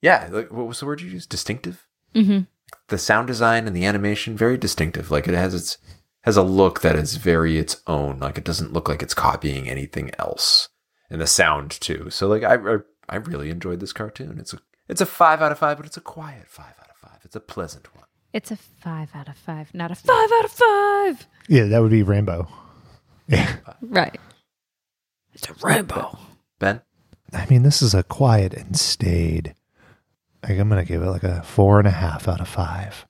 [SPEAKER 4] Yeah. Like, what was the word you used? Distinctive?
[SPEAKER 3] Mm-hmm.
[SPEAKER 4] the sound design and the animation very distinctive like it has its has a look that is very its own like it doesn't look like it's copying anything else and the sound too so like i i, I really enjoyed this cartoon it's a it's a five out of five but it's a quiet five out of five it's a pleasant one
[SPEAKER 3] It's a five out of five, not a five out of five.
[SPEAKER 2] Yeah, that would be Rambo. Yeah.
[SPEAKER 3] Right. It's a Rambo.
[SPEAKER 4] ben
[SPEAKER 2] I mean, this is a quiet and staid. Like, I'm going to give it like a four and a half out of five.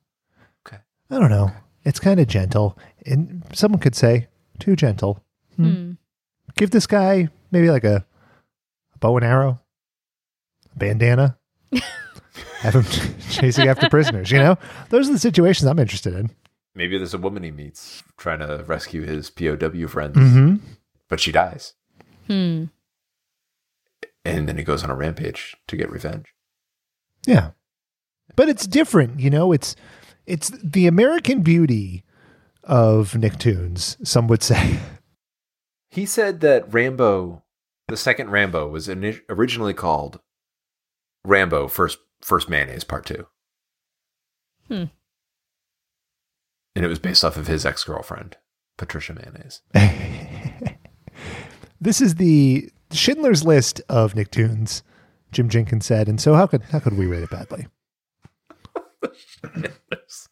[SPEAKER 4] Okay.
[SPEAKER 2] I don't know. It's kind of gentle. And someone could say, too gentle. Hmm. Give this guy maybe like a, a bow and arrow, a bandana, have him chasing after prisoners. You know, those are the situations I'm interested in.
[SPEAKER 4] Maybe there's a woman he meets trying to rescue his POW friends,
[SPEAKER 2] Mhm.
[SPEAKER 4] but she dies.
[SPEAKER 3] Hmm.
[SPEAKER 4] And then he goes on a rampage to get revenge.
[SPEAKER 2] Yeah. But it's different, you know, it's it's the American beauty of Nicktoons, some would say.
[SPEAKER 4] He said that Rambo, the second Rambo, was ini- originally called Rambo First First Mayonnaise Part Two.
[SPEAKER 3] Hmm.
[SPEAKER 4] And it was based off of his ex girlfriend, Patricia Mayonnaise.
[SPEAKER 2] This is the Schindler's List of Nicktoons, Jim Jenkins said, and so how could how could we rate it badly?
[SPEAKER 4] it's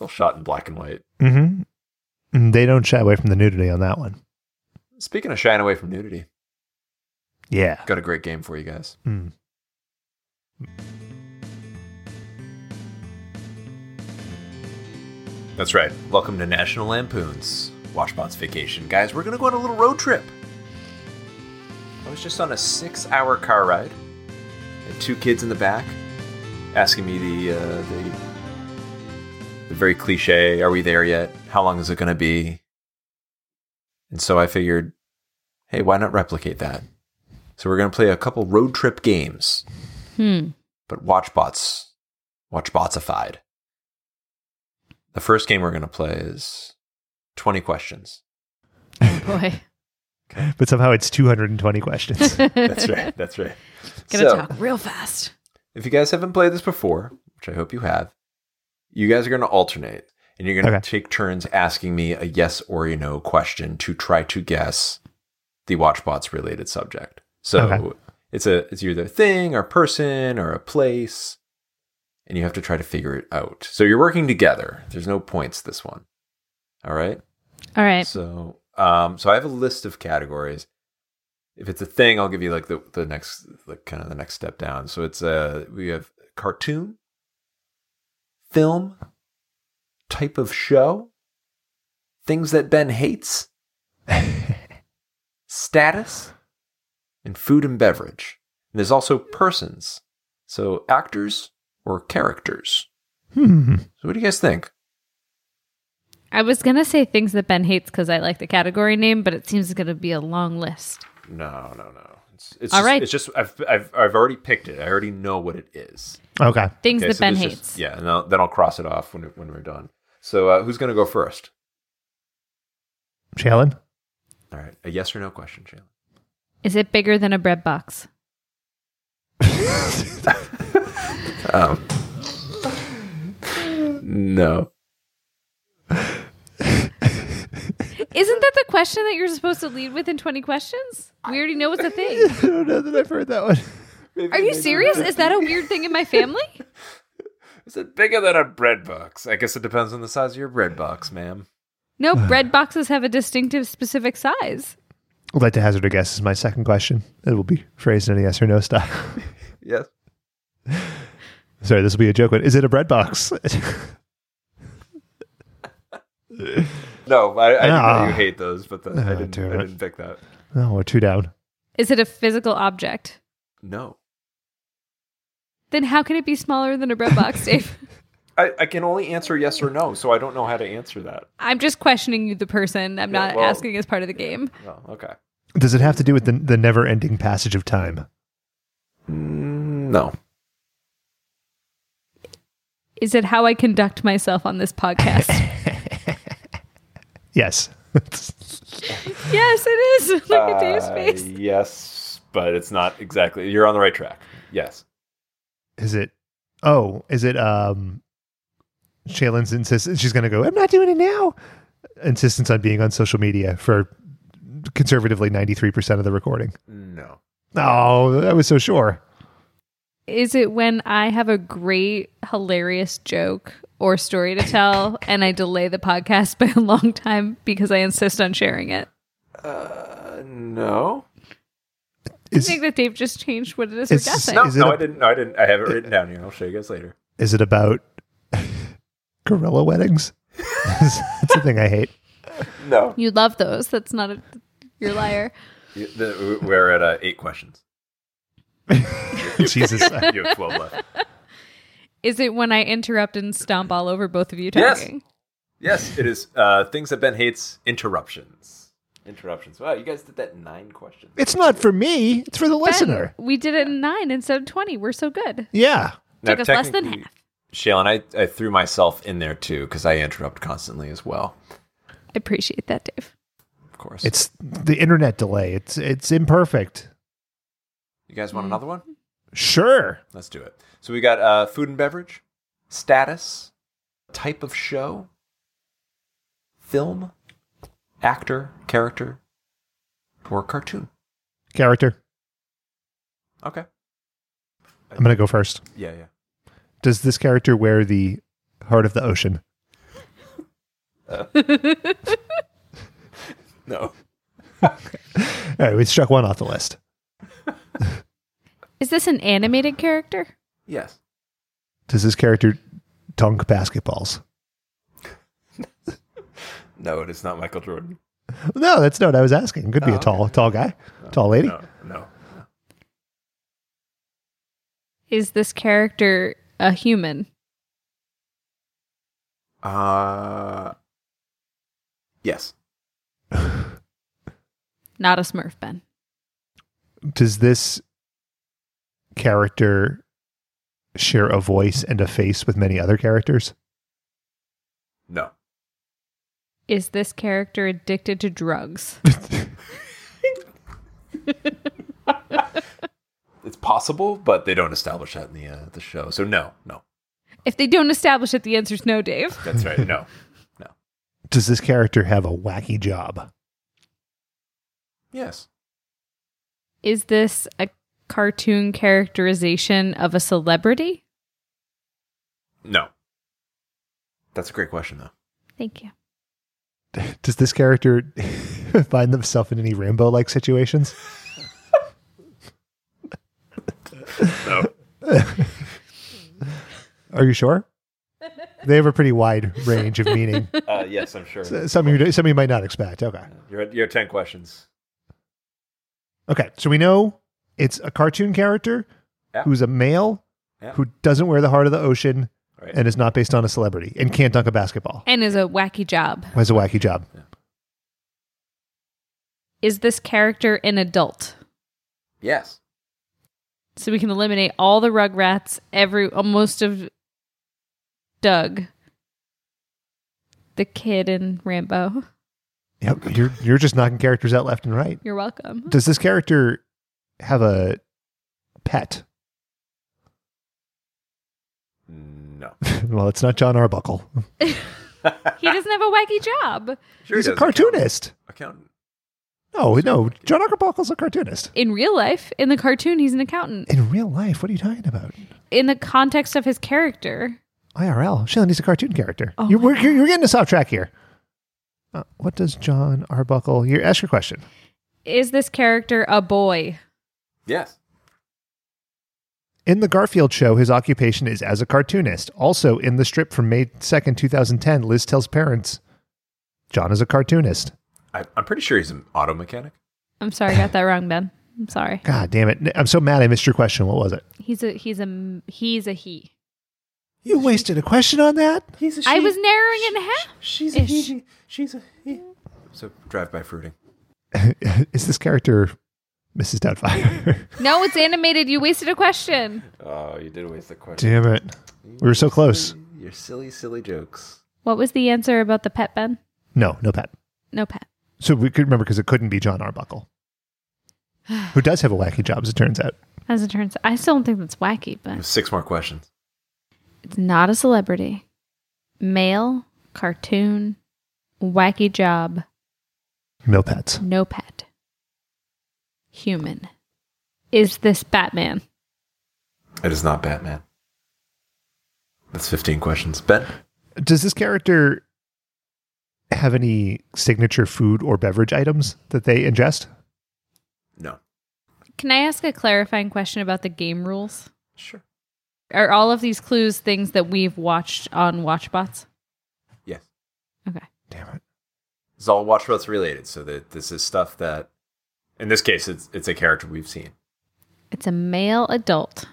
[SPEAKER 4] all shot in black and white.
[SPEAKER 2] Mhm. Mm, They don't shy away from the nudity on that one.
[SPEAKER 4] Speaking of shying away from nudity,
[SPEAKER 2] Yeah.
[SPEAKER 4] got a great game for you guys.
[SPEAKER 2] Mm.
[SPEAKER 4] That's right. Welcome to National Lampoon's Washbots Vacation. Guys, we're going to go on a little road trip. I was just on a six hour car ride. I had two kids in the back asking me the, uh, the, the very cliche, are we there yet? How long is it going to be? And so I figured, hey, why not replicate that? So we're going to play a couple road trip games,
[SPEAKER 3] Hmm.
[SPEAKER 4] but Watchbots, Watchbotsified. The first game we're going to play is 20 questions.
[SPEAKER 3] Oh boy.
[SPEAKER 2] But somehow it's 220 questions.
[SPEAKER 4] That's right. That's right.
[SPEAKER 3] Gonna
[SPEAKER 4] So-
[SPEAKER 3] talk real fast.
[SPEAKER 4] If you guys haven't played this before, which I hope you have, you guys are going to alternate and you're going to
[SPEAKER 2] Okay.
[SPEAKER 4] take turns asking me a yes or a no question to try to guess the Watchbots related subject. So
[SPEAKER 2] Okay.
[SPEAKER 4] it's a it's either a thing or a person or a place and you have to try to figure it out. So you're working together. There's no points this one. All right?
[SPEAKER 3] All right.
[SPEAKER 4] So, um, so I have a list of categories. If it's a thing, I'll give you like the, the next, like kind of the next step down. So it's uh, we have cartoon, film, type of show, things that Ben hates, status, and food and beverage. And there's also persons, so actors or characters.
[SPEAKER 2] Hmm.
[SPEAKER 4] So what do you guys think?
[SPEAKER 3] I was gonna say things that Ben hates because I like the category name, but it seems it's gonna be a long list.
[SPEAKER 4] No, no, no. It's, it's
[SPEAKER 3] All
[SPEAKER 4] just,
[SPEAKER 3] right.
[SPEAKER 4] It's just I've, I've I've already picked it. I already know what it is.
[SPEAKER 2] Okay.
[SPEAKER 3] Things
[SPEAKER 4] Okay,
[SPEAKER 3] that
[SPEAKER 4] so
[SPEAKER 3] Ben
[SPEAKER 4] this
[SPEAKER 3] hates.
[SPEAKER 4] is- yeah, and I'll, then I'll cross it off when when we're done. So uh, who's gonna go first?
[SPEAKER 2] Shailen?
[SPEAKER 4] All right, a yes or no question, Shayla.
[SPEAKER 3] Is it bigger than a bread box?
[SPEAKER 4] No.
[SPEAKER 3] Isn't that the question that you're supposed to lead with in 20 questions? We already know it's a thing.
[SPEAKER 2] I don't know that I've heard that one.
[SPEAKER 3] Are you serious? Is that a weird thing in my family?
[SPEAKER 4] Is it bigger than a bread box? I guess it depends on the size of your bread box, ma'am.
[SPEAKER 3] No, bread boxes have a distinctive specific size.
[SPEAKER 2] I'd like to hazard a guess is my second question. It will be phrased in a yes or no style.
[SPEAKER 4] Yes.
[SPEAKER 2] Sorry, this will be a joke. But is it a bread box?
[SPEAKER 4] No, I, I know
[SPEAKER 2] Ah.
[SPEAKER 4] you hate those, but the, I
[SPEAKER 2] Ah,
[SPEAKER 4] didn't.
[SPEAKER 2] damn
[SPEAKER 4] I
[SPEAKER 2] it.
[SPEAKER 4] didn't pick that.
[SPEAKER 2] oh, we're two down.
[SPEAKER 3] Is it a physical object?
[SPEAKER 4] No.
[SPEAKER 3] Then how can it be smaller than a bread box, Dave?
[SPEAKER 4] I, I can only answer yes or no, so I don't know how to answer that.
[SPEAKER 3] I'm just questioning you, the person. I'm
[SPEAKER 4] Yeah,
[SPEAKER 3] not
[SPEAKER 4] well-
[SPEAKER 3] asking as part of the game.
[SPEAKER 4] Oh, okay.
[SPEAKER 2] Does it have to do with the, the never ending passage of time?
[SPEAKER 4] Mm, No.
[SPEAKER 3] Is it how I conduct myself on this podcast?
[SPEAKER 2] Yes.
[SPEAKER 3] yes, it is. Look at Dave's
[SPEAKER 4] Uh,
[SPEAKER 3] face.
[SPEAKER 4] Yes, but it's not exactly. You're on the right track. Yes.
[SPEAKER 2] is it? Oh, is it? Um, Shailen's insistence. She's going to go. I'm not doing it now. Insistence on being on social media for conservatively 93 percent of the recording.
[SPEAKER 4] No.
[SPEAKER 2] Oh, I was so sure.
[SPEAKER 3] Is it when I have a great, hilarious joke or story to tell and I delay the podcast by a long time because I insist on sharing it?
[SPEAKER 4] Uh, No.
[SPEAKER 2] Is,
[SPEAKER 3] I think that Dave just changed what it is
[SPEAKER 2] It's-
[SPEAKER 3] we're guessing.
[SPEAKER 4] No,
[SPEAKER 2] Is it
[SPEAKER 4] Oh, no,
[SPEAKER 2] a-
[SPEAKER 4] I didn't. No, I didn't. I have it written down here. I'll show you guys later.
[SPEAKER 2] is it about gorilla weddings? That's the thing I hate.
[SPEAKER 4] No.
[SPEAKER 3] You love those. That's not a. You're a liar.
[SPEAKER 4] We're at uh, eight questions.
[SPEAKER 2] Jesus.
[SPEAKER 4] You have 12 left.
[SPEAKER 3] Is it when I interrupt and stomp all over both of you
[SPEAKER 4] Yes.
[SPEAKER 3] talking?
[SPEAKER 4] Yes, it is uh, things that Ben hates interruptions. Interruptions. Wow, you guys did that in nine questions.
[SPEAKER 2] It's not for me, it's for the listener.
[SPEAKER 3] We did it in nine instead of 20. We're so good.
[SPEAKER 2] Yeah.
[SPEAKER 4] Now,
[SPEAKER 3] Took us less than
[SPEAKER 4] technically-
[SPEAKER 3] half.
[SPEAKER 4] Shailen, I, I threw myself in there too because I interrupt constantly as well,
[SPEAKER 3] I appreciate that, Dave.
[SPEAKER 4] of course.
[SPEAKER 2] It's the internet delay. It's it's imperfect.
[SPEAKER 4] you guys want another one?
[SPEAKER 2] Sure.
[SPEAKER 4] Let's do it. So we got uh, food and beverage, status, type of show, film, actor, character, or cartoon.
[SPEAKER 2] Character.
[SPEAKER 4] Okay.
[SPEAKER 2] I'm going to go first.
[SPEAKER 4] Yeah, yeah.
[SPEAKER 2] Does this character wear the heart of the ocean?
[SPEAKER 4] No.
[SPEAKER 2] All right, we struck one off the list.
[SPEAKER 3] Is this an animated character?
[SPEAKER 4] Yes.
[SPEAKER 2] Does this character dunk basketballs?
[SPEAKER 4] No, it is not Michael Jordan.
[SPEAKER 2] No, that's not what I was asking. Could be a tall, tall guy, tall lady.
[SPEAKER 4] No, no.
[SPEAKER 3] Is this character a human?
[SPEAKER 4] Uh, yes.
[SPEAKER 3] Not a smurf, Ben.
[SPEAKER 2] Does this character share a voice and a face with many other characters?
[SPEAKER 4] No.
[SPEAKER 3] Is this character addicted to drugs?
[SPEAKER 4] It's possible, but they don't establish that in the uh, the show. So no, no.
[SPEAKER 3] if they don't establish it, the answer's no, Dave.
[SPEAKER 4] That's right. No.
[SPEAKER 2] Does this character have a wacky job?
[SPEAKER 4] yes.
[SPEAKER 3] Is this a cartoon characterization of a celebrity?
[SPEAKER 4] No. That's a great question though.
[SPEAKER 3] Thank you.
[SPEAKER 2] Does this character find themselves in any Rambo like situations?
[SPEAKER 4] No.
[SPEAKER 2] Are you sure? They have a pretty wide range of meaning.
[SPEAKER 4] Uh, yes, I'm sure.
[SPEAKER 2] S- Some you, some you might not expect. Okay.
[SPEAKER 4] You're at, you're at ten questions.
[SPEAKER 2] Okay. So we know it's a cartoon character
[SPEAKER 4] Yeah.
[SPEAKER 2] who's a male
[SPEAKER 4] Yeah.
[SPEAKER 2] who doesn't wear the heart of the ocean
[SPEAKER 4] Right.
[SPEAKER 2] and is not based on a celebrity and can't dunk a basketball.
[SPEAKER 3] And is a wacky job.
[SPEAKER 2] Has a wacky job.
[SPEAKER 3] Is this character an adult?
[SPEAKER 4] Yes.
[SPEAKER 3] So we can eliminate all the Rugrats, every uh, most of Doug, the kid in Rambo.
[SPEAKER 2] Yep. You're you're just knocking characters out left and right.
[SPEAKER 3] You're welcome.
[SPEAKER 2] Does this character have a pet?
[SPEAKER 4] No.
[SPEAKER 2] well, it's not John Arbuckle.
[SPEAKER 3] he doesn't have a wacky job.
[SPEAKER 4] Sure
[SPEAKER 2] He's
[SPEAKER 4] he
[SPEAKER 2] a
[SPEAKER 4] does.
[SPEAKER 2] cartoonist.
[SPEAKER 4] Accountant.
[SPEAKER 2] No, no, John Arbuckle's a cartoonist.
[SPEAKER 3] In real life, in the cartoon, he's an accountant.
[SPEAKER 2] In real life, what are you talking about?
[SPEAKER 3] In the context of his character,
[SPEAKER 2] IRL. Shailen, he's a cartoon character.
[SPEAKER 3] Oh
[SPEAKER 2] you're,
[SPEAKER 3] my
[SPEAKER 2] we're, you're you're getting us off track here. Uh, what does John Arbuckle? You ask your question.
[SPEAKER 3] is this character a boy?
[SPEAKER 4] Yes.
[SPEAKER 2] In the Garfield show, his occupation is as a cartoonist. Also, in the strip from May 2nd, 2010, Liz tells parents John is a cartoonist.
[SPEAKER 4] I, I'm pretty sure he's an auto mechanic.
[SPEAKER 3] I'm sorry, I got that wrong, Ben. I'm sorry.
[SPEAKER 2] God damn it. N- I'm so mad I missed your question. What was it?
[SPEAKER 3] He's a he's a m- he's a he.
[SPEAKER 2] You wasted a question on that?
[SPEAKER 4] He's a
[SPEAKER 3] I was narrowing it in half.
[SPEAKER 4] She's
[SPEAKER 3] a Ish. he-
[SPEAKER 4] She's a he. So drive by fruiting.
[SPEAKER 2] is this character Mrs. Doubtfire?
[SPEAKER 3] No, it's animated. You wasted a question.
[SPEAKER 4] Oh, you did waste the question.
[SPEAKER 2] damn it. We were so close.
[SPEAKER 4] Your silly, silly jokes.
[SPEAKER 3] What was the answer about the pet, Ben?
[SPEAKER 2] No, no pet.
[SPEAKER 3] No pet.
[SPEAKER 2] So we could remember because it couldn't be John Arbuckle, who does have a wacky job, as it turns out.
[SPEAKER 3] As it turns, I still don't think that's wacky, but
[SPEAKER 4] Six more questions.
[SPEAKER 3] it's not a celebrity. Male, cartoon, wacky job,
[SPEAKER 2] No pets.
[SPEAKER 3] no pet. Human. Is this Batman?
[SPEAKER 4] It is not Batman. That's 15 questions. Ben?
[SPEAKER 2] Does this character have any signature food or beverage items that they ingest?
[SPEAKER 4] No.
[SPEAKER 3] Can I ask a clarifying question about the game rules?
[SPEAKER 4] Sure.
[SPEAKER 3] Are all of these clues things that we've watched on Watchbots?
[SPEAKER 4] Yes.
[SPEAKER 3] Okay.
[SPEAKER 2] Damn it.
[SPEAKER 4] It's all Watch What's related. So that this is stuff that, in this case, it's, it's a character we've seen.
[SPEAKER 3] I It's a male adult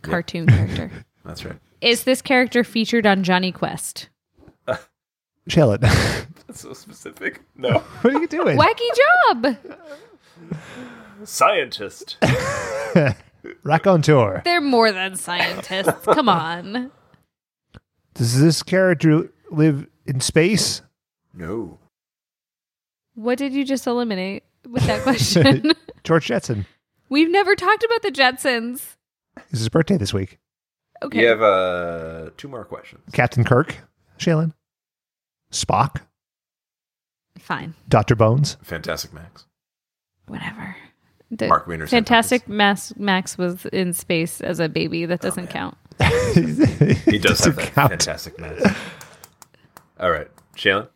[SPEAKER 3] cartoon character.
[SPEAKER 4] That's right.
[SPEAKER 3] Is this character featured on Johnny Quest?
[SPEAKER 2] Chill it.
[SPEAKER 4] That's so specific. No.
[SPEAKER 2] what are you doing?
[SPEAKER 3] Wacky job.
[SPEAKER 1] Scientist.
[SPEAKER 2] Raconteur.
[SPEAKER 3] They're more than scientists. Come on.
[SPEAKER 2] Does this character live in space?
[SPEAKER 4] No.
[SPEAKER 3] What did you just eliminate with that question?
[SPEAKER 2] George Jetson.
[SPEAKER 3] We've never talked about the Jetsons.
[SPEAKER 2] It's his birthday this week.
[SPEAKER 3] Okay.
[SPEAKER 4] You have uh, two more questions.
[SPEAKER 2] Captain Kirk. Shailen. Spock.
[SPEAKER 3] Fine.
[SPEAKER 2] Dr. Bones.
[SPEAKER 4] Fantastic Max.
[SPEAKER 3] Whatever. The
[SPEAKER 4] Mark Wiener. said
[SPEAKER 3] Fantastic Max, Max was in space as a baby. That
[SPEAKER 4] Oh,
[SPEAKER 3] doesn't count.
[SPEAKER 4] that. He does
[SPEAKER 2] Doesn't
[SPEAKER 4] have that.
[SPEAKER 2] count.
[SPEAKER 4] Fantastic Max. All right. Shailen?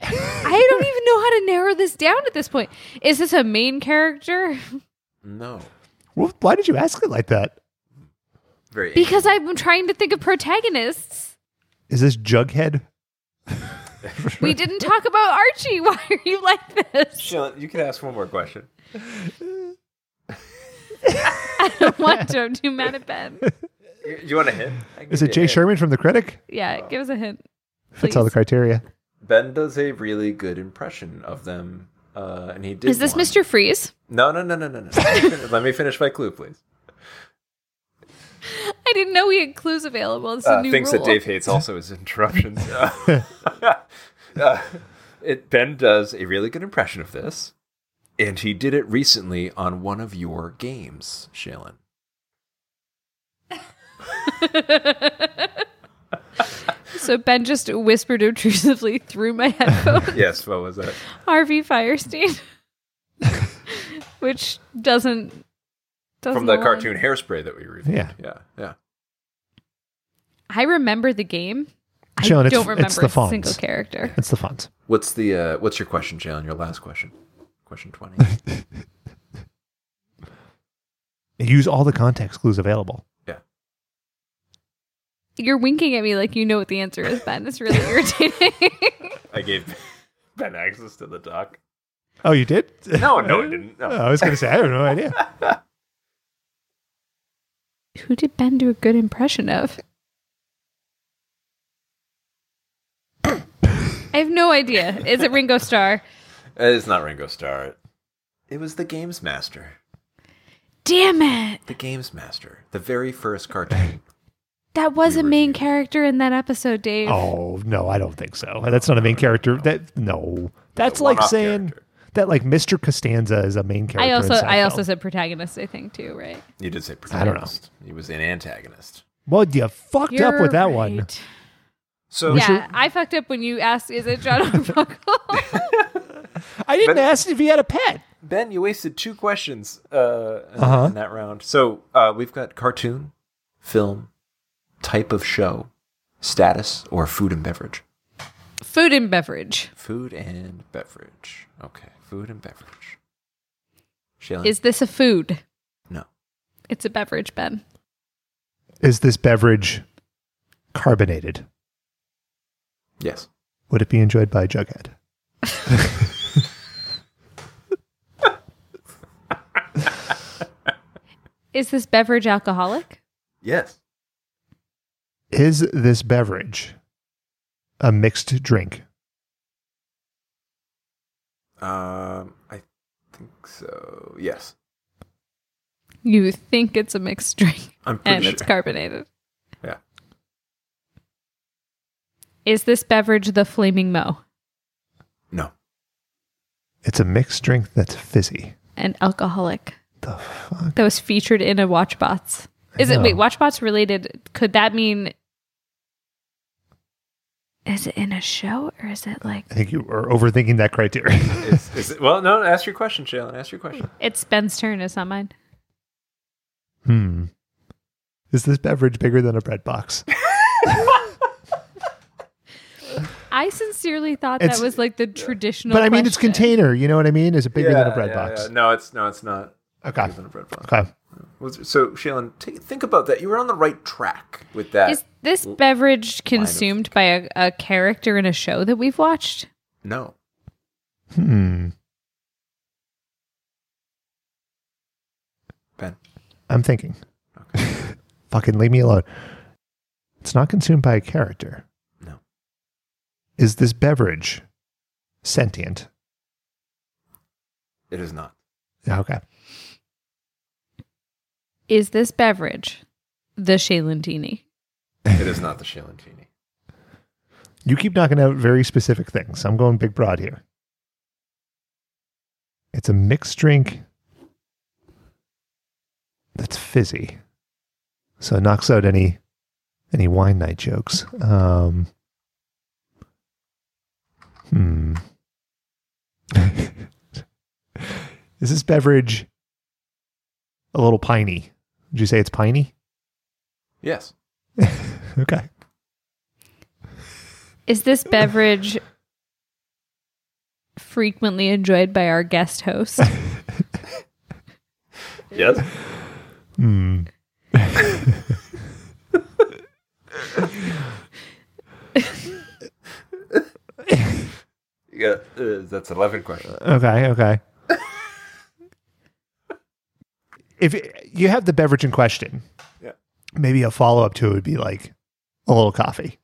[SPEAKER 3] I don't even know how to narrow this down at this point. Is this a main character?
[SPEAKER 4] No.
[SPEAKER 2] Well, why did you ask it like that?
[SPEAKER 4] Very.
[SPEAKER 3] Because I'm trying to think of protagonists.
[SPEAKER 2] Is this Jughead?
[SPEAKER 3] We didn't talk about Archie. Why are you like this?
[SPEAKER 4] Shailen, you can ask one more question.
[SPEAKER 3] I don't want to. I'm too mad at Ben.
[SPEAKER 4] You, you want a hint? I can
[SPEAKER 2] Is
[SPEAKER 4] give
[SPEAKER 2] it
[SPEAKER 4] you
[SPEAKER 2] Jay
[SPEAKER 4] a hint.
[SPEAKER 2] Sherman from The Critic?
[SPEAKER 3] Yeah, give us a hint.
[SPEAKER 2] Fits all the
[SPEAKER 3] Please.
[SPEAKER 2] criteria.
[SPEAKER 4] Ben does a really good impression of them, uh, and he did.
[SPEAKER 3] Is this
[SPEAKER 4] one.
[SPEAKER 3] Mr. Freeze?
[SPEAKER 4] No, no, no, no, no, no. Let me finish my clue, please.
[SPEAKER 3] I didn't know we had clues available. It's a
[SPEAKER 4] Uh,
[SPEAKER 3] new
[SPEAKER 4] things
[SPEAKER 3] rule.
[SPEAKER 4] that Dave hates also is interruptions. Uh, uh, it, ben does a really good impression of this, and he did it recently on one of your games, Shailen.
[SPEAKER 3] So Ben just whispered obtrusively through my headphones,
[SPEAKER 4] Yes, what was that?
[SPEAKER 3] Harvey Firestein, which doesn't, doesn't
[SPEAKER 4] From the
[SPEAKER 3] align.
[SPEAKER 4] cartoon Hairspray that we reviewed.
[SPEAKER 2] Yeah.
[SPEAKER 4] yeah, yeah.
[SPEAKER 3] I remember the game.
[SPEAKER 2] Shailen,
[SPEAKER 3] I
[SPEAKER 2] it's-
[SPEAKER 3] don't remember
[SPEAKER 2] it's the
[SPEAKER 3] a single
[SPEAKER 2] phones.
[SPEAKER 3] character.
[SPEAKER 2] That's the font.
[SPEAKER 4] What's the uh, what's your question, Jalen? Your last question, question twenty.
[SPEAKER 2] Use all the context clues available.
[SPEAKER 4] yeah,
[SPEAKER 3] You're winking at me like you know what the answer is, Ben. It's really irritating.
[SPEAKER 4] I gave Ben access to the doc.
[SPEAKER 2] Oh, you did?
[SPEAKER 4] No, no, it didn't. No.
[SPEAKER 2] Oh, I was going to say, I have no idea.
[SPEAKER 3] Who did Ben do a good impression of? I have no idea. Is it Ringo Starr?
[SPEAKER 4] It's not Ringo Starr. It was the Games Master.
[SPEAKER 3] Damn it!
[SPEAKER 4] The Games Master. The very first cartoon.
[SPEAKER 3] That was
[SPEAKER 4] We
[SPEAKER 3] a main
[SPEAKER 4] reviewed.
[SPEAKER 3] character in that episode, Dave.
[SPEAKER 2] Oh, no, I don't think so. That's not a main character. That No. That's like
[SPEAKER 4] one-off
[SPEAKER 2] saying
[SPEAKER 4] character.
[SPEAKER 2] that like Mr. Costanza is a main character.
[SPEAKER 3] I also
[SPEAKER 2] in
[SPEAKER 3] I
[SPEAKER 2] Seinfeld.
[SPEAKER 3] also said protagonist, I think too, right?
[SPEAKER 4] You did say
[SPEAKER 2] I don't know.
[SPEAKER 4] protagonist. He was an antagonist.
[SPEAKER 2] Well, you fucked up with that one.
[SPEAKER 3] right.
[SPEAKER 4] So
[SPEAKER 3] Yeah, I fucked up when you asked, "Is it John Arbuckle?"
[SPEAKER 2] I didn't ask if he had a pet.
[SPEAKER 4] Ben, you wasted two questions uh, in-
[SPEAKER 2] Uh-huh.
[SPEAKER 4] in that round. So uh, we've got cartoon, film, type of show, status, or food and beverage.
[SPEAKER 3] Food and beverage.
[SPEAKER 4] Food and beverage. Okay, food and beverage. Shailen?
[SPEAKER 3] Is this a food?
[SPEAKER 4] no.
[SPEAKER 3] It's a beverage, Ben.
[SPEAKER 2] Is this beverage carbonated?
[SPEAKER 4] Yes.
[SPEAKER 2] Would it be enjoyed by Jughead?
[SPEAKER 3] Is this beverage alcoholic?
[SPEAKER 4] Yes.
[SPEAKER 2] Is this beverage a mixed drink?
[SPEAKER 4] Um, I think so. Yes.
[SPEAKER 3] You think it's a mixed drink,
[SPEAKER 4] I'm pretty
[SPEAKER 3] and
[SPEAKER 4] sure.
[SPEAKER 3] it's carbonated.
[SPEAKER 4] yeah.
[SPEAKER 3] Is this beverage the Flaming Mo,
[SPEAKER 4] No.
[SPEAKER 2] It's a mixed drink that's fizzy.
[SPEAKER 3] an alcoholic
[SPEAKER 2] The fuck?
[SPEAKER 3] that was featured in a Watchbots? Is it
[SPEAKER 2] No.
[SPEAKER 3] wait Watchbots related? Could that mean? Is it in a show or is it like
[SPEAKER 2] I think you are overthinking that criteria.
[SPEAKER 4] Is, is it, well, no, ask your question, Shailen. Ask your question.
[SPEAKER 3] It's Ben's turn, it's not mine.
[SPEAKER 2] hmm. Is this beverage bigger than a bread box?
[SPEAKER 3] I sincerely thought
[SPEAKER 2] It's-
[SPEAKER 3] that was like the traditional.
[SPEAKER 2] but I mean, it's
[SPEAKER 3] question.
[SPEAKER 2] container. You know what I mean? Is it bigger than a bread box?
[SPEAKER 4] No, it's no, it's not.
[SPEAKER 2] Okay.
[SPEAKER 4] Bigger than a bread box.
[SPEAKER 2] Okay.
[SPEAKER 4] Was- So, Shailen, t- think about that. You were on the right track with that.
[SPEAKER 3] Is this beverage consumed by a, a character in a show that we've watched?
[SPEAKER 4] no.
[SPEAKER 2] Hmm.
[SPEAKER 4] Ben.
[SPEAKER 2] I'm thinking. Fucking leave me alone. It's not consumed by a character.
[SPEAKER 4] No.
[SPEAKER 2] Is this beverage sentient?
[SPEAKER 4] It is not.
[SPEAKER 2] Okay.
[SPEAKER 3] Is this beverage the Shaylentini?
[SPEAKER 4] It is not the Shillentini.
[SPEAKER 2] You keep knocking out very specific things. I'm going big broad here. It's a mixed drink that's fizzy. So it knocks out any any wine night jokes. Um, hmm. Is this beverage a little piney? Would you say it's piney?
[SPEAKER 4] Yes.
[SPEAKER 2] Okay.
[SPEAKER 3] Is this beverage frequently enjoyed by our guest host?
[SPEAKER 4] Yes.
[SPEAKER 2] Hmm.
[SPEAKER 4] You got, uh, that's 11 questions.
[SPEAKER 2] Okay, okay. if it- you have the beverage in question,
[SPEAKER 4] Yeah.
[SPEAKER 2] maybe a follow up to it would be like a little coffee.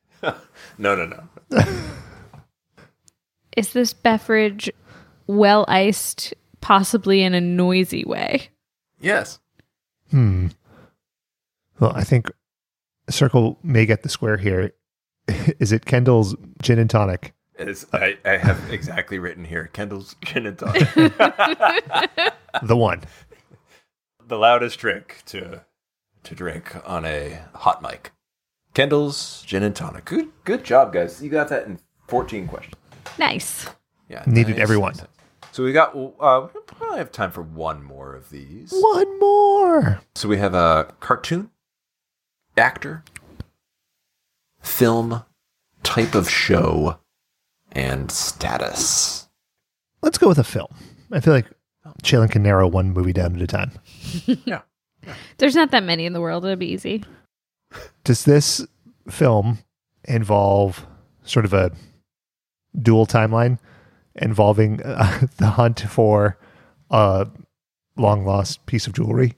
[SPEAKER 4] No, no, no.
[SPEAKER 3] Is this beverage well iced, possibly in a noisy way?
[SPEAKER 4] Yes.
[SPEAKER 2] Hmm. Well, I think Circle may get the square here. Is it Kendall's gin and tonic?
[SPEAKER 4] It is, I, I have exactly written here Kendall's gin and tonic.
[SPEAKER 2] The one.
[SPEAKER 4] the loudest drink to to drink on a hot mic. Kendall's gin and tonic. Good good job, guys. You got that in 14 questions.
[SPEAKER 3] Nice.
[SPEAKER 4] Yeah,
[SPEAKER 2] Needed everyone.
[SPEAKER 4] So we got. Uh, we probably have time for one more of these.
[SPEAKER 2] One more.
[SPEAKER 4] So we have a cartoon, actor, film, type of show, and status.
[SPEAKER 2] Let's go with a film. I feel like Chalen can narrow one movie down at a time.
[SPEAKER 3] There's not that many in the world. It'll be easy.
[SPEAKER 2] Does this film involve sort of a dual timeline involving uh, the hunt for a long lost piece of jewelry?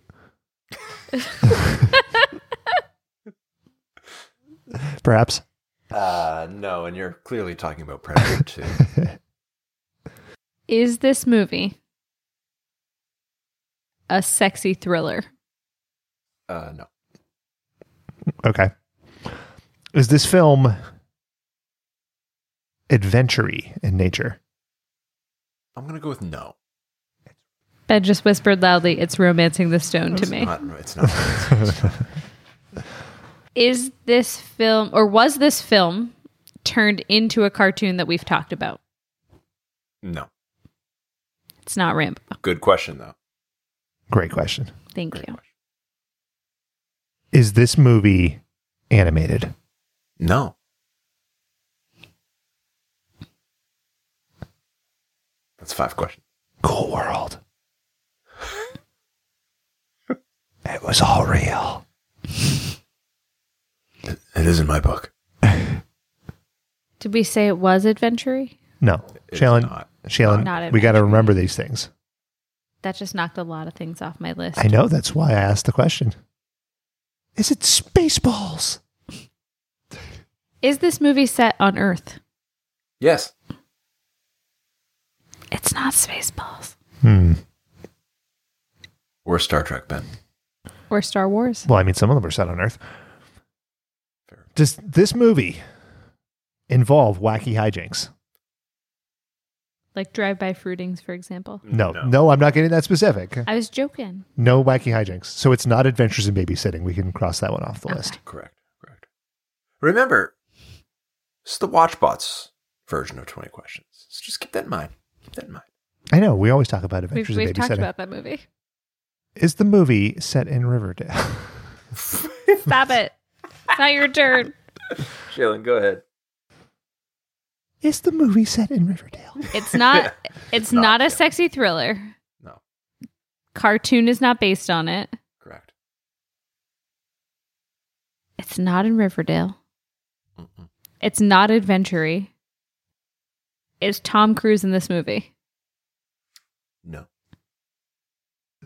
[SPEAKER 2] Perhaps.
[SPEAKER 4] Uh, no, and you're clearly talking about Predator 2.
[SPEAKER 3] Is this movie a sexy thriller?
[SPEAKER 4] Uh, no.
[SPEAKER 2] Okay. Is this film adventury in nature?
[SPEAKER 4] I'm going to go with no.
[SPEAKER 3] Ben just whispered loudly, It's romancing the stone to
[SPEAKER 4] It's
[SPEAKER 3] me.
[SPEAKER 4] not- it's not.
[SPEAKER 3] Is this film, or was this film turned into a cartoon that we've talked about?
[SPEAKER 4] no.
[SPEAKER 3] It's not Rambo.
[SPEAKER 4] Good question, though.
[SPEAKER 2] Great question.
[SPEAKER 3] Thank you.
[SPEAKER 2] Is this movie animated?
[SPEAKER 4] No. That's five questions.
[SPEAKER 2] Cool world. it was all real.
[SPEAKER 5] It is in my book.
[SPEAKER 3] Did we say it was adventure
[SPEAKER 2] No,
[SPEAKER 4] It's
[SPEAKER 2] Shailen,
[SPEAKER 4] not.
[SPEAKER 3] Not
[SPEAKER 2] Shailen,
[SPEAKER 3] an
[SPEAKER 2] we got to remember these things.
[SPEAKER 3] That just knocked a lot of things off my list.
[SPEAKER 2] I know that's why I asked the question. Is it Spaceballs?
[SPEAKER 3] Is this movie set on Earth?
[SPEAKER 4] Yes.
[SPEAKER 3] It's not Spaceballs
[SPEAKER 2] Hmm.
[SPEAKER 4] Or Star Trek, Ben.
[SPEAKER 3] or Star Wars.
[SPEAKER 2] Well, I mean, some of them are set on Earth. Does this movie involve wacky hijinks?
[SPEAKER 3] Like Drive By Fruitings, for example.
[SPEAKER 2] No, no, I'm not getting that specific.
[SPEAKER 3] I was joking.
[SPEAKER 2] No wacky hijinks. So it's not Adventures in Babysitting. We can cross that one off the list.
[SPEAKER 4] Correct. Correct. Remember, this is the Watchbots version of 20 questions. So just keep that in mind. Keep that in mind.
[SPEAKER 2] I know. We always talk about
[SPEAKER 3] We've,
[SPEAKER 2] Adventures
[SPEAKER 3] we've
[SPEAKER 2] in
[SPEAKER 3] talked
[SPEAKER 2] Babysitting.
[SPEAKER 3] about that movie.
[SPEAKER 2] Is the movie set in Riverdale?
[SPEAKER 3] Stop it. It's not your turn.
[SPEAKER 4] Jalen, go ahead.
[SPEAKER 2] Is the movie set in Riverdale?
[SPEAKER 3] It's not it's,
[SPEAKER 4] not,
[SPEAKER 3] not, a
[SPEAKER 4] yeah.
[SPEAKER 3] sexy thriller.
[SPEAKER 4] No.
[SPEAKER 3] Cartoon is not based on it.
[SPEAKER 4] Correct.
[SPEAKER 3] It's not in Riverdale.
[SPEAKER 4] Mm-mm.
[SPEAKER 3] It's not adventure Is Tom Cruise in this movie?
[SPEAKER 4] No.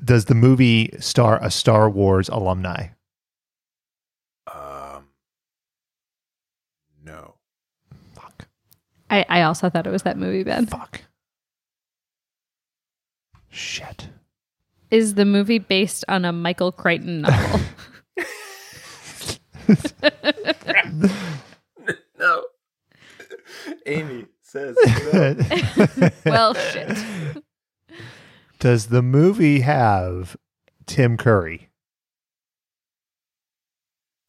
[SPEAKER 2] does the movie star a Star Wars alumni?
[SPEAKER 4] Um, no.
[SPEAKER 3] I, I also thought it was that movie, Ben.
[SPEAKER 2] Fuck. Shit.
[SPEAKER 3] Is the movie based on a Michael Crichton novel?
[SPEAKER 4] No. Amy says
[SPEAKER 3] well, shit.
[SPEAKER 2] Does the movie have Tim Curry?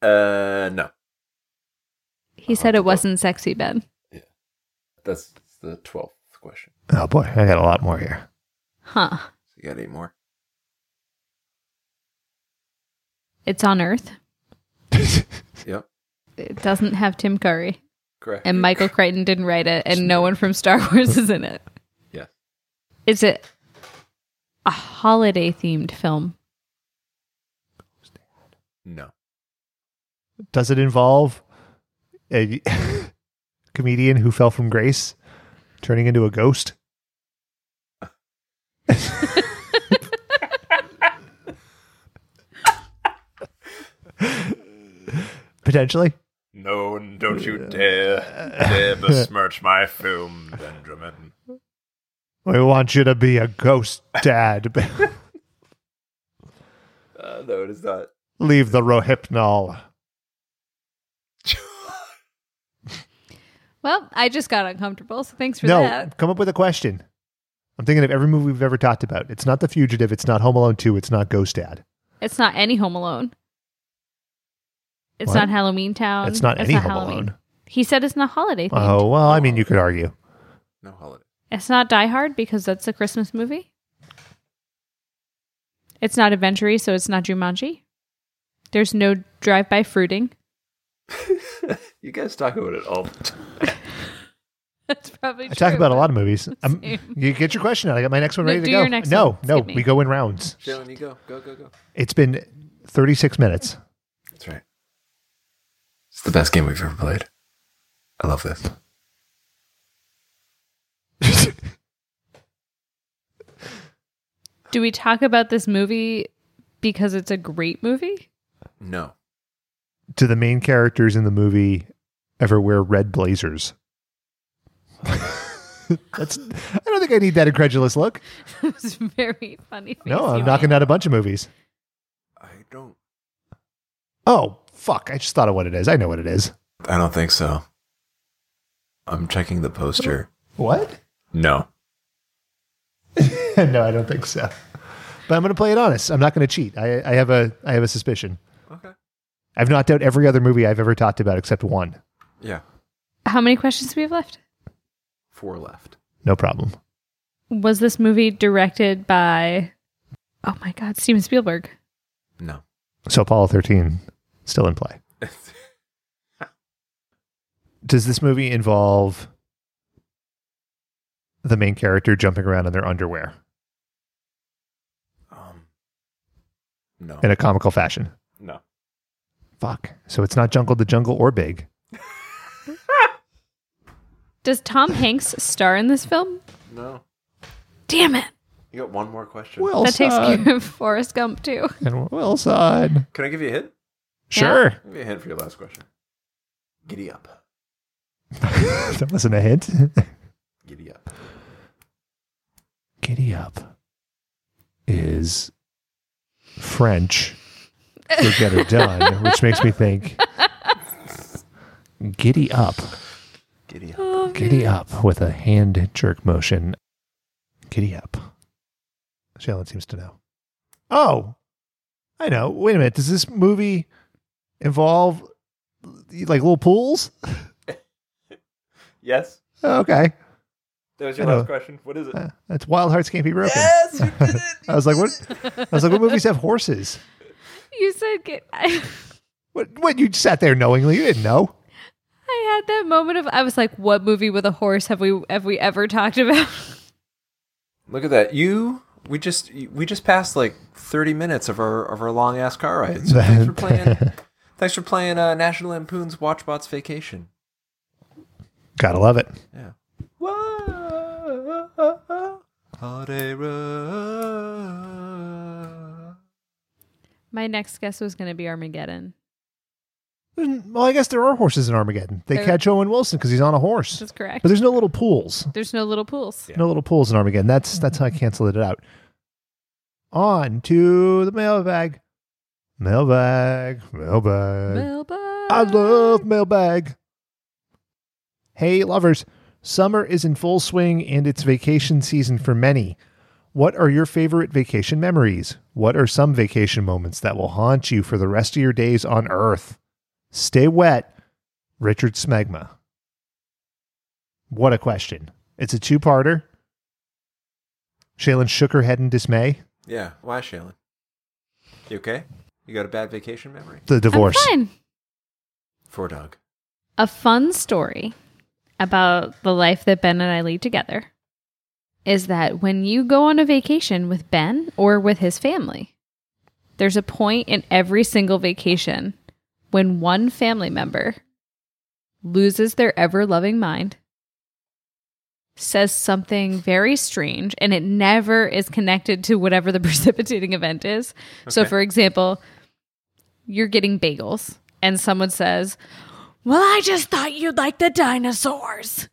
[SPEAKER 4] Uh, no.
[SPEAKER 3] He said it wasn't sexy, Ben.
[SPEAKER 4] That's the 12th question.
[SPEAKER 2] Oh boy, I got a lot more here.
[SPEAKER 3] Huh.
[SPEAKER 4] So you got eight more.
[SPEAKER 3] It's on Earth.
[SPEAKER 4] Yep.
[SPEAKER 3] It doesn't have Tim Curry.
[SPEAKER 4] Correct.
[SPEAKER 3] And Michael Crichton didn't write it, and no one from Star Wars is in it.
[SPEAKER 4] Yes.
[SPEAKER 3] Is it a holiday themed film?
[SPEAKER 4] No.
[SPEAKER 2] Does it involve a comedian who fell from grace turning into a ghost? Potentially.
[SPEAKER 4] No, and don't you dare, dare besmirch my film, Benjamin.
[SPEAKER 2] We want you to be a ghost dad.
[SPEAKER 4] Uh, no, it is not.
[SPEAKER 2] Leave the Rohypnol.
[SPEAKER 3] Well, I just got uncomfortable, so thanks for
[SPEAKER 2] no,
[SPEAKER 3] that.
[SPEAKER 2] come up with a question. I'm thinking of every movie we've ever talked about. It's not The Fugitive. It's not Home Alone 2. It's not Ghost Dad.
[SPEAKER 3] It's not any Home Alone. It's
[SPEAKER 2] What?
[SPEAKER 3] not Halloween Town.
[SPEAKER 2] It's not any Home
[SPEAKER 3] Um, Halloween.
[SPEAKER 2] Alone.
[SPEAKER 3] He said it's not holiday themed.
[SPEAKER 2] Oh, well, I mean, you could argue.
[SPEAKER 4] No holiday.
[SPEAKER 3] It's not Die Hard because that's a Christmas movie. It's not Adventure, so it's not Jumanji. There's no drive by fruiting.
[SPEAKER 4] You guys talk about it all the time.
[SPEAKER 3] That's probably
[SPEAKER 2] I talk
[SPEAKER 3] true,
[SPEAKER 2] about a
[SPEAKER 3] but-
[SPEAKER 2] lot of movies. Um,
[SPEAKER 3] Same.
[SPEAKER 2] you get your question out. I got my next one
[SPEAKER 3] No,
[SPEAKER 2] ready to
[SPEAKER 3] do
[SPEAKER 2] go.
[SPEAKER 3] your next
[SPEAKER 2] no,
[SPEAKER 3] one.
[SPEAKER 2] no,
[SPEAKER 3] Skip me.
[SPEAKER 2] we go in rounds.
[SPEAKER 4] Jalen, you go. Go, go, go.
[SPEAKER 2] It's been 36 minutes.
[SPEAKER 4] That's right. It's the best game we've ever played. I love this.
[SPEAKER 3] Do we talk about this movie because it's a great movie?
[SPEAKER 4] No.
[SPEAKER 2] Do the main characters in the movie ever wear red blazers? That's. I don't think I need that incredulous look.
[SPEAKER 3] it was a very funny.
[SPEAKER 2] No,
[SPEAKER 3] face
[SPEAKER 2] I'm
[SPEAKER 3] you
[SPEAKER 2] knocking out a bunch of movies.
[SPEAKER 4] I don't.
[SPEAKER 2] Oh, fuck. I just thought of what it is. I know what it is.
[SPEAKER 4] I don't think so. I'm checking the poster.
[SPEAKER 2] What?
[SPEAKER 4] No.
[SPEAKER 2] no, I don't think so. But I'm going to play it honest. I'm not going to cheat. I, I have a I have a suspicion.
[SPEAKER 4] Okay.
[SPEAKER 2] I've knocked out every other movie I've ever talked about except one.
[SPEAKER 4] Yeah.
[SPEAKER 3] made. How many questions do we have left?
[SPEAKER 4] Four left.
[SPEAKER 2] No problem.
[SPEAKER 3] Was this movie directed by? Oh my God, Steven Spielberg.
[SPEAKER 4] No.
[SPEAKER 2] So Apollo 13 still in play. Does this movie involve the main character jumping around in their underwear
[SPEAKER 4] um. No.
[SPEAKER 2] in a comical fashion?
[SPEAKER 4] No.
[SPEAKER 2] Fuck. So it's not Jungle the Jungle or Big.
[SPEAKER 3] Does Tom Hanks star in this film?
[SPEAKER 4] No.
[SPEAKER 3] Damn it!
[SPEAKER 4] You got one more question.
[SPEAKER 3] That takes care of Forrest Gump too.
[SPEAKER 2] and Wilson.
[SPEAKER 4] Can I give you a hint?
[SPEAKER 2] Sure.
[SPEAKER 4] Give me a hint for your last question. Giddy up.
[SPEAKER 2] that wasn't a hint.
[SPEAKER 4] Giddy up.
[SPEAKER 2] Giddy up is French for get it done, which makes me think giddy up,
[SPEAKER 4] Giddy up.
[SPEAKER 2] giddy up with a hand jerk motion. Giddy up. Shailen seems to know. Oh, I know. Wait a minute. Does this movie involve like little pools? Oh,
[SPEAKER 4] Yes.
[SPEAKER 2] Okay.
[SPEAKER 4] That was
[SPEAKER 2] your I know. last
[SPEAKER 4] question. What is it?
[SPEAKER 2] Uh, That's Wild Hearts Can't Be Broken. Yes, I was like, what? I was like, what movies have horses?
[SPEAKER 3] You said get. I,
[SPEAKER 2] What? What? You sat there knowingly. You didn't know.
[SPEAKER 3] I had that moment of I was like, what movie with a horse have we have we ever talked about?
[SPEAKER 4] Look at that. You we just we just passed like 30 minutes of our of our long ass car ride. So thanks for playing. thanks for playing uh, National Lampoon's Watchbots Vacation.
[SPEAKER 2] Gotta love it.
[SPEAKER 4] Yeah. Whoa. Holiday road.
[SPEAKER 3] My next guess was going to be Armageddon.
[SPEAKER 2] Well, I guess there are horses in Armageddon. They
[SPEAKER 3] There-
[SPEAKER 2] catch Owen Wilson because he's on a horse.
[SPEAKER 3] That's correct.
[SPEAKER 2] But there's no little pools.
[SPEAKER 3] There's no little pools.
[SPEAKER 2] No little pools in Armageddon. That's that's how I canceled it out. On to the mailbag. Mailbag. Mailbag.
[SPEAKER 3] Melba.
[SPEAKER 2] I love mailbag. Hey, lovers. Summer is in full swing and it's vacation season for many. What are your favorite vacation memories? What are some vacation moments that will haunt you for the rest of your days on Earth? Stay wet, Richard Smegma. What a question. It's a two parter. Shaylin shook her head in dismay.
[SPEAKER 4] Yeah. Why, Shaylin? You okay? You got a bad vacation memory?
[SPEAKER 2] The divorce.
[SPEAKER 3] I'm fine.
[SPEAKER 4] For Doug.
[SPEAKER 3] A fun story about the life that Ben and I lead together is that when you go on a vacation with Ben or with his family, there's a point in every single vacation when one family member loses their ever loving mind, says something very strange, and it never is connected to whatever the precipitating event is. So,
[SPEAKER 4] Okay.
[SPEAKER 3] for example, you're getting bagels, and someone says, Well, I just thought you'd like the dinosaurs.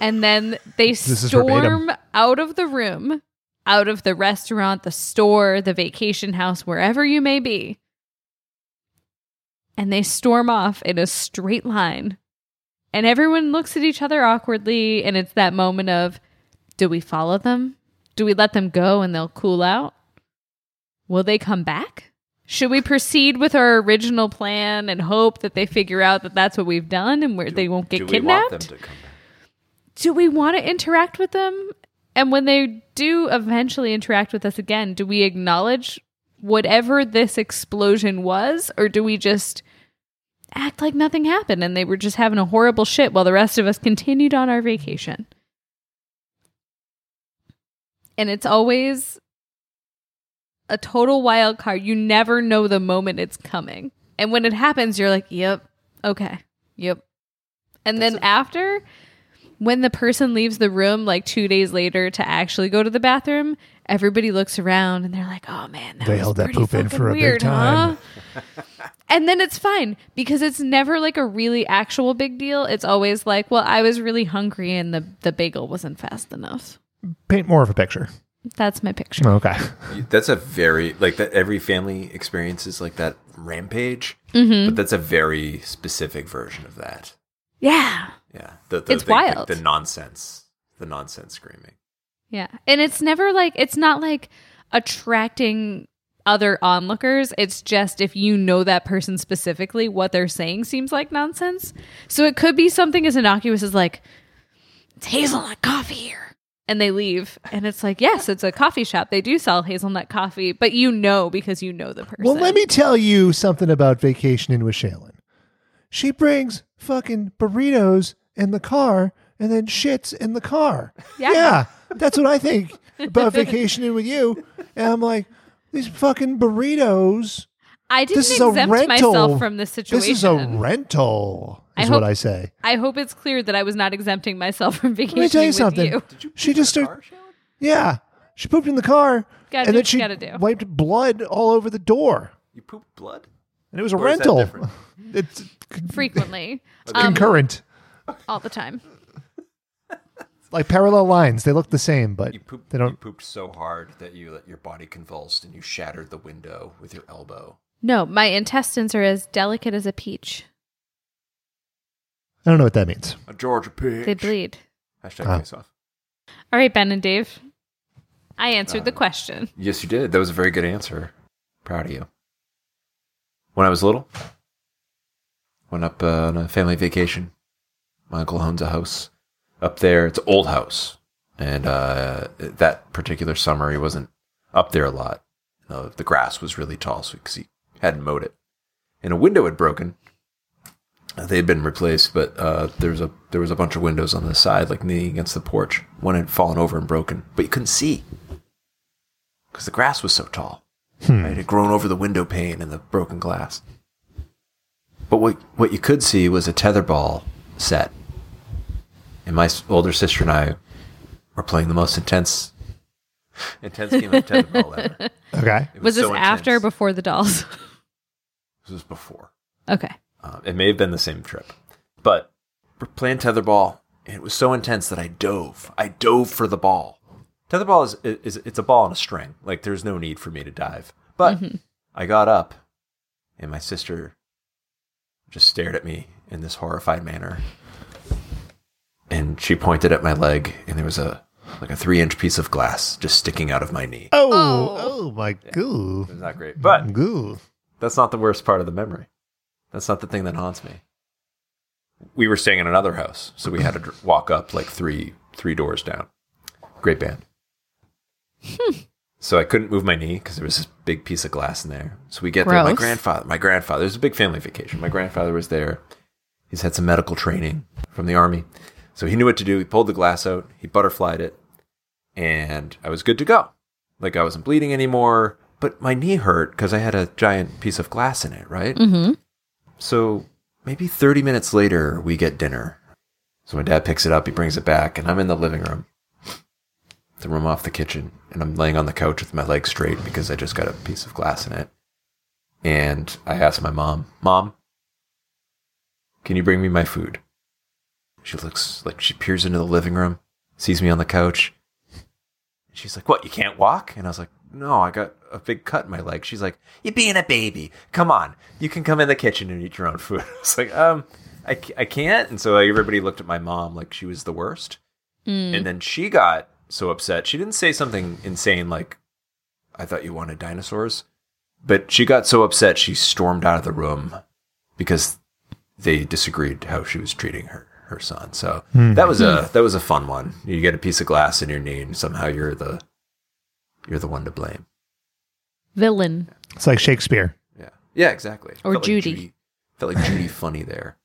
[SPEAKER 3] And then they
[SPEAKER 2] This is verbatim.
[SPEAKER 3] storm out of the room, out of the restaurant, the store, the vacation house, wherever you may be. And they storm off in a straight line. And everyone looks at each other awkwardly. And it's that moment of do we follow them? Do we let them go and they'll cool out? Will they come back? Should we proceed with our original plan and hope that they figure out that that's what we've done and where they won't get
[SPEAKER 4] Do we
[SPEAKER 3] kidnapped?
[SPEAKER 4] want them to come back?
[SPEAKER 3] do we want to interact with them? And when they do eventually interact with us again, do we acknowledge whatever this explosion was, or do we just act like nothing happened and they were just having a horrible shit while the rest of us continued on our vacation? And it's always a total wild card. You never know the moment it's coming. And when it happens, you're like, yep, okay, yep. And then after, when the person leaves the room like two days later to actually go to the bathroom, everybody looks around and they're like, "Oh man, that
[SPEAKER 2] They
[SPEAKER 3] was
[SPEAKER 2] held that
[SPEAKER 3] pretty
[SPEAKER 2] poop in
[SPEAKER 3] fucking
[SPEAKER 2] for a big
[SPEAKER 3] weird,
[SPEAKER 2] time."
[SPEAKER 3] huh?" and then it's fine because it's never like a really actual big deal. It's always like, "Well, I was really hungry and the the bagel wasn't fast enough."
[SPEAKER 2] Paint more of a picture.
[SPEAKER 3] That's my picture.
[SPEAKER 2] Okay.
[SPEAKER 4] You- That's a very, like, that every family experiences, like, that rampage.
[SPEAKER 3] Mm-hmm.
[SPEAKER 4] But that's a very specific version of that.
[SPEAKER 3] Yeah.
[SPEAKER 4] Yeah. The, the,
[SPEAKER 3] It's
[SPEAKER 4] the-
[SPEAKER 3] wild.
[SPEAKER 4] The, the nonsense. The nonsense screaming.
[SPEAKER 3] Yeah. And it's never like it's not like attracting other onlookers. It's just if you know that person specifically, what they're saying seems like nonsense. So it could be something as innocuous as like it's hazelnut coffee here. And they leave. And it's like, yes, it's a coffee shop. They do sell hazelnut coffee, but you know because you know the person.
[SPEAKER 2] Well, let me tell you something about vacationing with Shaylin. She brings fucking burritos in the car and then shits in the car.
[SPEAKER 3] Yeah.
[SPEAKER 2] that's what I think about vacationing with you. And I'm like, these fucking burritos.
[SPEAKER 3] I didn't
[SPEAKER 2] This is a
[SPEAKER 3] exempt
[SPEAKER 2] rental.
[SPEAKER 3] myself from this situation.
[SPEAKER 2] This is a rental,
[SPEAKER 3] I
[SPEAKER 2] is
[SPEAKER 3] hope-
[SPEAKER 2] what I say.
[SPEAKER 3] I hope it's clear that I was not exempting myself from vacation.
[SPEAKER 2] Let me tell you something. she just started. Yeah. She pooped in the car.
[SPEAKER 3] Gotta do
[SPEAKER 2] and then
[SPEAKER 3] what you
[SPEAKER 2] she
[SPEAKER 3] gotta do.
[SPEAKER 2] wiped blood all over the door.
[SPEAKER 4] You poop blood?
[SPEAKER 2] And it was a
[SPEAKER 4] Or is that
[SPEAKER 2] rental.
[SPEAKER 4] different?
[SPEAKER 2] It's
[SPEAKER 3] frequently. Um,
[SPEAKER 2] concurrent.
[SPEAKER 3] all the time.
[SPEAKER 2] like parallel lines. They look the same, but
[SPEAKER 4] You pooped,
[SPEAKER 2] they don't.
[SPEAKER 4] you pooped so hard that you let your body convulsed and you shattered the window with your elbow.
[SPEAKER 3] No, my intestines are as delicate as a peach.
[SPEAKER 2] I don't know what that means.
[SPEAKER 4] A Georgia peach.
[SPEAKER 3] They bleed.
[SPEAKER 4] Hashtag
[SPEAKER 2] Ah.
[SPEAKER 4] face off.
[SPEAKER 3] All right, Ben and Dave. I answered
[SPEAKER 4] Uh,
[SPEAKER 3] the question.
[SPEAKER 4] Yes, you did. That was a very good answer. Proud of you. When I was little, went up uh, on a family vacation. My uncle owns a house up there. It's an old house, and uh, that particular summer he wasn't up there a lot. Uh, the grass was really tall, so because he hadn't mowed it, and a window had broken. Uh, They had been replaced, but uh, there was a there was a bunch of windows on the side, like leaning against the porch. One had fallen over and broken, but you couldn't see because the grass was so tall. Right? It had grown over the window pane and the broken glass. But what what you could see was a tetherball set, and my s- older sister and I were playing the most intense Intense game of tentacle leather. It
[SPEAKER 2] Okay.
[SPEAKER 3] Was, this
[SPEAKER 4] so
[SPEAKER 3] after or
[SPEAKER 4] intense.
[SPEAKER 3] before the dolls?
[SPEAKER 4] This was before.
[SPEAKER 3] okay.
[SPEAKER 4] Um, it may have been the same trip, but we're playing tetherball, and it was so intense that I dove. I dove for the ball. Tetherball is, is it's a ball on a string. Like there's no need for me to dive. But I got up, and my sister just stared at me in this horrified manner, and she pointed at my leg, and there was a like a three inch piece of glass just sticking out of my knee.
[SPEAKER 2] Oh, oh, my goo.
[SPEAKER 4] It was not great, but
[SPEAKER 2] Goo.
[SPEAKER 4] that's not the worst part of the memory. That's not the thing that haunts me. We were staying in another house, so we had to dr- walk up like three three doors down. Great band. so I couldn't move my knee because there was this big piece of glass in there. So we get there. My
[SPEAKER 3] Gross.
[SPEAKER 4] grandfather, my grandfather, it was a big family vacation. My grandfather was there. He's had some medical training from the army, so he knew what to do. He pulled the glass out. He butterflied it, and I was good to go. Like I wasn't bleeding anymore, but my knee hurt because I had a giant piece of glass in it, right?
[SPEAKER 3] Mm-hmm.
[SPEAKER 4] So maybe 30 minutes later, we get dinner. So my dad picks it up, he brings it back, and I'm in the living room, the room off the kitchen, and I'm laying on the couch with my legs straight because I just got a piece of glass in it. And I ask my mom, Mom, can you bring me my food? She looks like she peers into the living room, sees me on the couch. She's like, What, you can't walk? And I was like, No, I got a big cut in my leg. She's like, You're being a baby. Come on. You can come in the kitchen and eat your own food. I was like, Um, I, ca- I can't. And so like, everybody looked at my mom like she was the worst. And then she got so upset. She didn't say something insane like, I thought you wanted dinosaurs. But she got so upset she stormed out of the room because they disagreed how she was treating her her son. So that was a that was a fun one. You get a piece of glass in your knee, and somehow you're the you're the one to blame.
[SPEAKER 3] Villain.
[SPEAKER 2] It's like Shakespeare.
[SPEAKER 4] Yeah, yeah, exactly.
[SPEAKER 3] Or Judy.
[SPEAKER 4] Like Judy. Felt like Judy funny there.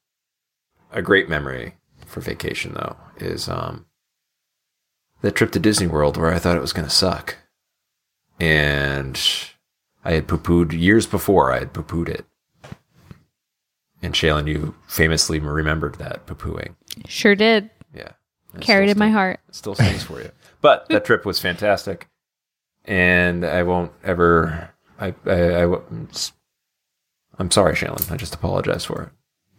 [SPEAKER 4] A great memory for vacation though is um that trip to Disney World where I thought it was going to suck, and I had poo pooed years before. I had poo pooed it. And Shaylin, you famously remembered that poo pooing.
[SPEAKER 3] Sure did.
[SPEAKER 4] Yeah. It
[SPEAKER 3] Carried
[SPEAKER 4] still
[SPEAKER 3] in my
[SPEAKER 4] stings-
[SPEAKER 3] heart.
[SPEAKER 4] It still stings for you. But that trip was fantastic. And I won't ever. I, I, I wo- I'm sorry, Shannon. I just apologize for it.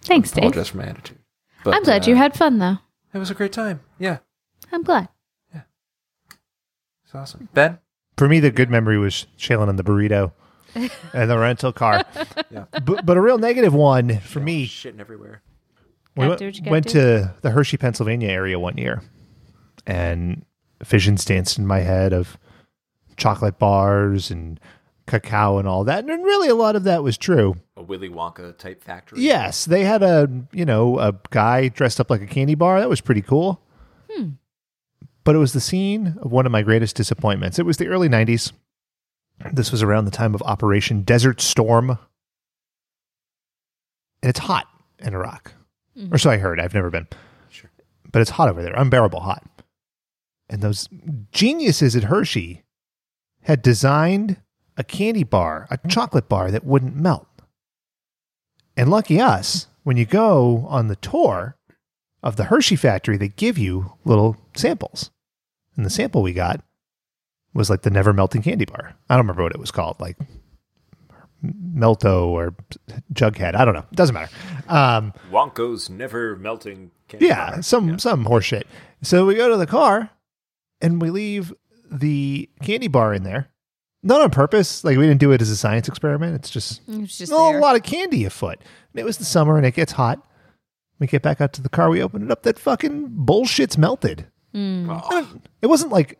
[SPEAKER 3] Thanks, Dave.
[SPEAKER 4] Apologize for my attitude. But,
[SPEAKER 3] I'm glad
[SPEAKER 4] uh,
[SPEAKER 3] you had fun though.
[SPEAKER 4] It was a great time. Yeah.
[SPEAKER 3] I'm glad.
[SPEAKER 4] It's awesome. Ben?
[SPEAKER 2] For me, the good memory was Shaylin and the burrito and the rental car.
[SPEAKER 4] Yeah.
[SPEAKER 2] But, but a real negative one for me.
[SPEAKER 4] Shitting everywhere.
[SPEAKER 2] We
[SPEAKER 3] Gotta
[SPEAKER 2] went,
[SPEAKER 3] do what you gotta
[SPEAKER 2] went
[SPEAKER 3] do.
[SPEAKER 2] to the Hershey, Pennsylvania area one year, and visions danced in my head of chocolate bars and cacao and all that. And really, a lot of that was true.
[SPEAKER 4] A Willy Wonka type factory.
[SPEAKER 2] Yes, they had a you know a guy dressed up like a candy bar. That was pretty cool. But it was the scene of one of my greatest disappointments. It was the early '90s. This was around the time of Operation Desert Storm, and it's hot in Iraq, or so I heard. I've never been,
[SPEAKER 4] Sure.
[SPEAKER 2] but it's hot over there, unbearable hot. And those geniuses at Hershey had designed a candy bar, a chocolate bar that wouldn't melt. And lucky us, when you go on the tour of the Hershey factory, they give you little samples. And the sample we got was like the never melting candy bar. I don't remember what it was called, like Melto or Jughead. I don't know. It doesn't matter. Um,
[SPEAKER 4] Wonko's never melting candy.
[SPEAKER 2] yeah,
[SPEAKER 4] bar.
[SPEAKER 2] some some horseshit. So we go to the car and we leave the candy bar in there. Not on purpose. Like we didn't do it as a science experiment. It's just
[SPEAKER 3] It's just
[SPEAKER 2] Oh,
[SPEAKER 3] there.
[SPEAKER 2] a lot of candy afoot. And it was the summer and it gets hot. We get back out to the car, we open it up, that fucking bullshit's melted.
[SPEAKER 3] Mm. Mm-hmm.
[SPEAKER 4] Oh.
[SPEAKER 2] It wasn't like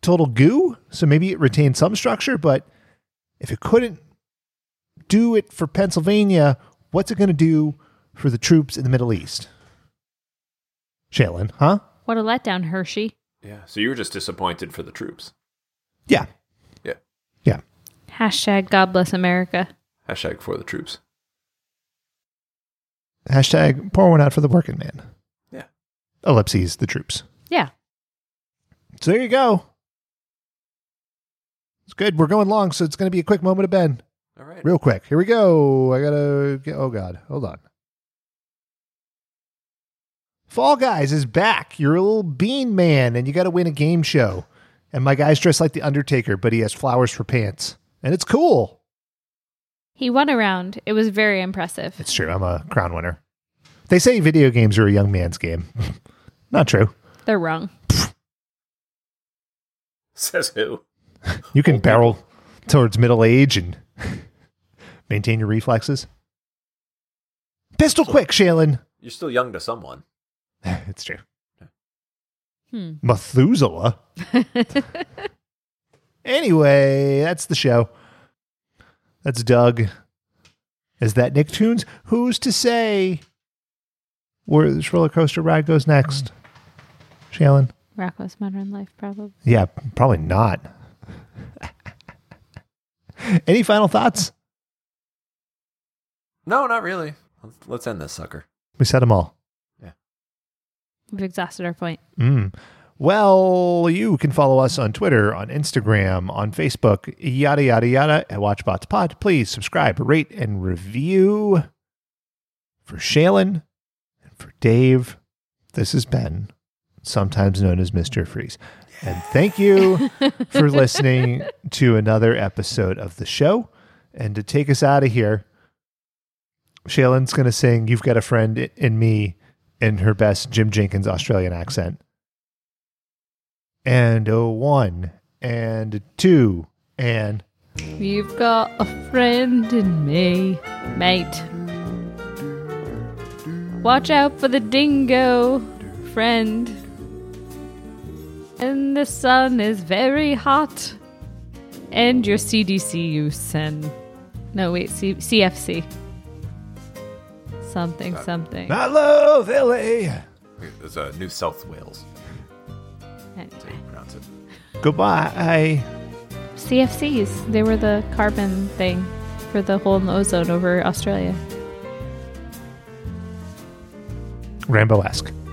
[SPEAKER 2] total goo, so maybe it retained some structure, but if it couldn't do it for Pennsylvania, what's it going to do for the troops in the Middle East? Shaylin, huh?
[SPEAKER 3] What a letdown, Hershey.
[SPEAKER 4] Yeah. So you were just disappointed for the troops.
[SPEAKER 2] Yeah.
[SPEAKER 4] Yeah.
[SPEAKER 2] Yeah.
[SPEAKER 3] Hashtag God bless America.
[SPEAKER 4] Hashtag for the troops.
[SPEAKER 2] Hashtag pour one out for the working man.
[SPEAKER 4] Yeah.
[SPEAKER 2] Ellipses, the troops.
[SPEAKER 3] Yeah.
[SPEAKER 2] So there you go. It's good. We're going long, so it's going to be a quick moment of Ben.
[SPEAKER 4] All right.
[SPEAKER 2] Real quick. Here we go. I got to get. Oh, God. Hold on. Fall Guys is back. You're a little bean man, and you got to win a game show. And my guy's dressed like the Undertaker, but he has flowers for pants. And it's cool.
[SPEAKER 3] He won a round. It was very impressive.
[SPEAKER 2] It's true. I'm a crown winner. They say video games are a young man's game. Not true.
[SPEAKER 3] They're wrong.
[SPEAKER 4] Says who?
[SPEAKER 2] You can barrel towards middle age and maintain your reflexes. Pistol quick, Shailen.
[SPEAKER 4] You're still young to someone.
[SPEAKER 2] it's true.
[SPEAKER 3] Hmm.
[SPEAKER 2] Methuselah. Anyway, that's the show. That's Doug. Is that Nicktoons? Who's to say where this roller coaster ride goes next? Shailen?
[SPEAKER 3] Rocko's Modern Life, probably.
[SPEAKER 2] Yeah, probably not. Any final thoughts?
[SPEAKER 4] No, not really. Let's- Let's end this sucker.
[SPEAKER 2] We said them all.
[SPEAKER 3] We've exhausted our point.
[SPEAKER 2] Mm. Well, you can follow us on Twitter, on Instagram, on Facebook, yada, yada, yada, at WatchBots Pod. Please subscribe, rate, and review. For Shailen and for Dave, this has been sometimes known as Mr. Freeze. And thank you for listening to another episode of the show. And to take us out of here, Shailen's going to sing You've Got a Friend I- in Me in her best Jim Jenkins Australian accent. And a one, and a two, and
[SPEAKER 3] You've got a friend in me, mate. Watch out for the dingo, friend. And the sun is very hot. And your CDC use and. No, wait, C- CFC. Something, something.
[SPEAKER 2] I love LA.
[SPEAKER 4] It's uh, New South Wales. That's
[SPEAKER 3] Anyway.
[SPEAKER 4] how you pronounce it.
[SPEAKER 2] Goodbye.
[SPEAKER 3] CFCs, they were the carbon thing for the hole in the ozone over Australia.
[SPEAKER 2] Rambo esque.